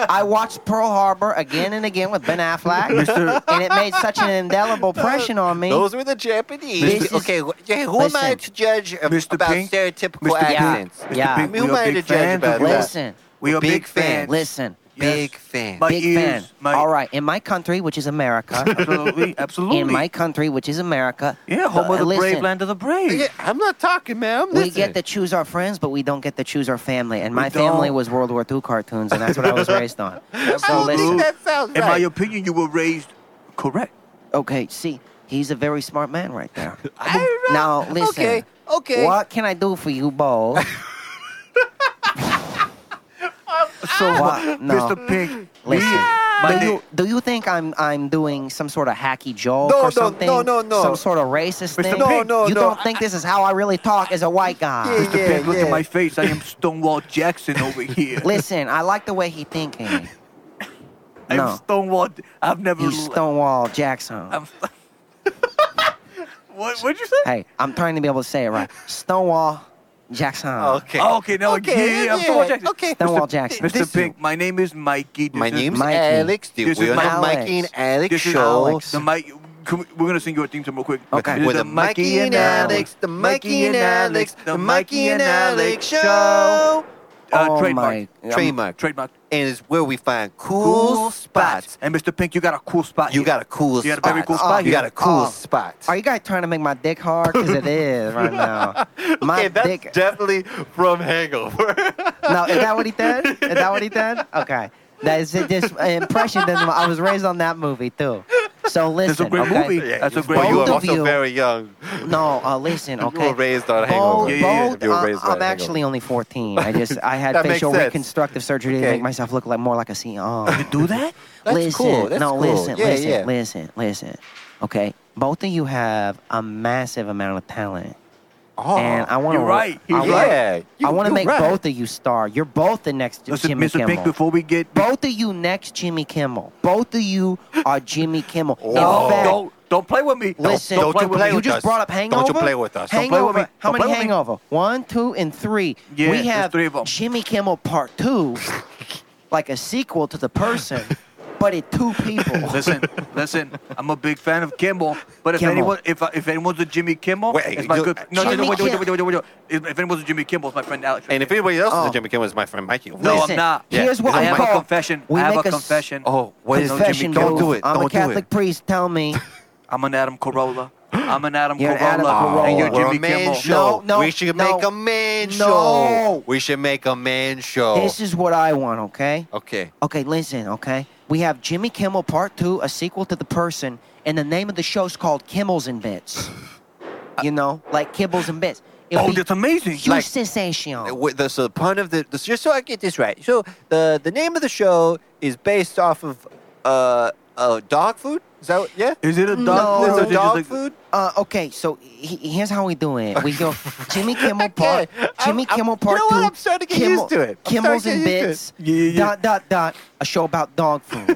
O: I watched Pearl Harbor again and again with Ben Affleck,
T: Mr.
O: and it made such an indelible impression on me.
T: Those were the Japanese.
O: This is-
T: okay, wh- yeah, who am I
O: Listen.
T: to judge ab- about stereotypical
O: Mr. Pink,
T: accents?
O: Mr. Yeah. Pink,
T: I mean, who
O: we
T: am
O: are
T: I to
O: big
T: judge
O: fans
T: about
O: of
T: that?
O: yours. Listen. We are big fans. Listen.
T: big fan.
O: Big fan. All right, in my country, which is America,
B: absolutely, absolutely.
O: In my country, which is America,
B: Yeah, home of the brave,
O: listen,
B: land of the brave.
T: I'm not talking, man.
O: We get to choose our friends, but we don't get to choose our family. And my
B: We don't.
O: family was World War II cartoons, and that's what I was raised on. So listen,
B: In my opinion, you were raised correct.
O: okay, see, he's a very smart man right there. now listen,
B: Okay, okay.
O: what can I do for you, Bo?
E: I'm
O: So
F: Why- no.
O: Mr. Pig,
F: Listen,
O: My
F: do
O: name-
F: you, do you think I'm I'm doing some sort of hacky joke
O: No, no,
F: or something?
O: no, no, no.
F: Some sort of racist
O: Mr.
F: thing?
O: No, no,
F: you
O: no.
F: don't think this is how I really talk as a white guy?
O: Mr. Pig, look at my face. I am Stonewall Jackson over here.
F: Listen, I like the way he thinking.
O: I'm
F: no.
O: Stonewall. I've never.
F: You Stonewall Jackson.
O: What, what'd you say?
F: hey, I'm trying to be able to say it right. Stonewall Jackson.
B: Oh,
O: Oh, Okay. Okay, now
F: Okay,
O: yeah, I'm
F: yeah,
O: Stonewall Jackson.
F: okay. Stonewall Jackson.
O: Mr. Pink, my name is Mikey. This
F: My
O: is
F: name's Mikey. Alex.
O: This
F: We
O: is
F: are
O: my-
F: now Mikey and Alex
O: This is
F: show.
O: The Mike. Can we, we're gonna sing you a theme song real quick.
F: Okay.
O: This is
F: With
O: the
F: the Mikey and Alex,
O: the
T: Mikey and Alex, the Mikey and Alex show.
O: Uh,
F: Oh,
T: Oh,
O: trademark.
T: Trademark.
O: Trademark.
T: And it's where we find cool, spots.
O: And Mr. Pink, you got a cool spot.
T: You got a cool
O: You got a
T: spot.
O: very cool spot
T: You
O: here.
T: got a cool
O: Oh.
T: spot.
F: Are you guys trying to make my dick hard? Because it is right now. My
T: that's
F: dick.
T: definitely from Hangover.
F: No, is that what he did? Is that what he did? Okay. That is this impression that I was raised on that movie too. So listen,
T: a great
F: okay?
T: movie. Yeah, That's a great well, you
F: Both
T: were
F: of
T: also
F: you-
T: very young.
F: No, uh, listen, okay.
T: were raised on
F: Both-
T: Hangover. Yeah, yeah, yeah.
F: both-
T: You were
F: I-
T: raised on
F: I'm
T: Hangover.
F: actually only 14. I just I had
T: That makes
F: facial
T: sense.
F: reconstructive surgery to
T: Okay.
F: make myself look like more like a CEO. You
O: do that?
T: That's
F: listen,
T: cool. That's
F: no,
T: cool.
F: listen,
T: Yeah,
F: listen,
T: yeah.
F: listen, listen. Okay, both of you have a massive amount of talent.
T: Oh,
F: and I want to
O: you're right.
F: I
O: You're
F: wanna,
O: right.
F: I
O: You-
F: want to
O: you're
F: make
O: right.
F: both of you star. You're both the next
O: Listen,
F: Jimmy
O: Mr. Pink,
F: Kimmel.
O: before we get
F: both of you next Jimmy Kimmel. Both of you are Jimmy Kimmel.
T: Oh.
F: In
O: No,
F: fact,
O: don't don't play with me. Don't-
F: Listen,
O: don't, play with me.
F: you just brought up Hangover. Hangover. How
O: Don't
F: many
O: play with me.
F: Hangover? One, two, and three.
O: Yeah,
F: we
O: there's
F: have
O: three of
F: Jimmy Kimmel Part Two, like a sequel to The Person, but it two people.
O: listen, listen. I'm a big fan of Kimball, but if
F: Kimmel.
O: anyone, if if anyone's a Jimmy Kimmel, it's my
T: you-
O: good. No, no, no,
T: Jimmy
O: wait, wait, wait, wait, wait, wait, wait. If if anyone's a Jimmy Kimmel, it's my friend Alex.
T: And if anybody else is
O: Oh.
T: a Jimmy Kimmel, it's my friend Mikey.
O: No, I'm not.
F: Here's what
O: I
F: I
O: have a
F: call-
O: confession. I have a confession.
T: Oh, what is
F: confession.
T: Jimmy Kimmel?
F: booth.
T: Don't do it.
F: I'm
T: Don't
F: a
T: do it.
F: Catholic priest. Tell me.
O: I'm an Adam Carolla. I'm an Adam
F: You're
O: Carolla.
F: an Adam Carolla.
O: And you're
T: We're
O: Jimmy
T: a man
O: Kimmel.
T: show.
F: No, no,
T: we should
F: no.
T: make a man
F: No.
T: show. We should make a man show.
O: Oh.
F: This is what I want, okay?
T: okay.
F: Okay, listen, okay? We have Jimmy Kimmel Part 2, a sequel to The Person, and the name of the show's called Kimmels and Bits. you know, like Kibbles and Bits.
T: Oh,
F: that's
O: amazing.
F: Huge
T: Like-
F: sensation.
T: Oh. Wait, the, so the pun of the, the just so I get this right. So the the name of the show is based off of uh, uh dog food. Is that what- yeah?
O: Is it a
F: No.
T: Is it a dog food?
F: Uh, okay, so he, he- here's how we do it. We go Jimmy Kimmel Part, Jimmy Kimmel Part
T: know
F: 2.
T: what? I'm starting to get used to it. I'm
F: Kimmels
T: starting
F: and
T: to get
F: Bits,
T: used to it. Yeah, yeah, yeah.
F: dot, dot, dot, a show about dog food.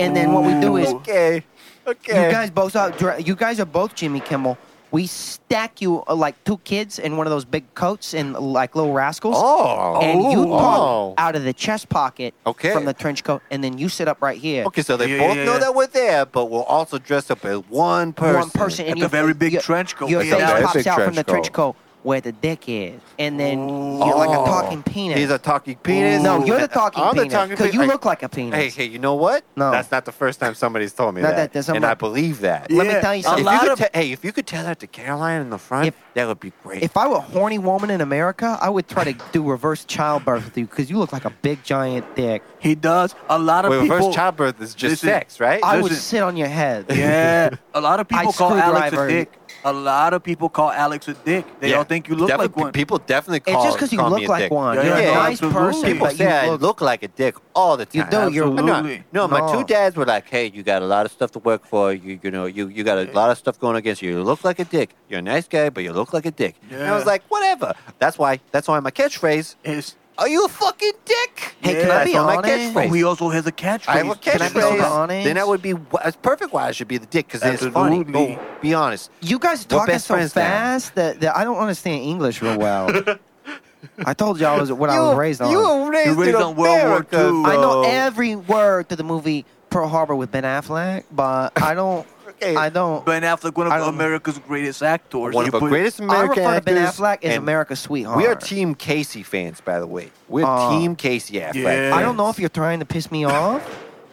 F: and then what we do is
T: okay, okay.
F: You guys both are dra- you guys are both Jimmy Kimmel. We stack you uh, like two kids in one of those big coats and like little rascals.
T: Oh.
F: and you
T: Ooh.
F: talk
T: Oh.
F: out of the chest pocket
T: Okay.
F: from the trench coat, and then you sit up right here.
T: Okay, so they both know that we're there, but we're also dressed up as one person.
F: One person, and your- your- Your
T: That's a
F: face
T: very
F: pops
T: big
F: out from the trench
T: trench
F: coat where the dick is, and then you're like a talking penis.
T: Oh. He's a talking penis.
F: No, you're the talking
T: I'm the
F: penis
T: talking
F: because
T: pe-
F: you
T: Hey,
F: look like a penis.
T: Hey, hey, you know what?
F: No.
T: That's not the first time somebody's told me
F: Not
T: that.
F: that there's
T: and
F: someone-
T: I believe that.
F: Let me Yeah, tell you
T: If
F: something. a lot
T: could
F: of-
T: te- hey, if you could tell that to Caroline in the front, that would be great.
F: If I were a horny woman in America, I would try to do reverse childbirth with you because you look like a big giant dick.
O: He does. A lot of
T: Wait,
O: people.
T: reverse childbirth is just
O: Listen,
T: sex, right?
F: I would
O: Listen.
F: sit on your head.
O: Yeah, a lot of people
F: I'd
O: call Alex a
F: screwdriver you.
O: dick. A lot of people call Alex a dick. They
T: Yeah.
O: all think you look
T: Definitely-
O: like one.
T: People definitely
F: It's
T: call
F: just 'cause you
T: call me
F: look
T: a
F: like
T: dick.
F: one. You're a nice
T: absolutely.
F: person,
T: People
F: but
T: say
F: you
T: I
F: look-
T: look like a dick all the
F: You
T: time.
F: do, you're-
T: No,
F: Absolutely.
T: No, my
F: No.
T: two dads were like, "Hey, you got a lot of stuff to work for. You, you know, you, you got a lot of stuff going against you. You look like a dick. You're a nice guy, but you look like a dick." And I was Yeah. like, "Whatever." That's why. That's why my catchphrase
O: is,
T: "Are you a fucking dick?"
F: Hey, can I
T: that's
F: be
T: why my
F: honest?
T: catchphrase.
O: Oh, he also has a catchphrase.
T: I have a
F: Can I be
T: catchphrase.
F: honest?
T: Then I would be wh- it's perfect. Why I should be the dick because it's funny.
F: Absolutely.
T: Go, be honest.
F: You guys
T: We're
F: talking
T: best
F: so
T: friends now.
F: fast that, that I don't understand English real well. I told y'all was what I
T: You-
F: was raised on.
T: you were raised You were raised in on World War America, II.
F: I know
T: though.
F: every word to the movie Pearl Harbor with Ben Affleck, but I don't. I don't.
O: Ben Affleck, one of America's greatest actors.
T: One
O: You
T: of the
O: put-
T: greatest American
F: I refer to Ben
T: actors
F: Affleck as
T: and
F: America's sweetheart.
T: We are Team Casey fans, by the way. We're
F: Uh,
T: Team Casey Affleck.
F: I don't know if you're trying to piss me off,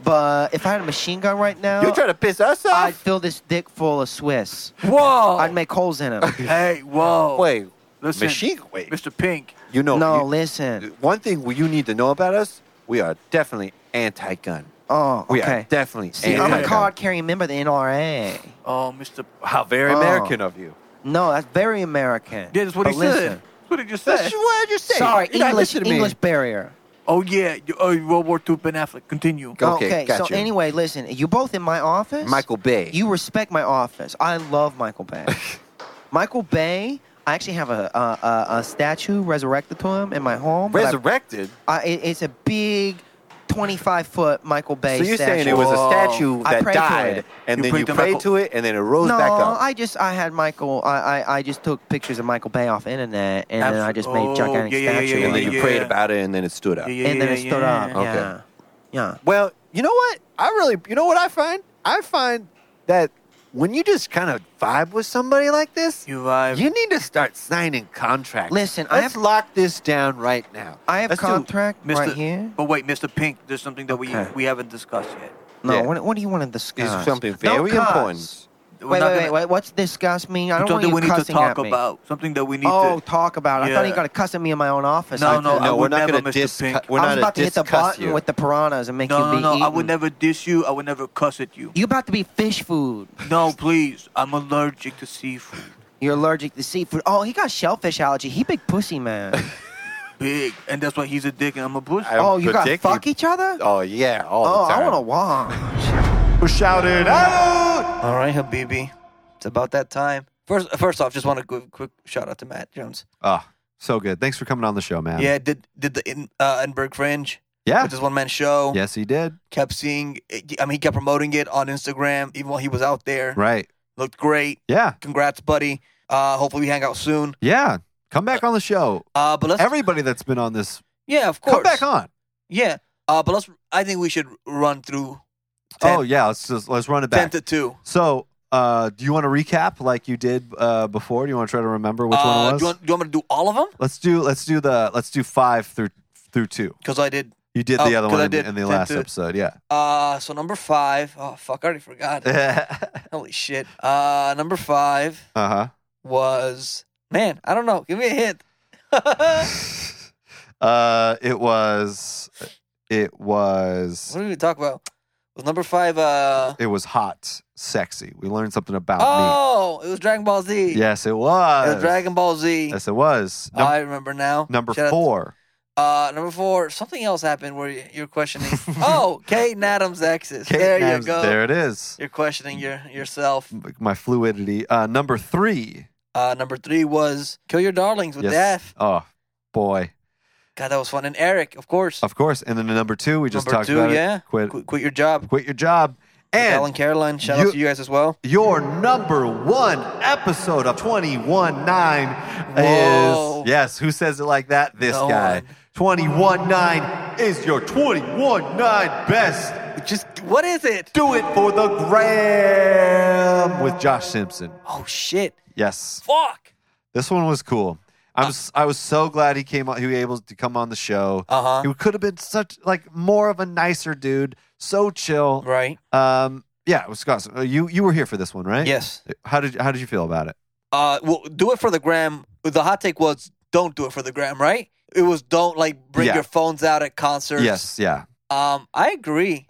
F: but if I had a machine gun right now,
T: You're trying to piss us off?
F: I'd fill this dick full of Swiss.
O: Whoa!
F: I'd make holes in him.
O: Hey, whoa!
T: Wait,
O: listen,
T: machine. Wait,
O: Mr. Pink.
T: You know.
F: No,
T: you-
F: listen.
T: One thing we- you need to know about us: we are definitely anti-gun.
F: Oh, okay.
T: We are definitely
F: See, I'm
T: anti-gun.
F: a card carrying member of the NRA.
O: Oh, Mr.
T: How very
F: Oh.
T: American of you.
F: No, that's very American.
O: Yeah, that's what
F: But
O: he
F: listen,
O: said. That's what did you say?
T: what did you say?
F: Sorry,
T: You're not
F: English
T: listening to me.
F: English barrier.
B: Oh yeah, you- oh, World War II. Ben Affleck. Continue.
F: Okay, so anyway, listen, you both in my office.
T: Michael Bay.
F: You respect my office. I love Michael Bay. Michael Bay. I actually have a a, a, a statue resurrected to him in my home. that I-
T: Resurrected?
F: I, it, it's a big. 25 foot Michael Bay
T: So you're
F: statue. Oh.
T: saying it was a statue
F: I
T: that
F: prayed to
T: died,
F: it.
T: and then you prayed to it, and then it rose
F: no,
T: back up.
F: I just I had Michael. I, I I just took pictures of Michael Bay off internet, and then I just made
T: oh,
F: gigantic statue.
T: and then you prayed about it, and then it stood up.
F: And then it stood up. Yeah. Yeah.
T: Well, you know what? I really, you know what I find? I find that when you just kind of vibe with somebody like this,
B: you vibe.
T: You need to start signing contracts.
F: Listen,
T: let's lock this down right now.
F: I have
B: Let's do-
F: contract
B: Mr.
F: right here.
B: But wait, Mr. Pink, there's something that
F: Okay.
B: we we haven't discussed yet.
F: No, what, what do you want to discuss?
T: something
F: Don't
T: very
F: cuss.
T: important.
F: Wait,
B: We're
F: wait,
B: not
F: wait,
B: gonna-
F: wait. What's discuss mean? I don't want
B: something
F: you
B: we need to
F: cussing
B: talk
F: at me.
B: about. Something that we need
F: oh,
B: to
F: talk about. it. I thought he
B: Yeah.
F: got to cuss at me in my own office.
B: No,
F: like
B: no,
F: that.
B: I No, we're would not never, gonna Mr.
F: discuss.
B: dis- Pink.
F: I was about to hit the
B: discuss
F: button
B: you.
F: with the piranhas and make
B: No,
F: you
B: no,
F: be
B: no. I
F: eaten.
B: would never diss you. I would never cuss at you.
F: You about to be fish food.
B: No, please. I'm allergic to seafood.
F: You're allergic to seafood. Oh, he got shellfish allergy. He big pussy man.
B: Big, and that's why he's a dick, and I'm a pussy.
F: oh, you got fuck each other?
T: Oh yeah, all
F: oh,
B: the time.
F: I want to walk.
B: Who shouted out? All right, Habibi. It's about that time. First, first off, just want to give a quick shout out to Matt Jones.
A: Oh, so good. Thanks for coming on the show, man.
B: Yeah, did did the in, uh, Edinburgh Fringe?
A: Yeah.
B: which is one man show.
A: Yes, he did.
B: kept seeing. I mean, he kept promoting it on Instagram even while he was out there.
A: Right.
B: looked great.
A: Yeah.
B: Congrats, buddy. Uh, hopefully we hang out soon.
A: Yeah. Come back on the show.
B: Uh, but let's,
A: everybody that's been on this.
B: Yeah, of course.
A: Come back on.
B: Yeah. Uh, but let's. I think we should run through
A: oh yeah, let's just let's run it
B: ten
A: back.
B: to two.
A: So, uh, do you want to recap like you did uh, before? Do you want to try to remember which
B: uh,
A: one it was?
B: Do you, want, do you want me to do all of them?
A: let's do let's do the let's do five through through two.
B: Because I did.
A: You did
B: Oh,
A: the other
B: 'cause
A: one
B: I
A: in, the-
B: did
A: in the
B: 10
A: last
B: to-
A: episode. Yeah.
B: Uh, so number five. Oh fuck, I already forgot. Holy shit. Uh, number five
A: Uh huh.
B: was man. I don't know. Give me a hint.
A: Uh, it was it was
B: What did we talk about? Was number five? Uh,
A: it was hot, sexy. We learned something about
B: oh, it was Dragon Ball Z.
A: me. Yes, it was.
B: It was Dragon Ball Z.
A: Yes, it was.
B: I remember now.
A: Number
B: Shout out-
A: four.
B: Uh, number four, something else happened where y- you're questioning. oh, Kate Adams' exes.
A: Kate
B: there
A: Adams-
B: you go.
A: there it is.
B: You're questioning your yourself.
A: My fluidity. Uh, number three.
B: Uh, number three was kill your darlings with
A: Yes.
B: death.
A: Oh boy.
B: God, that was fun. And Eric, of course.
A: Of course. And then the number two, we just
B: Number
A: talked
B: two,
A: about it.
B: yeah.
A: Quit,
B: quit your job.
A: Quit your job. And
B: Alan Caroline, shout out to you guys as well.
A: Your number one episode of 21 9
B: Whoa.
A: is. Yes, who says it like that? This
B: No
A: guy. 21 9 is your 21 9 best.
B: Just, what is it?
A: Do it for the gram with Josh Simpson.
B: Oh, shit.
A: Yes.
B: Fuck. Uh,
A: This one was cool. I'm s- I was so glad he came on. He was able to come on the show.
B: Uh-huh.
A: He could have been such like more of a nicer dude. So chill.
B: Right.
A: Um. Yeah. It was awesome. Uh, You you were here for this one, right?
B: Yes.
A: How did how did you feel about it?
B: Uh, well, do it for the gram. The hot take was don't do it for the gram, right? It was don't like bring
A: Yeah.
B: your phones out at concerts.
A: Yes. Yeah.
B: Um, I agree.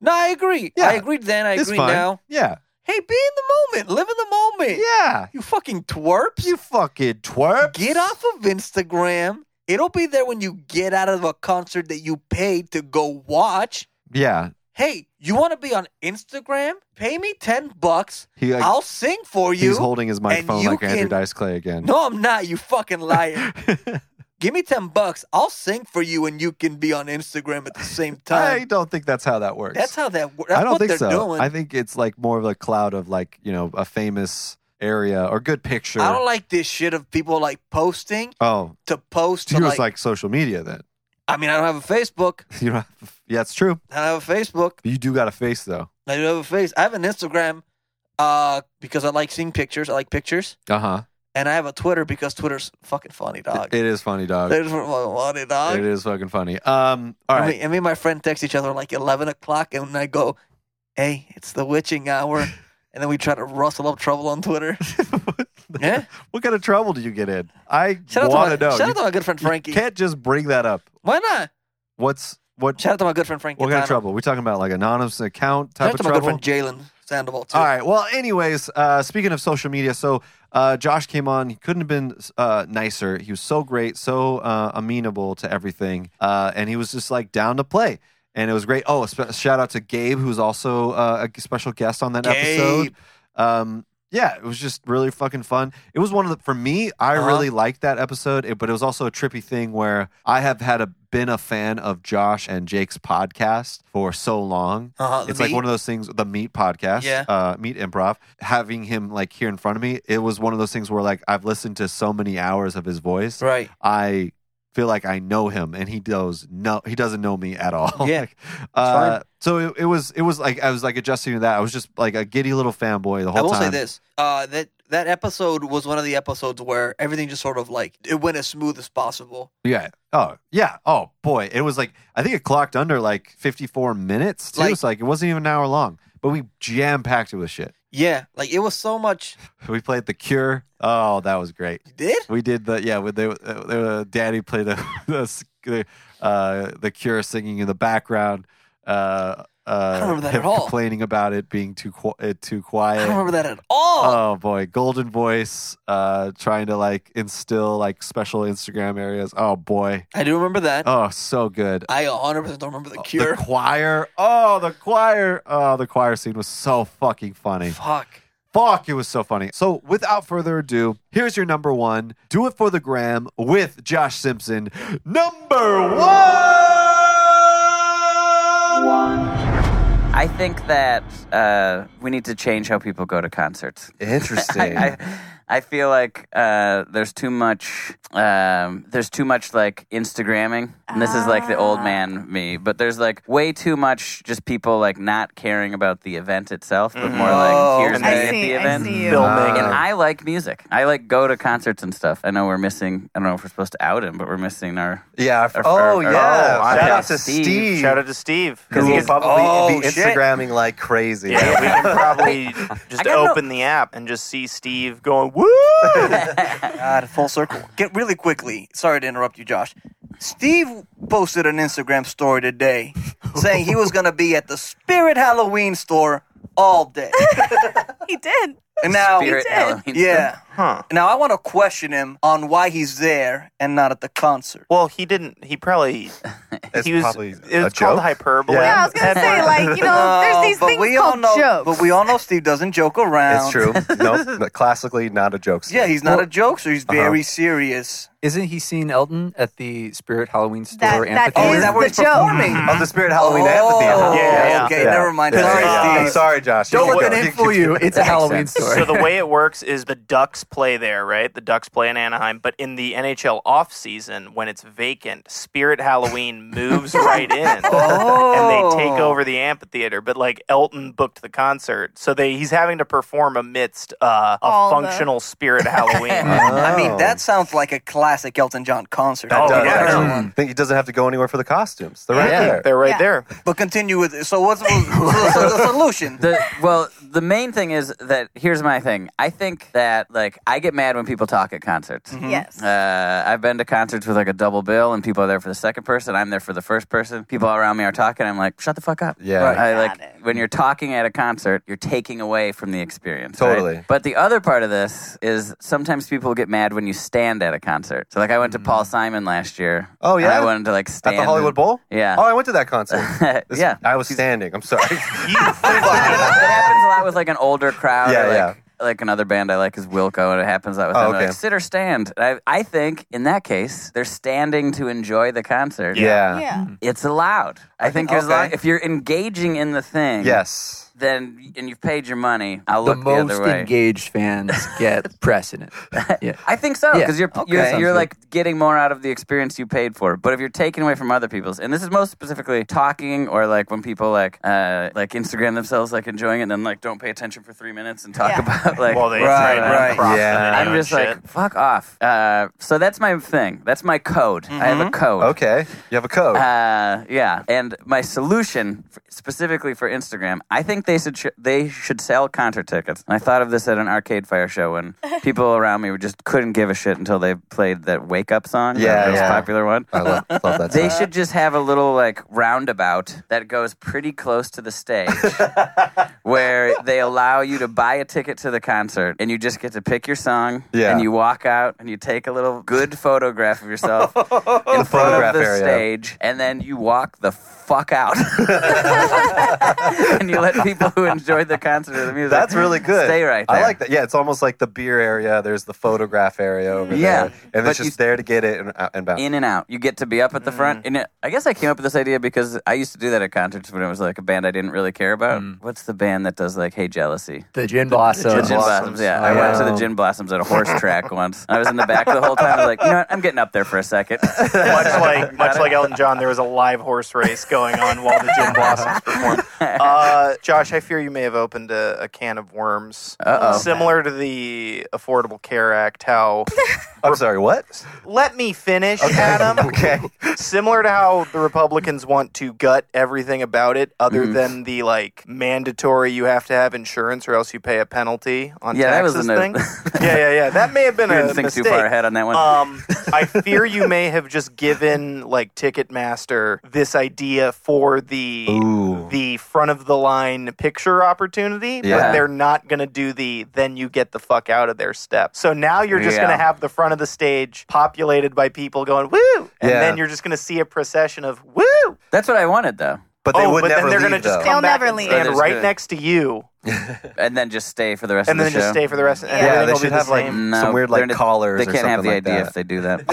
B: no, I agree. I agreed then. I
A: It's
B: agree
A: fine.
B: now.
A: Yeah.
B: Hey, be in the moment. Live in the moment.
A: Yeah.
B: You fucking twerps.
A: You fucking twerps.
B: Get off of Instagram. It'll be there when you get out of a concert that you paid to go watch.
A: Yeah.
B: Hey, you want to be on Instagram? Pay me 10 bucks.
A: He, like,
B: I'll sing for you.
A: He's holding his
B: and
A: microphone
B: you
A: like Andrew
B: can-
A: Dice Clay again.
B: No, I'm not, you fucking liar. Give me 10 bucks. I'll sing for you and you can be on Instagram at the same
A: I
B: time.
A: don't think that's how that works.
B: That's how that works. That's
A: I don't
B: what
A: think
B: they're
A: so.
B: doing.
A: I think it's like more of a cloud of like you know a famous area or good picture.
B: I don't like this shit of people like posting
A: Oh,
B: to post.
A: so
B: To
A: you
B: like,
A: was like social media then.
B: I mean, I don't have a Facebook.
A: You don't have, yeah, it's true.
B: I don't have a Facebook.
A: You do got a face though.
B: I don't have a face. I have an Instagram uh, because I like seeing pictures. I like pictures.
A: Uh huh.
B: And I have a Twitter because Twitter's fucking funny, dog.
A: It is funny, dog.
B: Twitter's fucking funny, dog.
A: It is fucking funny. Um, all
B: And
A: right.
B: me- and me and my friend text each other like 11 o'clock, and I go, hey, it's the witching hour. and then we try to rustle up trouble on Twitter. yeah?
A: What kind of trouble do you get in? I
B: Shout out to
A: want
B: my-
A: to know.
B: shout out
A: You
B: to my good friend Frankie.
A: Can't just bring that up.
B: Why not?
A: What's what?
B: Shout out to my good friend Frankie.
A: What kind
B: Tano.
A: of trouble? We talking about like anonymous account
B: Shout
A: type
B: out
A: of
B: to my
A: trouble?
B: good friend Jalen Sandoval, too.
A: All right. Well, anyways, uh, speaking of social media, so Uh, Josh came on. He couldn't have been uh, nicer. He was so great, so uh, amenable to everything, uh, and he was just like down to play. And it was great. Oh, a spe- shout out to Gabe, who's also uh, a special guest on that episode. Um, yeah, it was just really fucking fun. It was one of the for me. I
E: Uh-huh.
A: really liked that episode, it- but it was also a trippy thing where I have had a been a fan of Josh and Jake's podcast for so long.
E: Uh-huh, The
A: it's like
E: Meat?
A: one of those things, the Meat podcast,
E: Yeah.
A: uh, Meat Improv. Having him like here in front of me, it was one of those things where like I've listened to so many hours of his voice,
B: Right.
A: I feel like I know him, and he does no, he doesn't know me at all.
B: Yeah.
A: Like,
B: fine.
A: uh, so it, it was, it was like I was like adjusting to that. I was just like a giddy little fanboy the whole
B: I will
A: time.
B: say this: uh, that that episode was one of the episodes where everything just sort of like it went as smooth as possible.
A: Yeah. Oh, yeah. Oh boy, it was like I think it clocked under like 54 minutes too.
B: Like-
A: it's like it wasn't even an hour long, but we jam packed it with shit.
B: Yeah, like it was so much.
A: We played The Cure. Oh, that was great. You
B: did?
A: We did the yeah. With the, uh, Daddy played the the uh, the Cure singing in the background. Uh, uh,
B: don't remember that
A: him
B: at all.
A: Complaining about it being too qu- uh, too quiet.
B: I don't remember that at all.
A: Oh boy, golden voice, uh, trying to like instill like special Instagram areas. Oh boy,
B: I do remember that.
A: Oh, so good.
B: I 100 percent don't remember the
A: the
B: cure.
A: choir. Oh, the choir. Oh, the choir scene was so fucking funny.
B: Fuck.
A: Fuck, it was so funny. So, without further ado, here's your number one. Do it for the gram with Josh Simpson. Number
T: Oh.
A: one.
G: I think that uh, we need to change how people go to concerts.
V: Interesting.
G: I, I, I feel like uh, there's too much. Um, there's too much like Instagramming, and this is like the old man me. But there's like way too much just people like not caring about the event itself, but more Oh, like
T: Mm-hmm.
G: here's me I at see, the I event, see you. Filming. And I like music. I like go to concerts and stuff. I know we're missing. I don't know if we're supposed to out him, but we're missing our
T: Yeah.
D: Er,
G: Our,
T: oh,
G: our-
T: yeah.
G: our- our
T: Shout out
G: podcast.
T: to Steve. Shout out to Steve. Who
G: He
T: will
G: is-
T: probably
G: Oh,
T: be
G: shit.
T: Instagramming like crazy.
G: Yeah, we can
D: Probably just
G: gotta know-
D: open the app and just see Steve going woo.
B: God, full circle. Get really quickly. Sorry to interrupt you, Josh. Steve posted an Instagram story today saying he was going to be at the Spirit Halloween store all day.
M: He did.
B: And now,
M: Spirit He did. Halloween store?
B: yeah. Huh. Now I want to question him on why he's there and not at the concert.
D: Well, he didn't. He probably. he was.
B: probably
D: it
B: a
D: was called
B: joke.
D: hyperbole.
B: Yeah, I was
M: gonna say, like, you know, there's these
B: but
M: things
B: we all
M: called
B: know,
M: jokes.
B: But we all know Steve doesn't joke around.
E: It's true. nope. No, classically, not a joke.
B: Yeah, he's not a jokester. He's
E: Uh-huh.
B: very serious.
J: Isn't he seeing Elton at the Spirit Halloween store
B: That- that
J: amphitheater?
B: is Oh, is that where the he's joke. performing?
E: Oh, the Spirit Halloween
J: Oh,
E: Amphitheater.
J: yeah, yeah. Okay, never
D: mind.
E: Sorry,
D: Sorry, Steve.
E: I'm sorry, Josh.
J: Don't
E: You can
J: let it
E: go.
J: influence you. It's
D: That
J: a
D: makes
J: Halloween
D: sense.
J: story.
D: So the way it works is the Ducks play there, right? The Ducks play in Anaheim, but in the NHL offseason, when it's vacant, Spirit Halloween moves right in, and they take
J: Oh.
D: over the amphitheater. But like Elton booked the concert, so they he's having to perform amidst uh, a
B: All the-
D: functional Spirit Halloween.
B: I mean, that sounds like a classic Elton John concert.
E: That
A: Oh,
B: I'll
E: does,
B: be
E: that
B: honest.
E: doesn't- think he doesn't have to go anywhere for the costumes. They're right
G: Yeah,
E: there.
G: they're right Yeah.
D: there.
B: But continue with so what's so the solution?
G: The, well, the main thing is that here's my thing. I think that like I get mad when people talk at concerts.
E: Mm-hmm.
M: Mhm. Yes.
G: Uh, I've been to concerts with like a double bill, and people are there for the second person. I'm there for the first person. People around me are talking. I'm like, shut the fuck up.
T: Yeah.
G: Right. I
T: Got
G: like when you're talking at a concert, you're taking away from the experience. right?
T: Totally.
G: But the other part of this is sometimes people get mad when you stand at a concert. So like I went to Paul Simon last year.
E: Mm. Oh,
G: and
E: yeah?
G: I wanted to like
E: At
G: stand
E: the Hollywood
G: and-
E: Bowl?
G: Yeah.
E: Oh, I went to that concert. This-
G: Yeah.
E: I was standing. I'm sorry.
G: it happens a lot with like an older crowd.
E: Yeah,
G: or, like,
E: yeah.
G: Like another band I like is Wilco, and it happens a lot with
E: Oh,
G: them. They're
E: okay.
G: Like sit or stand. I, I think in that case they're standing to enjoy the concert.
E: Yeah. Yeah.
J: Mm-hmm.
G: it's allowed. I, think,
E: think-
G: as long-
E: okay.
G: if you're engaging in the thing,
E: Yes.
G: then and you've paid your money, I'll
J: the
G: look the
J: most
G: other way.
J: engaged fans get precedent. Yeah.
G: I think so
J: Yeah.
G: because
J: Okay.
G: you're
J: Sounds
G: you're, you're
J: good.
G: like getting more out of the experience you paid for. But if you're taking away from other people's, and this is most specifically talking or like when people like uh, like Instagram themselves like enjoying it and then like don't pay attention for three minutes and talk about like
D: Well, they- Right, right, right. crop them
G: yeah.
D: and
G: I'm
D: doing
G: just
D: shit.
G: like fuck off. Uh, so that's my thing. That's my code. I have a
E: Mhm.
G: code.
E: Okay. You have a code.
G: Uh, yeah. And my solution, f- specifically for Instagram, I think they should sh- they should sell concert tickets. And I thought of this at an arcade fire show when people around me were- just couldn't give a shit until they played that "Wake Up" song.
A: Yeah,
G: that most
A: yeah.
G: popular one.
A: I love, love that.
G: They
A: song.
G: should just have a little like roundabout that goes pretty close to the stage where they allow you to buy a ticket to the concert and you just get to pick your song
A: Yeah.
G: and you walk out and you take a little good photograph of yourself in front
A: photograph
G: of the
A: area.
G: stage and then you walk the fuck out and you let people who enjoyed the concert or the music
A: That's really good.
G: stay right there.
A: I like that. Yeah, it's almost like the beer area. There's the photograph area over
G: Yeah.
A: there, and
G: But
A: it's just there to get it and, out- and bounce.
G: in and out. You get to be up at the front. And it, I guess I came up with this idea because I used to do that at concerts when it was like a band I didn't really care about. What's the band that does like Hey Jealousy?
B: The Gin
G: Mm. The
B: Blossoms.
G: Gin Blossoms. Oh, Yeah, I went to the Gin Blossoms at a horse track once. I was in the back the whole time. I was like, you know what? I'm getting up there for a second.
D: much like much like Elton John, there was a live horse race going on while the Gin Blossoms performed. Uh, Josh, I fear you may have opened a, a can of worms.
A: Uh-oh.
D: Similar to the Affordable Care Act, how
A: I'm sorry, what?
D: let me finish, Adam.
A: Okay.
D: Similar to how the Republicans want to gut everything about it, other
A: Mm-hmm.
G: Mhm.
D: than the like mandatory you have to have insurance or else you pay a penalty on
G: Yeah, that was
D: taxes
G: a no-
D: thing. yeah, yeah, yeah. That may have been
G: You
D: a
G: didn't think too
D: mistake.
G: far ahead on that one.
D: Um, I fear you may have just given like Ticketmaster this idea for the the front of the line picture opportunity,
A: Yeah.
D: but they're not going to do the then you get the fuck out of there step. So now you're just going
A: Yeah.
D: to have the front of the stage populated by people going woo, and
A: Yeah.
D: then you're just going to see a procession of woo.
G: That's what I wanted though.
A: But they
D: oh,
A: would
D: but
A: never
D: then they're gonna
A: leave,
D: just
A: though.
D: come
A: They'll
D: back
A: never
D: and
A: leave.
D: stand
A: They're just
D: right
A: gonna-
D: next to you,
G: and then just stay for the rest
D: and
G: of
D: then
G: the show.
D: just stay for the rest. Of, and
A: Yeah,
D: everything
A: they
D: will be
A: should
D: the
A: have, like,
D: same.
G: No,
A: Some weird, like,
G: they're gonna-
A: collars
G: They
A: or
G: can't have the
A: something like
G: idea
A: that.
G: if they do that.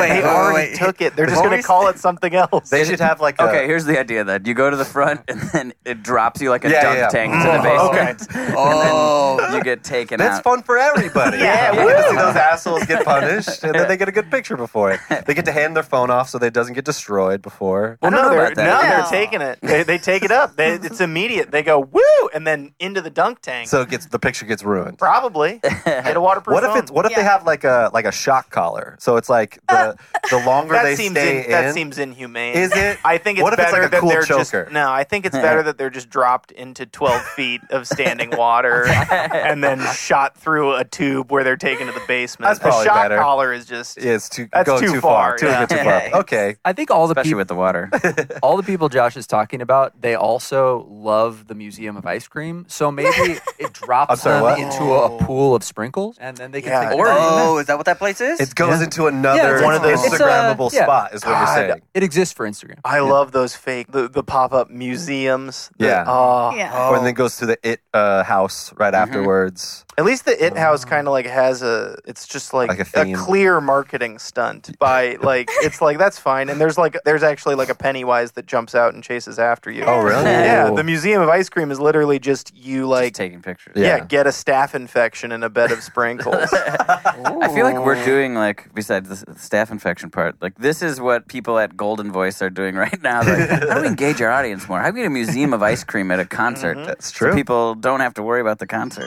D: Wait, he already took it. They're just going to call it something else.
A: They should have like
G: Okay, here's the idea then. You go to the front and then it drops you like a
A: Yeah,
G: dunk
A: yeah.
G: tank to the
A: Oh,
G: basement. Oh. And then you get taken
A: That's
G: out.
A: fun for everybody.
G: Yeah,
A: you get to see
G: woo.
A: those assholes get punished, and then they get a good picture before it. They get to hand their phone off so that it doesn't get destroyed before.
D: Well, no, they're, no,
A: Yeah.
D: they're taking it. They, they take it up. They, it's immediate. They go woo, and then into the dunk tank.
A: So it gets the picture gets ruined.
D: Probably get a waterproof.
A: What if it's what if they have like a like a shock collar? So it's like the the longer
D: that
A: they
D: seems
A: stay
D: in,
A: in,
D: that seems inhumane.
A: Is it?
D: I think it's
A: What if it's
D: better
A: like a
D: that
A: cool
D: they're
A: choker?
D: just no. I think it's better that they're just dropped into twelve feet of standing water and then shot through a tube where they're taken to the basement.
A: That's
D: a
A: probably
D: shock
A: better.
D: collar is just
A: Yeah, it's too
D: That's
A: go
D: too
A: too, far.
D: far,
A: Too,
D: yeah.
A: too far. Okay.
B: I think all the
G: Especially
B: people,
G: with the water.
B: all the people Josh is talking about, they also love the Museum of Ice Cream. So maybe it drops
A: sorry, what?
B: them into
D: Oh.
B: a pool of sprinkles, and then they can
A: Yeah.
B: take
A: Or-
W: Oh, is that what that place is?
A: It goes into another
B: Yeah, it's-
A: one of those
B: it's, uh,
A: Instagrammable
B: yeah.
A: spot is what
D: God.
A: you're saying.
B: It exists for Instagram.
D: I love those fake the, the pop up museums. The-
A: Yeah.
D: oh.
A: Or then it goes to the it uh, house right
B: Mm-hmm.
A: afterwards.
D: At least the It House kind of like has a. It's just like,
A: Um, Like a
D: a,
A: theme.
D: clear marketing stunt by like it's like that's fine. And there's like there's actually like a Pennywise that jumps out and chases after you.
A: Oh, really?
D: Yeah.
A: Ooh.
D: The Museum of Ice Cream is literally just you like
G: taking pictures.
D: Yeah.
G: Yeah.
D: Get a staph infection in a bed of sprinkles.
G: I feel like we're doing like besides the s- staph infection part, like this is what people at Golden Voice are doing right now. Like, how do we engage our audience more? How do we get a museum of ice cream at a concert? That's
A: true.
G: So people don't have to worry about the concert.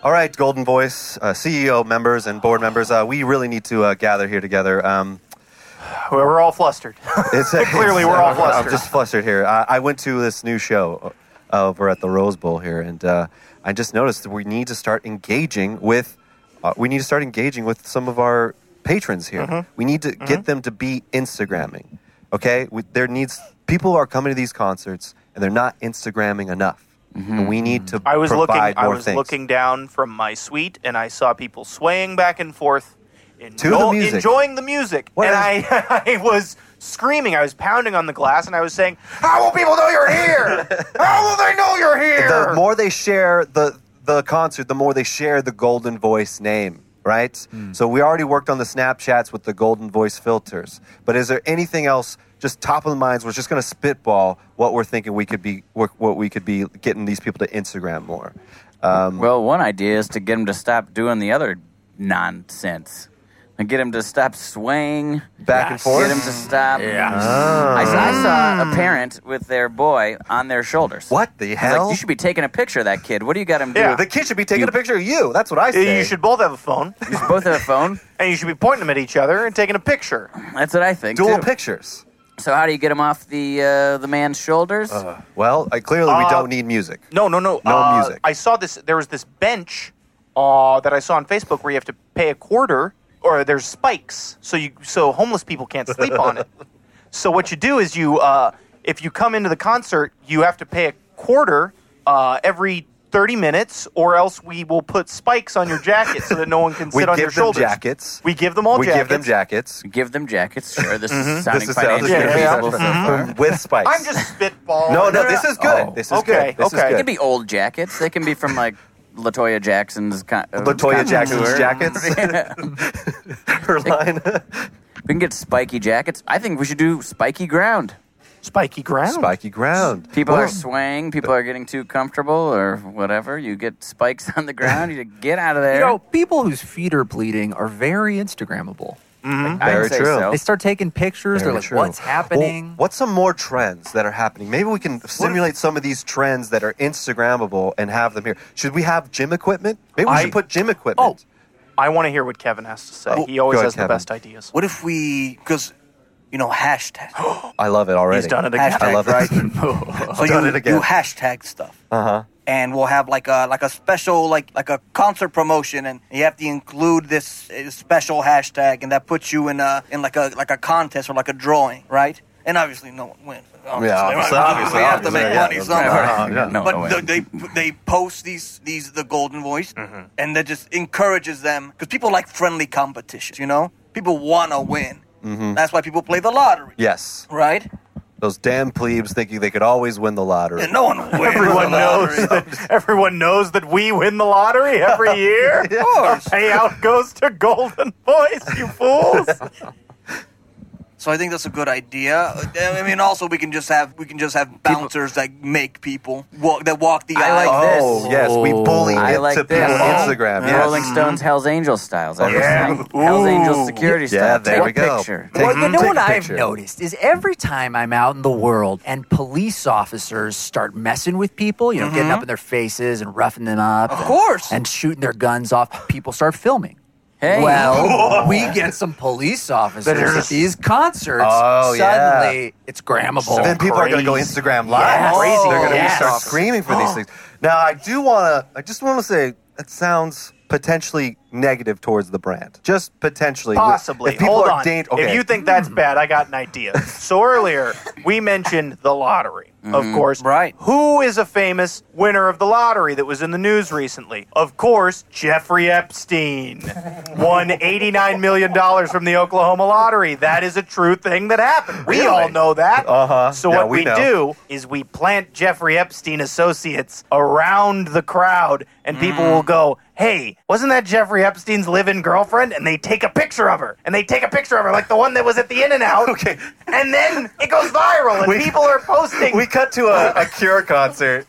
A: All right, Golden Voice, uh, CEO members and board members, uh, we really need to uh, gather here together. Um,
D: we're, we're all flustered.
A: It's,
D: Clearly, we're all
A: I'm
D: flustered.
A: just flustered here. I, I went to this new show uh, over at the Rose Bowl here, and uh, I just noticed that we need to start engaging with. Uh, we need to start engaging with some of our patrons here.
D: Mm-hmm.
A: We need to get them to be Instagramming. Okay, we, there needs people are coming to these concerts and they're not Instagramming enough. And we need to.
D: Mm-hmm. I was looking.
A: provide
D: I
A: more
D: was
A: things.
D: looking down from my suite, and I saw people swaying back and forth,
A: To the
D: enjo-
A: music.
D: enjoying the music. and I, I was screaming. I was pounding on the glass, and I was saying, "How will people know you're here? How will they know you're here?"
A: The more they share the the concert, the more they share the Golden Voice name, right? So we already worked on the Snapchats with the Golden Voice filters. But is there anything else? Just top of the minds, we're just going to spitball what we're thinking we could be what what we could be getting these people to Instagram more. Um,
G: Well, one idea is to get them to stop doing the other nonsense. And get them to stop swaying
A: back and forth.
G: Get them to stop.
A: Yeah.
T: Ah.
G: I, saw, I saw a parent with their boy on their shoulders.
A: What the
G: I was
A: hell?
G: Like, you should be taking a picture of that kid. What do you got him do?
D: Yeah, the
A: kid should be taking a picture of you. That's what I
D: You should both have a phone.
G: You should both have a phone,
D: and you should be pointing them at each other and taking a picture.
G: That's what I think.
A: Dual
G: too.
A: pictures.
G: So how do you get him off the uh, the man's shoulders?
T: Uh, well, I, clearly we
D: Uh,
T: don't need music.
D: No, no, no.
T: No
D: uh,
T: music.
D: I saw this. There was this bench uh, that I saw on Facebook where you have to pay a quarter, or there's spikes, so you so homeless people can't sleep on it. So what you do is you, uh, if you come into the concert, you have to pay a quarter uh, every. 30 minutes, or else we will put spikes on your jacket so that no one can
T: We
D: sit on
T: give
D: your
T: them
D: shoulders.
T: jackets.
D: We give them all
T: we
D: jackets.
T: give them jackets.
G: Give them jackets. Sure, this
T: Mhm.
G: is sounding
T: This is sounding
G: financially reasonable so far.
T: with spikes.
D: I'm just spitballing.
T: No, no, this is good.
G: Oh.
T: This is good. This is
G: They
T: good.
G: can be old jackets. They can be from like Latoya Jackson's. Con- uh,
T: Latoya
G: concert
T: Jackson's
G: tour.
T: jackets?
G: Yeah.
T: Her line.
G: we can get spiky jackets. I think we should do spiky ground.
D: Spiky ground.
T: Spiky ground. Oh.
G: People
T: Well,
G: are swaying. People are getting too comfortable or whatever. You get spikes on the ground. You get out of there.
J: You know, people whose feet are bleeding are very Instagrammable.
T: Mhm.
J: I'd
T: Very
J: say
T: true.
J: so. They start taking pictures.
T: Very
J: they're like,
T: true.
J: "What's happening?"
T: Well, what's some more trends that are happening? Maybe we can simulate some of these trends that are Instagrammable and have them here. Should we have gym equipment? Maybe we
D: I-
T: should put gym
J: Oh,
T: equipment.
D: Oh, I want to hear what Kevin has to say.
T: Oh,
D: he always
T: go ahead,
D: has the
T: Kevin.
D: best ideas.
B: What if we, because, you know, hashtag.
T: I love it already.
B: He's done it again.
T: I love
B: Hashtag,
T: it.
B: so
T: done
B: you,
T: it again.
B: you hashtag stuff.
T: uh huh.
B: And we'll have like a like a special like like a concert promotion, and you have to include this uh, special hashtag, and that puts you in a in like a like a contest or like a drawing, right? And obviously, no one wins. Obviously, right?
T: obviously, obviously,
B: we have to make
T: yeah,
B: money
T: yeah.
B: somehow.
T: No, no, no,
B: but
T: no way.
B: the- they they post these these the golden voice,
T: Mm-hmm.
B: and that just encourages them because people like friendly competitions. You know, people want to win.
T: Mhm.
B: That's why people play the lottery,
T: Yes.
B: right?
T: Those damn plebes thinking they could always win the lottery.
B: And no one wins.
D: Everyone knows that everyone knows that we win the lottery every year.
B: Of
D: Our payout goes to Golden Voice, you fools.
B: So I think that's a good idea. I mean, also we can just have we can just have bouncers that make people walk that walk the
G: I
B: aisle.
G: like this.
T: Oh, yes, we bully
G: I
T: it
G: like
T: to
G: this.
T: people's Instagram, yes.
G: Rolling
B: Mm-hmm.
G: Stones, Hell's Angels styles. I was
T: Yeah.
G: saying. Hell's Angels
T: Ooh.
G: security
T: Yeah,
G: style.
T: there
G: Take
T: we
G: a
T: go.
G: Picture.
J: well, you know
T: take
J: what
T: a
J: I've
T: picture.
J: noticed is every time I'm out in the world and police officers start messing with people, you know, getting
T: Mm-hmm.
B: Mhm.
J: up in their faces and roughing them up, of
B: course,
J: and shooting their guns off, people start filming.
G: Hey.
J: Well, we get some police officers at these concerts.
T: Oh, yeah.
J: suddenly, it's grammable.
T: So then people are going to go Instagram live.
J: Yes. Crazy.
T: They're going to
J: Yes.
T: start screaming for these things. Now, I do want to. I just want to say it sounds potentially negative towards the brand. Just potentially,
D: Possibly.
T: If people
D: Hold
T: are
D: on.
T: dang- okay.
D: If you think that's bad, I got an idea. So earlier we mentioned the lottery, of
T: Mhm.
D: course. Right. Who is a famous winner of the lottery that was in the news recently? Of course, Jeffrey Epstein won eighty-nine million dollars from the Oklahoma lottery. That is a true thing that happened. We all know that.
T: Uh-huh.
D: So
T: Yeah,
D: what
T: we
D: we,
T: know.
D: do is we plant Jeffrey Epstein associates around the crowd, and people will go, "Hey, wasn't that Jeffrey Epstein's live-in girlfriend?" And they take a picture of her, and they take a picture of her like the one that was at the In and Out. Okay. And then it goes viral, and
T: We-
D: people are posting.
T: we cut to a, a Cure concert.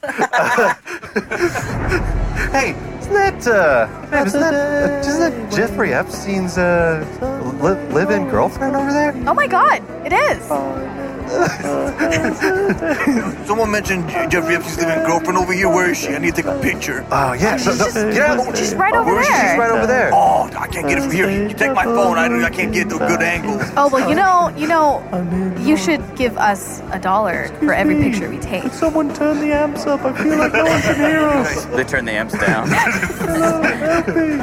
T: hey, isn't that uh, babe, isn't that isn't that Jeffrey Epstein's uh, li- live-in girlfriend over there? Oh,
M: Oh my god, it is.
B: Someone mentioned Je- Jeffrey Epstein's living girlfriend over here. Where is she? I need to take a picture.
J: Uh,
T: Oh yeah,
B: she's,
T: no, no, get out.
B: she's
M: right over
B: Where is she?
M: there.
B: She's right
T: over there.
B: Oh, I can't get it from here. You take my phone. I, I can't get the good angle.
M: Oh well, you know, you know, you should give us a dollar for every picture we take. Could
T: someone turn the amps up? I feel like no one can hear us.
G: They turn the amps down.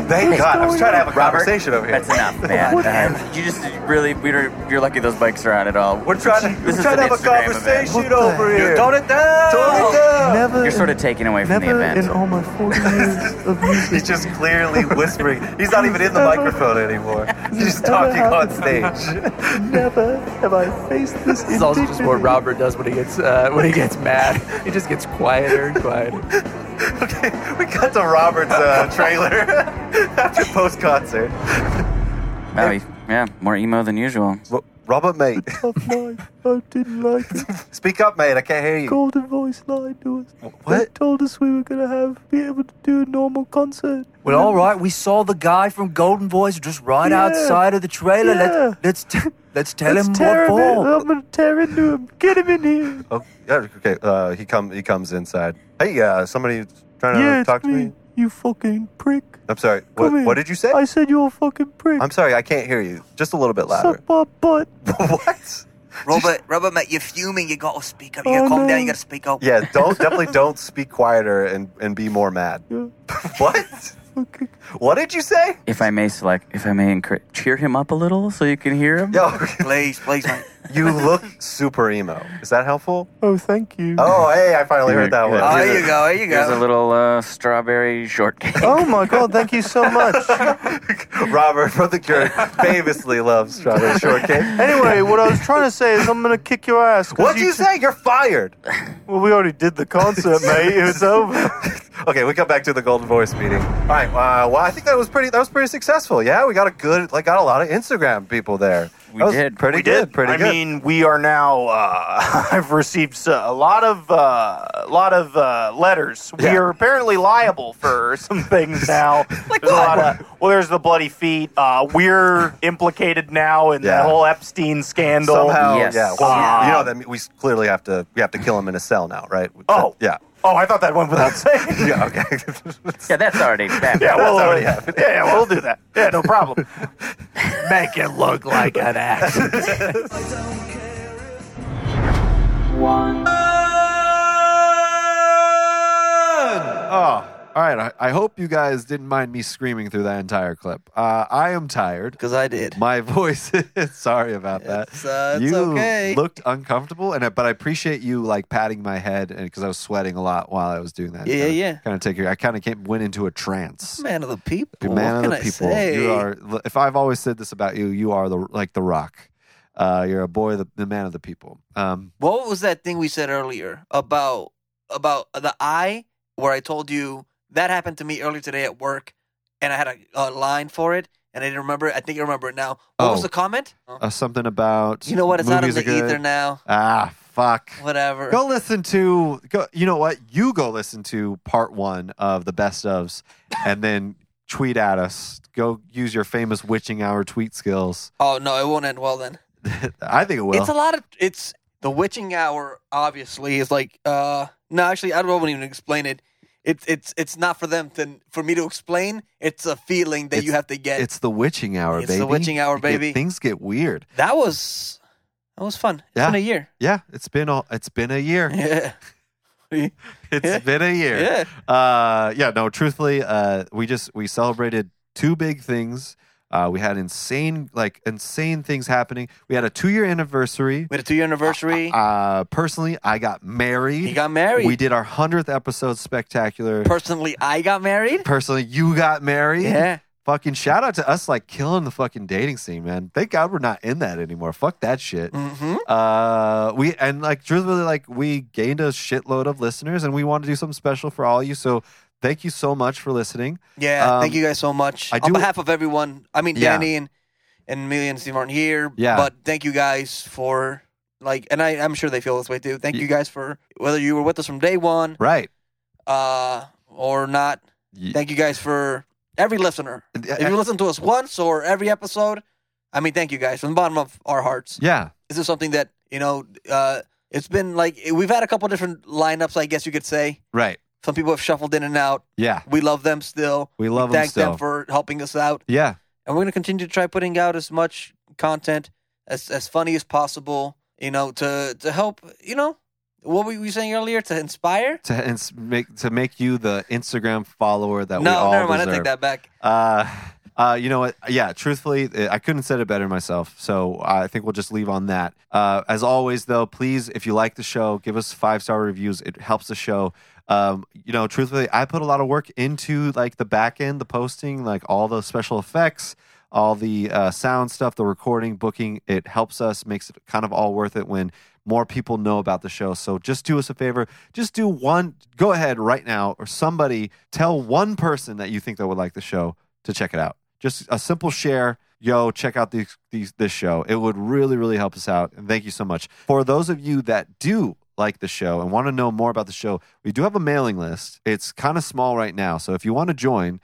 T: Thank God, I was trying to have a
G: Robert,
T: conversation over here.
G: That's enough, man.
T: What?
G: Uh, you just really, we don't, you're lucky those bikes are on at all. We're
T: trying to-
G: this
T: we're
G: is
T: trying to
G: an
T: have a
G: Instagram
T: conversation
G: event.
T: over here. Tone
B: it down.
T: Tone it down.
G: You're sort of taken away from the event.
T: all my 40 years of music. He's just clearly whispering. He's not even in the microphone anymore. He's just talking on stage.
J: Never have I faced this. This is also just what Robert does when he gets uh, when he gets mad. He just gets quieter and quieter.
T: We cut to Robert's uh, trailer after post concert.
G: Wow, he- yeah, more emo than usual.
T: Robert, mate.
K: Tough life. I didn't like it.
T: Speak up, mate. I can't hear you.
K: Golden Voice lied to us. What? They told us we were gonna have be able to do a normal concert.
J: Well, all right. We saw the guy from Golden Voice just right
K: Yeah.
J: outside of the trailer. Let, let's t- let's tell
K: Let's
J: him
K: tear
J: what for.
K: In. I'm gonna tear into him. Get him in here.
T: Oh, yeah, okay. Uh, he come. He comes inside. Hey, uh, somebody trying to
K: yeah, it's
T: talk to me.
K: You fucking prick.
T: I'm sorry.
K: Come
T: What,
K: here.
T: what did you say?
K: I said you're a fucking prick.
T: I'm sorry. I can't hear you. Just a little bit louder.
K: Suck my butt.
T: what?
B: Robert, Robert, mate, you're fuming. You gotta speak up. You gotta calm down. You gotta speak up.
E: Yeah, don't definitely don't speak quieter and, and be more mad. what? What did you say?
G: If I may select, if I may encourage, cheer him up a little so you can hear him.
E: Yo,
B: please, please.
E: You look super emo. Is that helpful?
S: Oh, thank you.
E: Oh, hey, I finally heard that one.
T: Oh,
G: Here's a-
E: Here's
G: Here's a little uh, strawberry shortcake.
J: Oh my god, thank you so much.
E: a- Robert from the Cure famously loves strawberry shortcake.
J: Anyway, what I was trying to say is I'm gonna kick your ass.
E: What'd you say? You're fired.
J: Well, we already did the concert, mate. It was over.
E: Okay, we come back to the Golden Voice meeting. All right. Uh, well, I think that was pretty. That was pretty successful. Yeah, we got a good, like, got a lot of Instagram people there. We
G: did.
E: Pretty
D: We
E: good.
D: did.
E: Pretty
D: I
E: good.
D: mean, we are now. Uh, I've received s- a lot of uh, a lot of uh, letters. We
E: Yeah.
D: are apparently liable for some things now. like there's A lot of, well, there's the bloody feet. Uh, we're implicated now in
E: Yeah.
D: that whole Epstein scandal.
E: Somehow, yeah. Well,
D: Uh,
E: you know that we clearly have to. We have to kill him in a cell now, right?
D: Oh.
E: yeah.
D: Oh, I thought that went without saying.
E: yeah. Okay.
G: yeah, that's already happened.
D: Yeah, we'll,
E: already
D: yeah, yeah, we'll do that. Yeah, no problem. Make it look like an accident.
A: Oh, all right. I, I hope you guys didn't mind me screaming through that entire clip. Uh, I am tired because
B: I did.
A: My voice. is- sorry about that.
B: uh, it's
A: you
B: okay.
A: looked uncomfortable, and I- but I appreciate you like patting my head and because I was sweating a lot while I was doing that.
B: Yeah, yeah, yeah.
A: Kind of take your. I kind of came went into a trance.
B: Man of the people.
A: You're a man
B: what
A: of
B: can
A: the
B: I
A: people.
B: say?
A: You are. If I've always said this about you, you are the like the rock. Uh, you're a boy, the, the man of the people. Um,
B: What was that thing we said earlier about about the eye? Where I told you that happened to me earlier today at work, and I had a, a line for it, and I didn't remember. it. I think I remember it now. What was
A: Oh.
B: the comment?
A: uh, something about
B: You know what? It's out in
A: movies
B: the
A: are good.
B: ether now.
A: Ah, fuck.
B: Whatever.
A: Go listen to go. You know what? You go listen to part one of the best ofs, and then tweet at us. Go use your famous witching hour tweet skills.
B: Oh no, it won't end well then.
A: I think it will.
B: It's a lot of it's the witching hour. Obviously, is like uh no, actually, I won't even explain it. It's it's it's not for them to for me to explain. It's a feeling that you have to get.
A: It's the witching hour,
B: It's the
A: baby.
B: witching hour,
A: Get-
B: baby.
A: things get weird.
B: that was that was fun. It's
A: Yeah.
B: been a year.
A: Yeah, it's been all. It's been a year.
B: Yeah.
A: It's been a year. Yeah. Uh, yeah. No, truthfully, uh, we just we celebrated two big things. Uh, we had insane, like insane things happening. We had a two-year anniversary.
B: We had a two-year anniversary.
A: Uh, personally, I got married.
B: You got married.
A: We did our hundredth episode spectacular.
B: Personally, I got married.
A: personally, you got married.
B: Yeah.
A: Fucking shout out to us, like killing the fucking dating scene, man. Thank God we're not in that anymore. Fuck that shit.
S: Mm-hmm.
A: Uh, we and like truthfully, like we gained a shitload of listeners, and we want to do something special for all you. So thank you so much for listening.
B: Yeah,
A: Um,
B: thank you guys so much.
A: I
B: On
A: do-
B: behalf of everyone, I mean
A: Yeah.
B: Danny and and me and Steve aren't here.
A: Yeah.
B: But thank you guys for like, and I, I'm sure they feel this way too. Thank you guys for whether you were with us from day one,
A: Right.
B: uh, or not. Thank you guys for every listener. if you listen to us once or every episode, I mean, thank you guys from the bottom of our hearts.
A: Yeah.
B: This is something that you know. Uh, it's been like we've had a couple different lineups, I guess you could say.
A: Right.
B: Some people have shuffled in and out.
A: Yeah.
B: We love them still.
A: We love them
B: thank
A: still.
B: them for helping us out.
A: Yeah.
B: And we're going to continue to try putting out as much content as as funny as possible, you know, to to help, you know, what were you saying earlier to inspire?
A: To ins- make to make you the Instagram follower that we
B: no,
A: all
B: never mind. I
A: deserve.
B: take that back.
A: Uh, uh, you know what? Yeah, truthfully, uh, I couldn't have said it better myself. So I think we'll just leave on that. Uh, as always, though, please, if you like the show, give us five star reviews. It helps the show. Um, you know, truthfully, I put a lot of work into like the back end, the posting, like all the special effects, all the uh, sound stuff, the recording, booking. It helps us, makes it kind of all worth it when more people know about the show. So just do us a favor. Just do one, go ahead right now, or somebody tell one person that you think that would like the show to check it out. Just a simple share. Yo, check out these, these, this show. It would really, really help us out. And thank you so much. For those of you that do like the show and want to know more about the show, we do have a mailing list. It's kind of small right now. So if you want to join,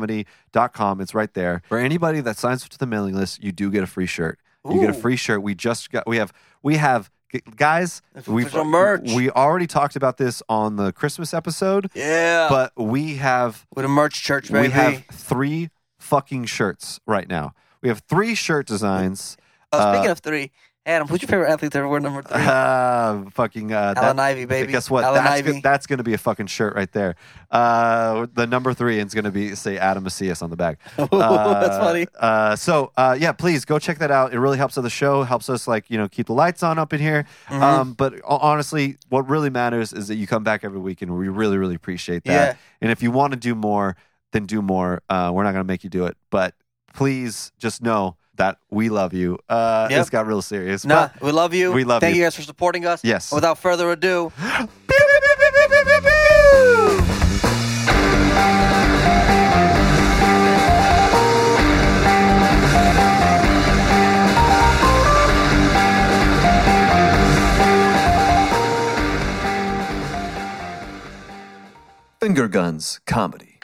A: fingergunscomedy.com, it's right there. For anybody that signs up to the mailing list, you do get a free shirt. You get a
B: Ooh.
A: free shirt. We just got, we have, we have, g- guys, we've,
B: some merch.
A: we already talked about this on the Christmas episode.
B: Yeah.
A: But we have,
B: with a merch church,
A: we
B: baby.
A: have three fucking shirts right now. We have three shirt designs.
B: oh,
A: Uh,
B: speaking of three, Adam, who's your favorite athlete to ever wear number three?
A: Uh, fucking uh,
B: Allen Ivy, baby.
A: Guess what?
B: Allen
A: that's,
B: Ivy.
A: Gonna, that's gonna be a fucking shirt right there. Uh, the number three is gonna be say Adam Macias on the back. Uh,
B: Oh, That's funny.
A: Uh, so uh, yeah, please go check that out. It really helps out the show. Helps us like you know keep the lights on up in here.
B: Mhm.
A: Um, but ho- honestly, what really matters is that you come back every week, and we really really appreciate that.
B: Yeah.
A: And if you want to do more, then do more. Uh, we're not gonna make you do it, but please just know that we love you. Uh,
B: Yep.
A: It's got real serious.
B: Nah,
A: but
B: we love you.
A: We love
B: Thank
A: you.
B: you guys for supporting us.
A: Yes.
B: And Without further ado,
T: Finger Guns Comedy.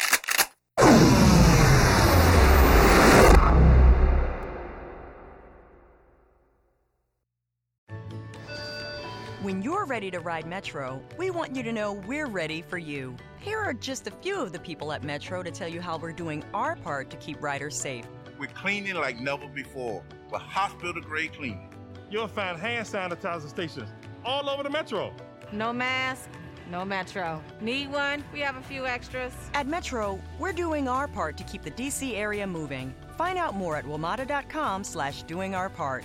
I: When you're ready to ride Metro, we want you to know we're ready for you. Here are just a few of the people at Metro to tell you how we're doing our part to keep riders safe.
L: We're cleaning like never before. We're hospital grade cleaning.
X: You'll find hand sanitizer stations all over the metro.
V: No mask, no metro. Need one? We have a few extras.
I: At Metro, we're doing our part to keep the DC area moving. Find out more at WMATA.com slash doing our part.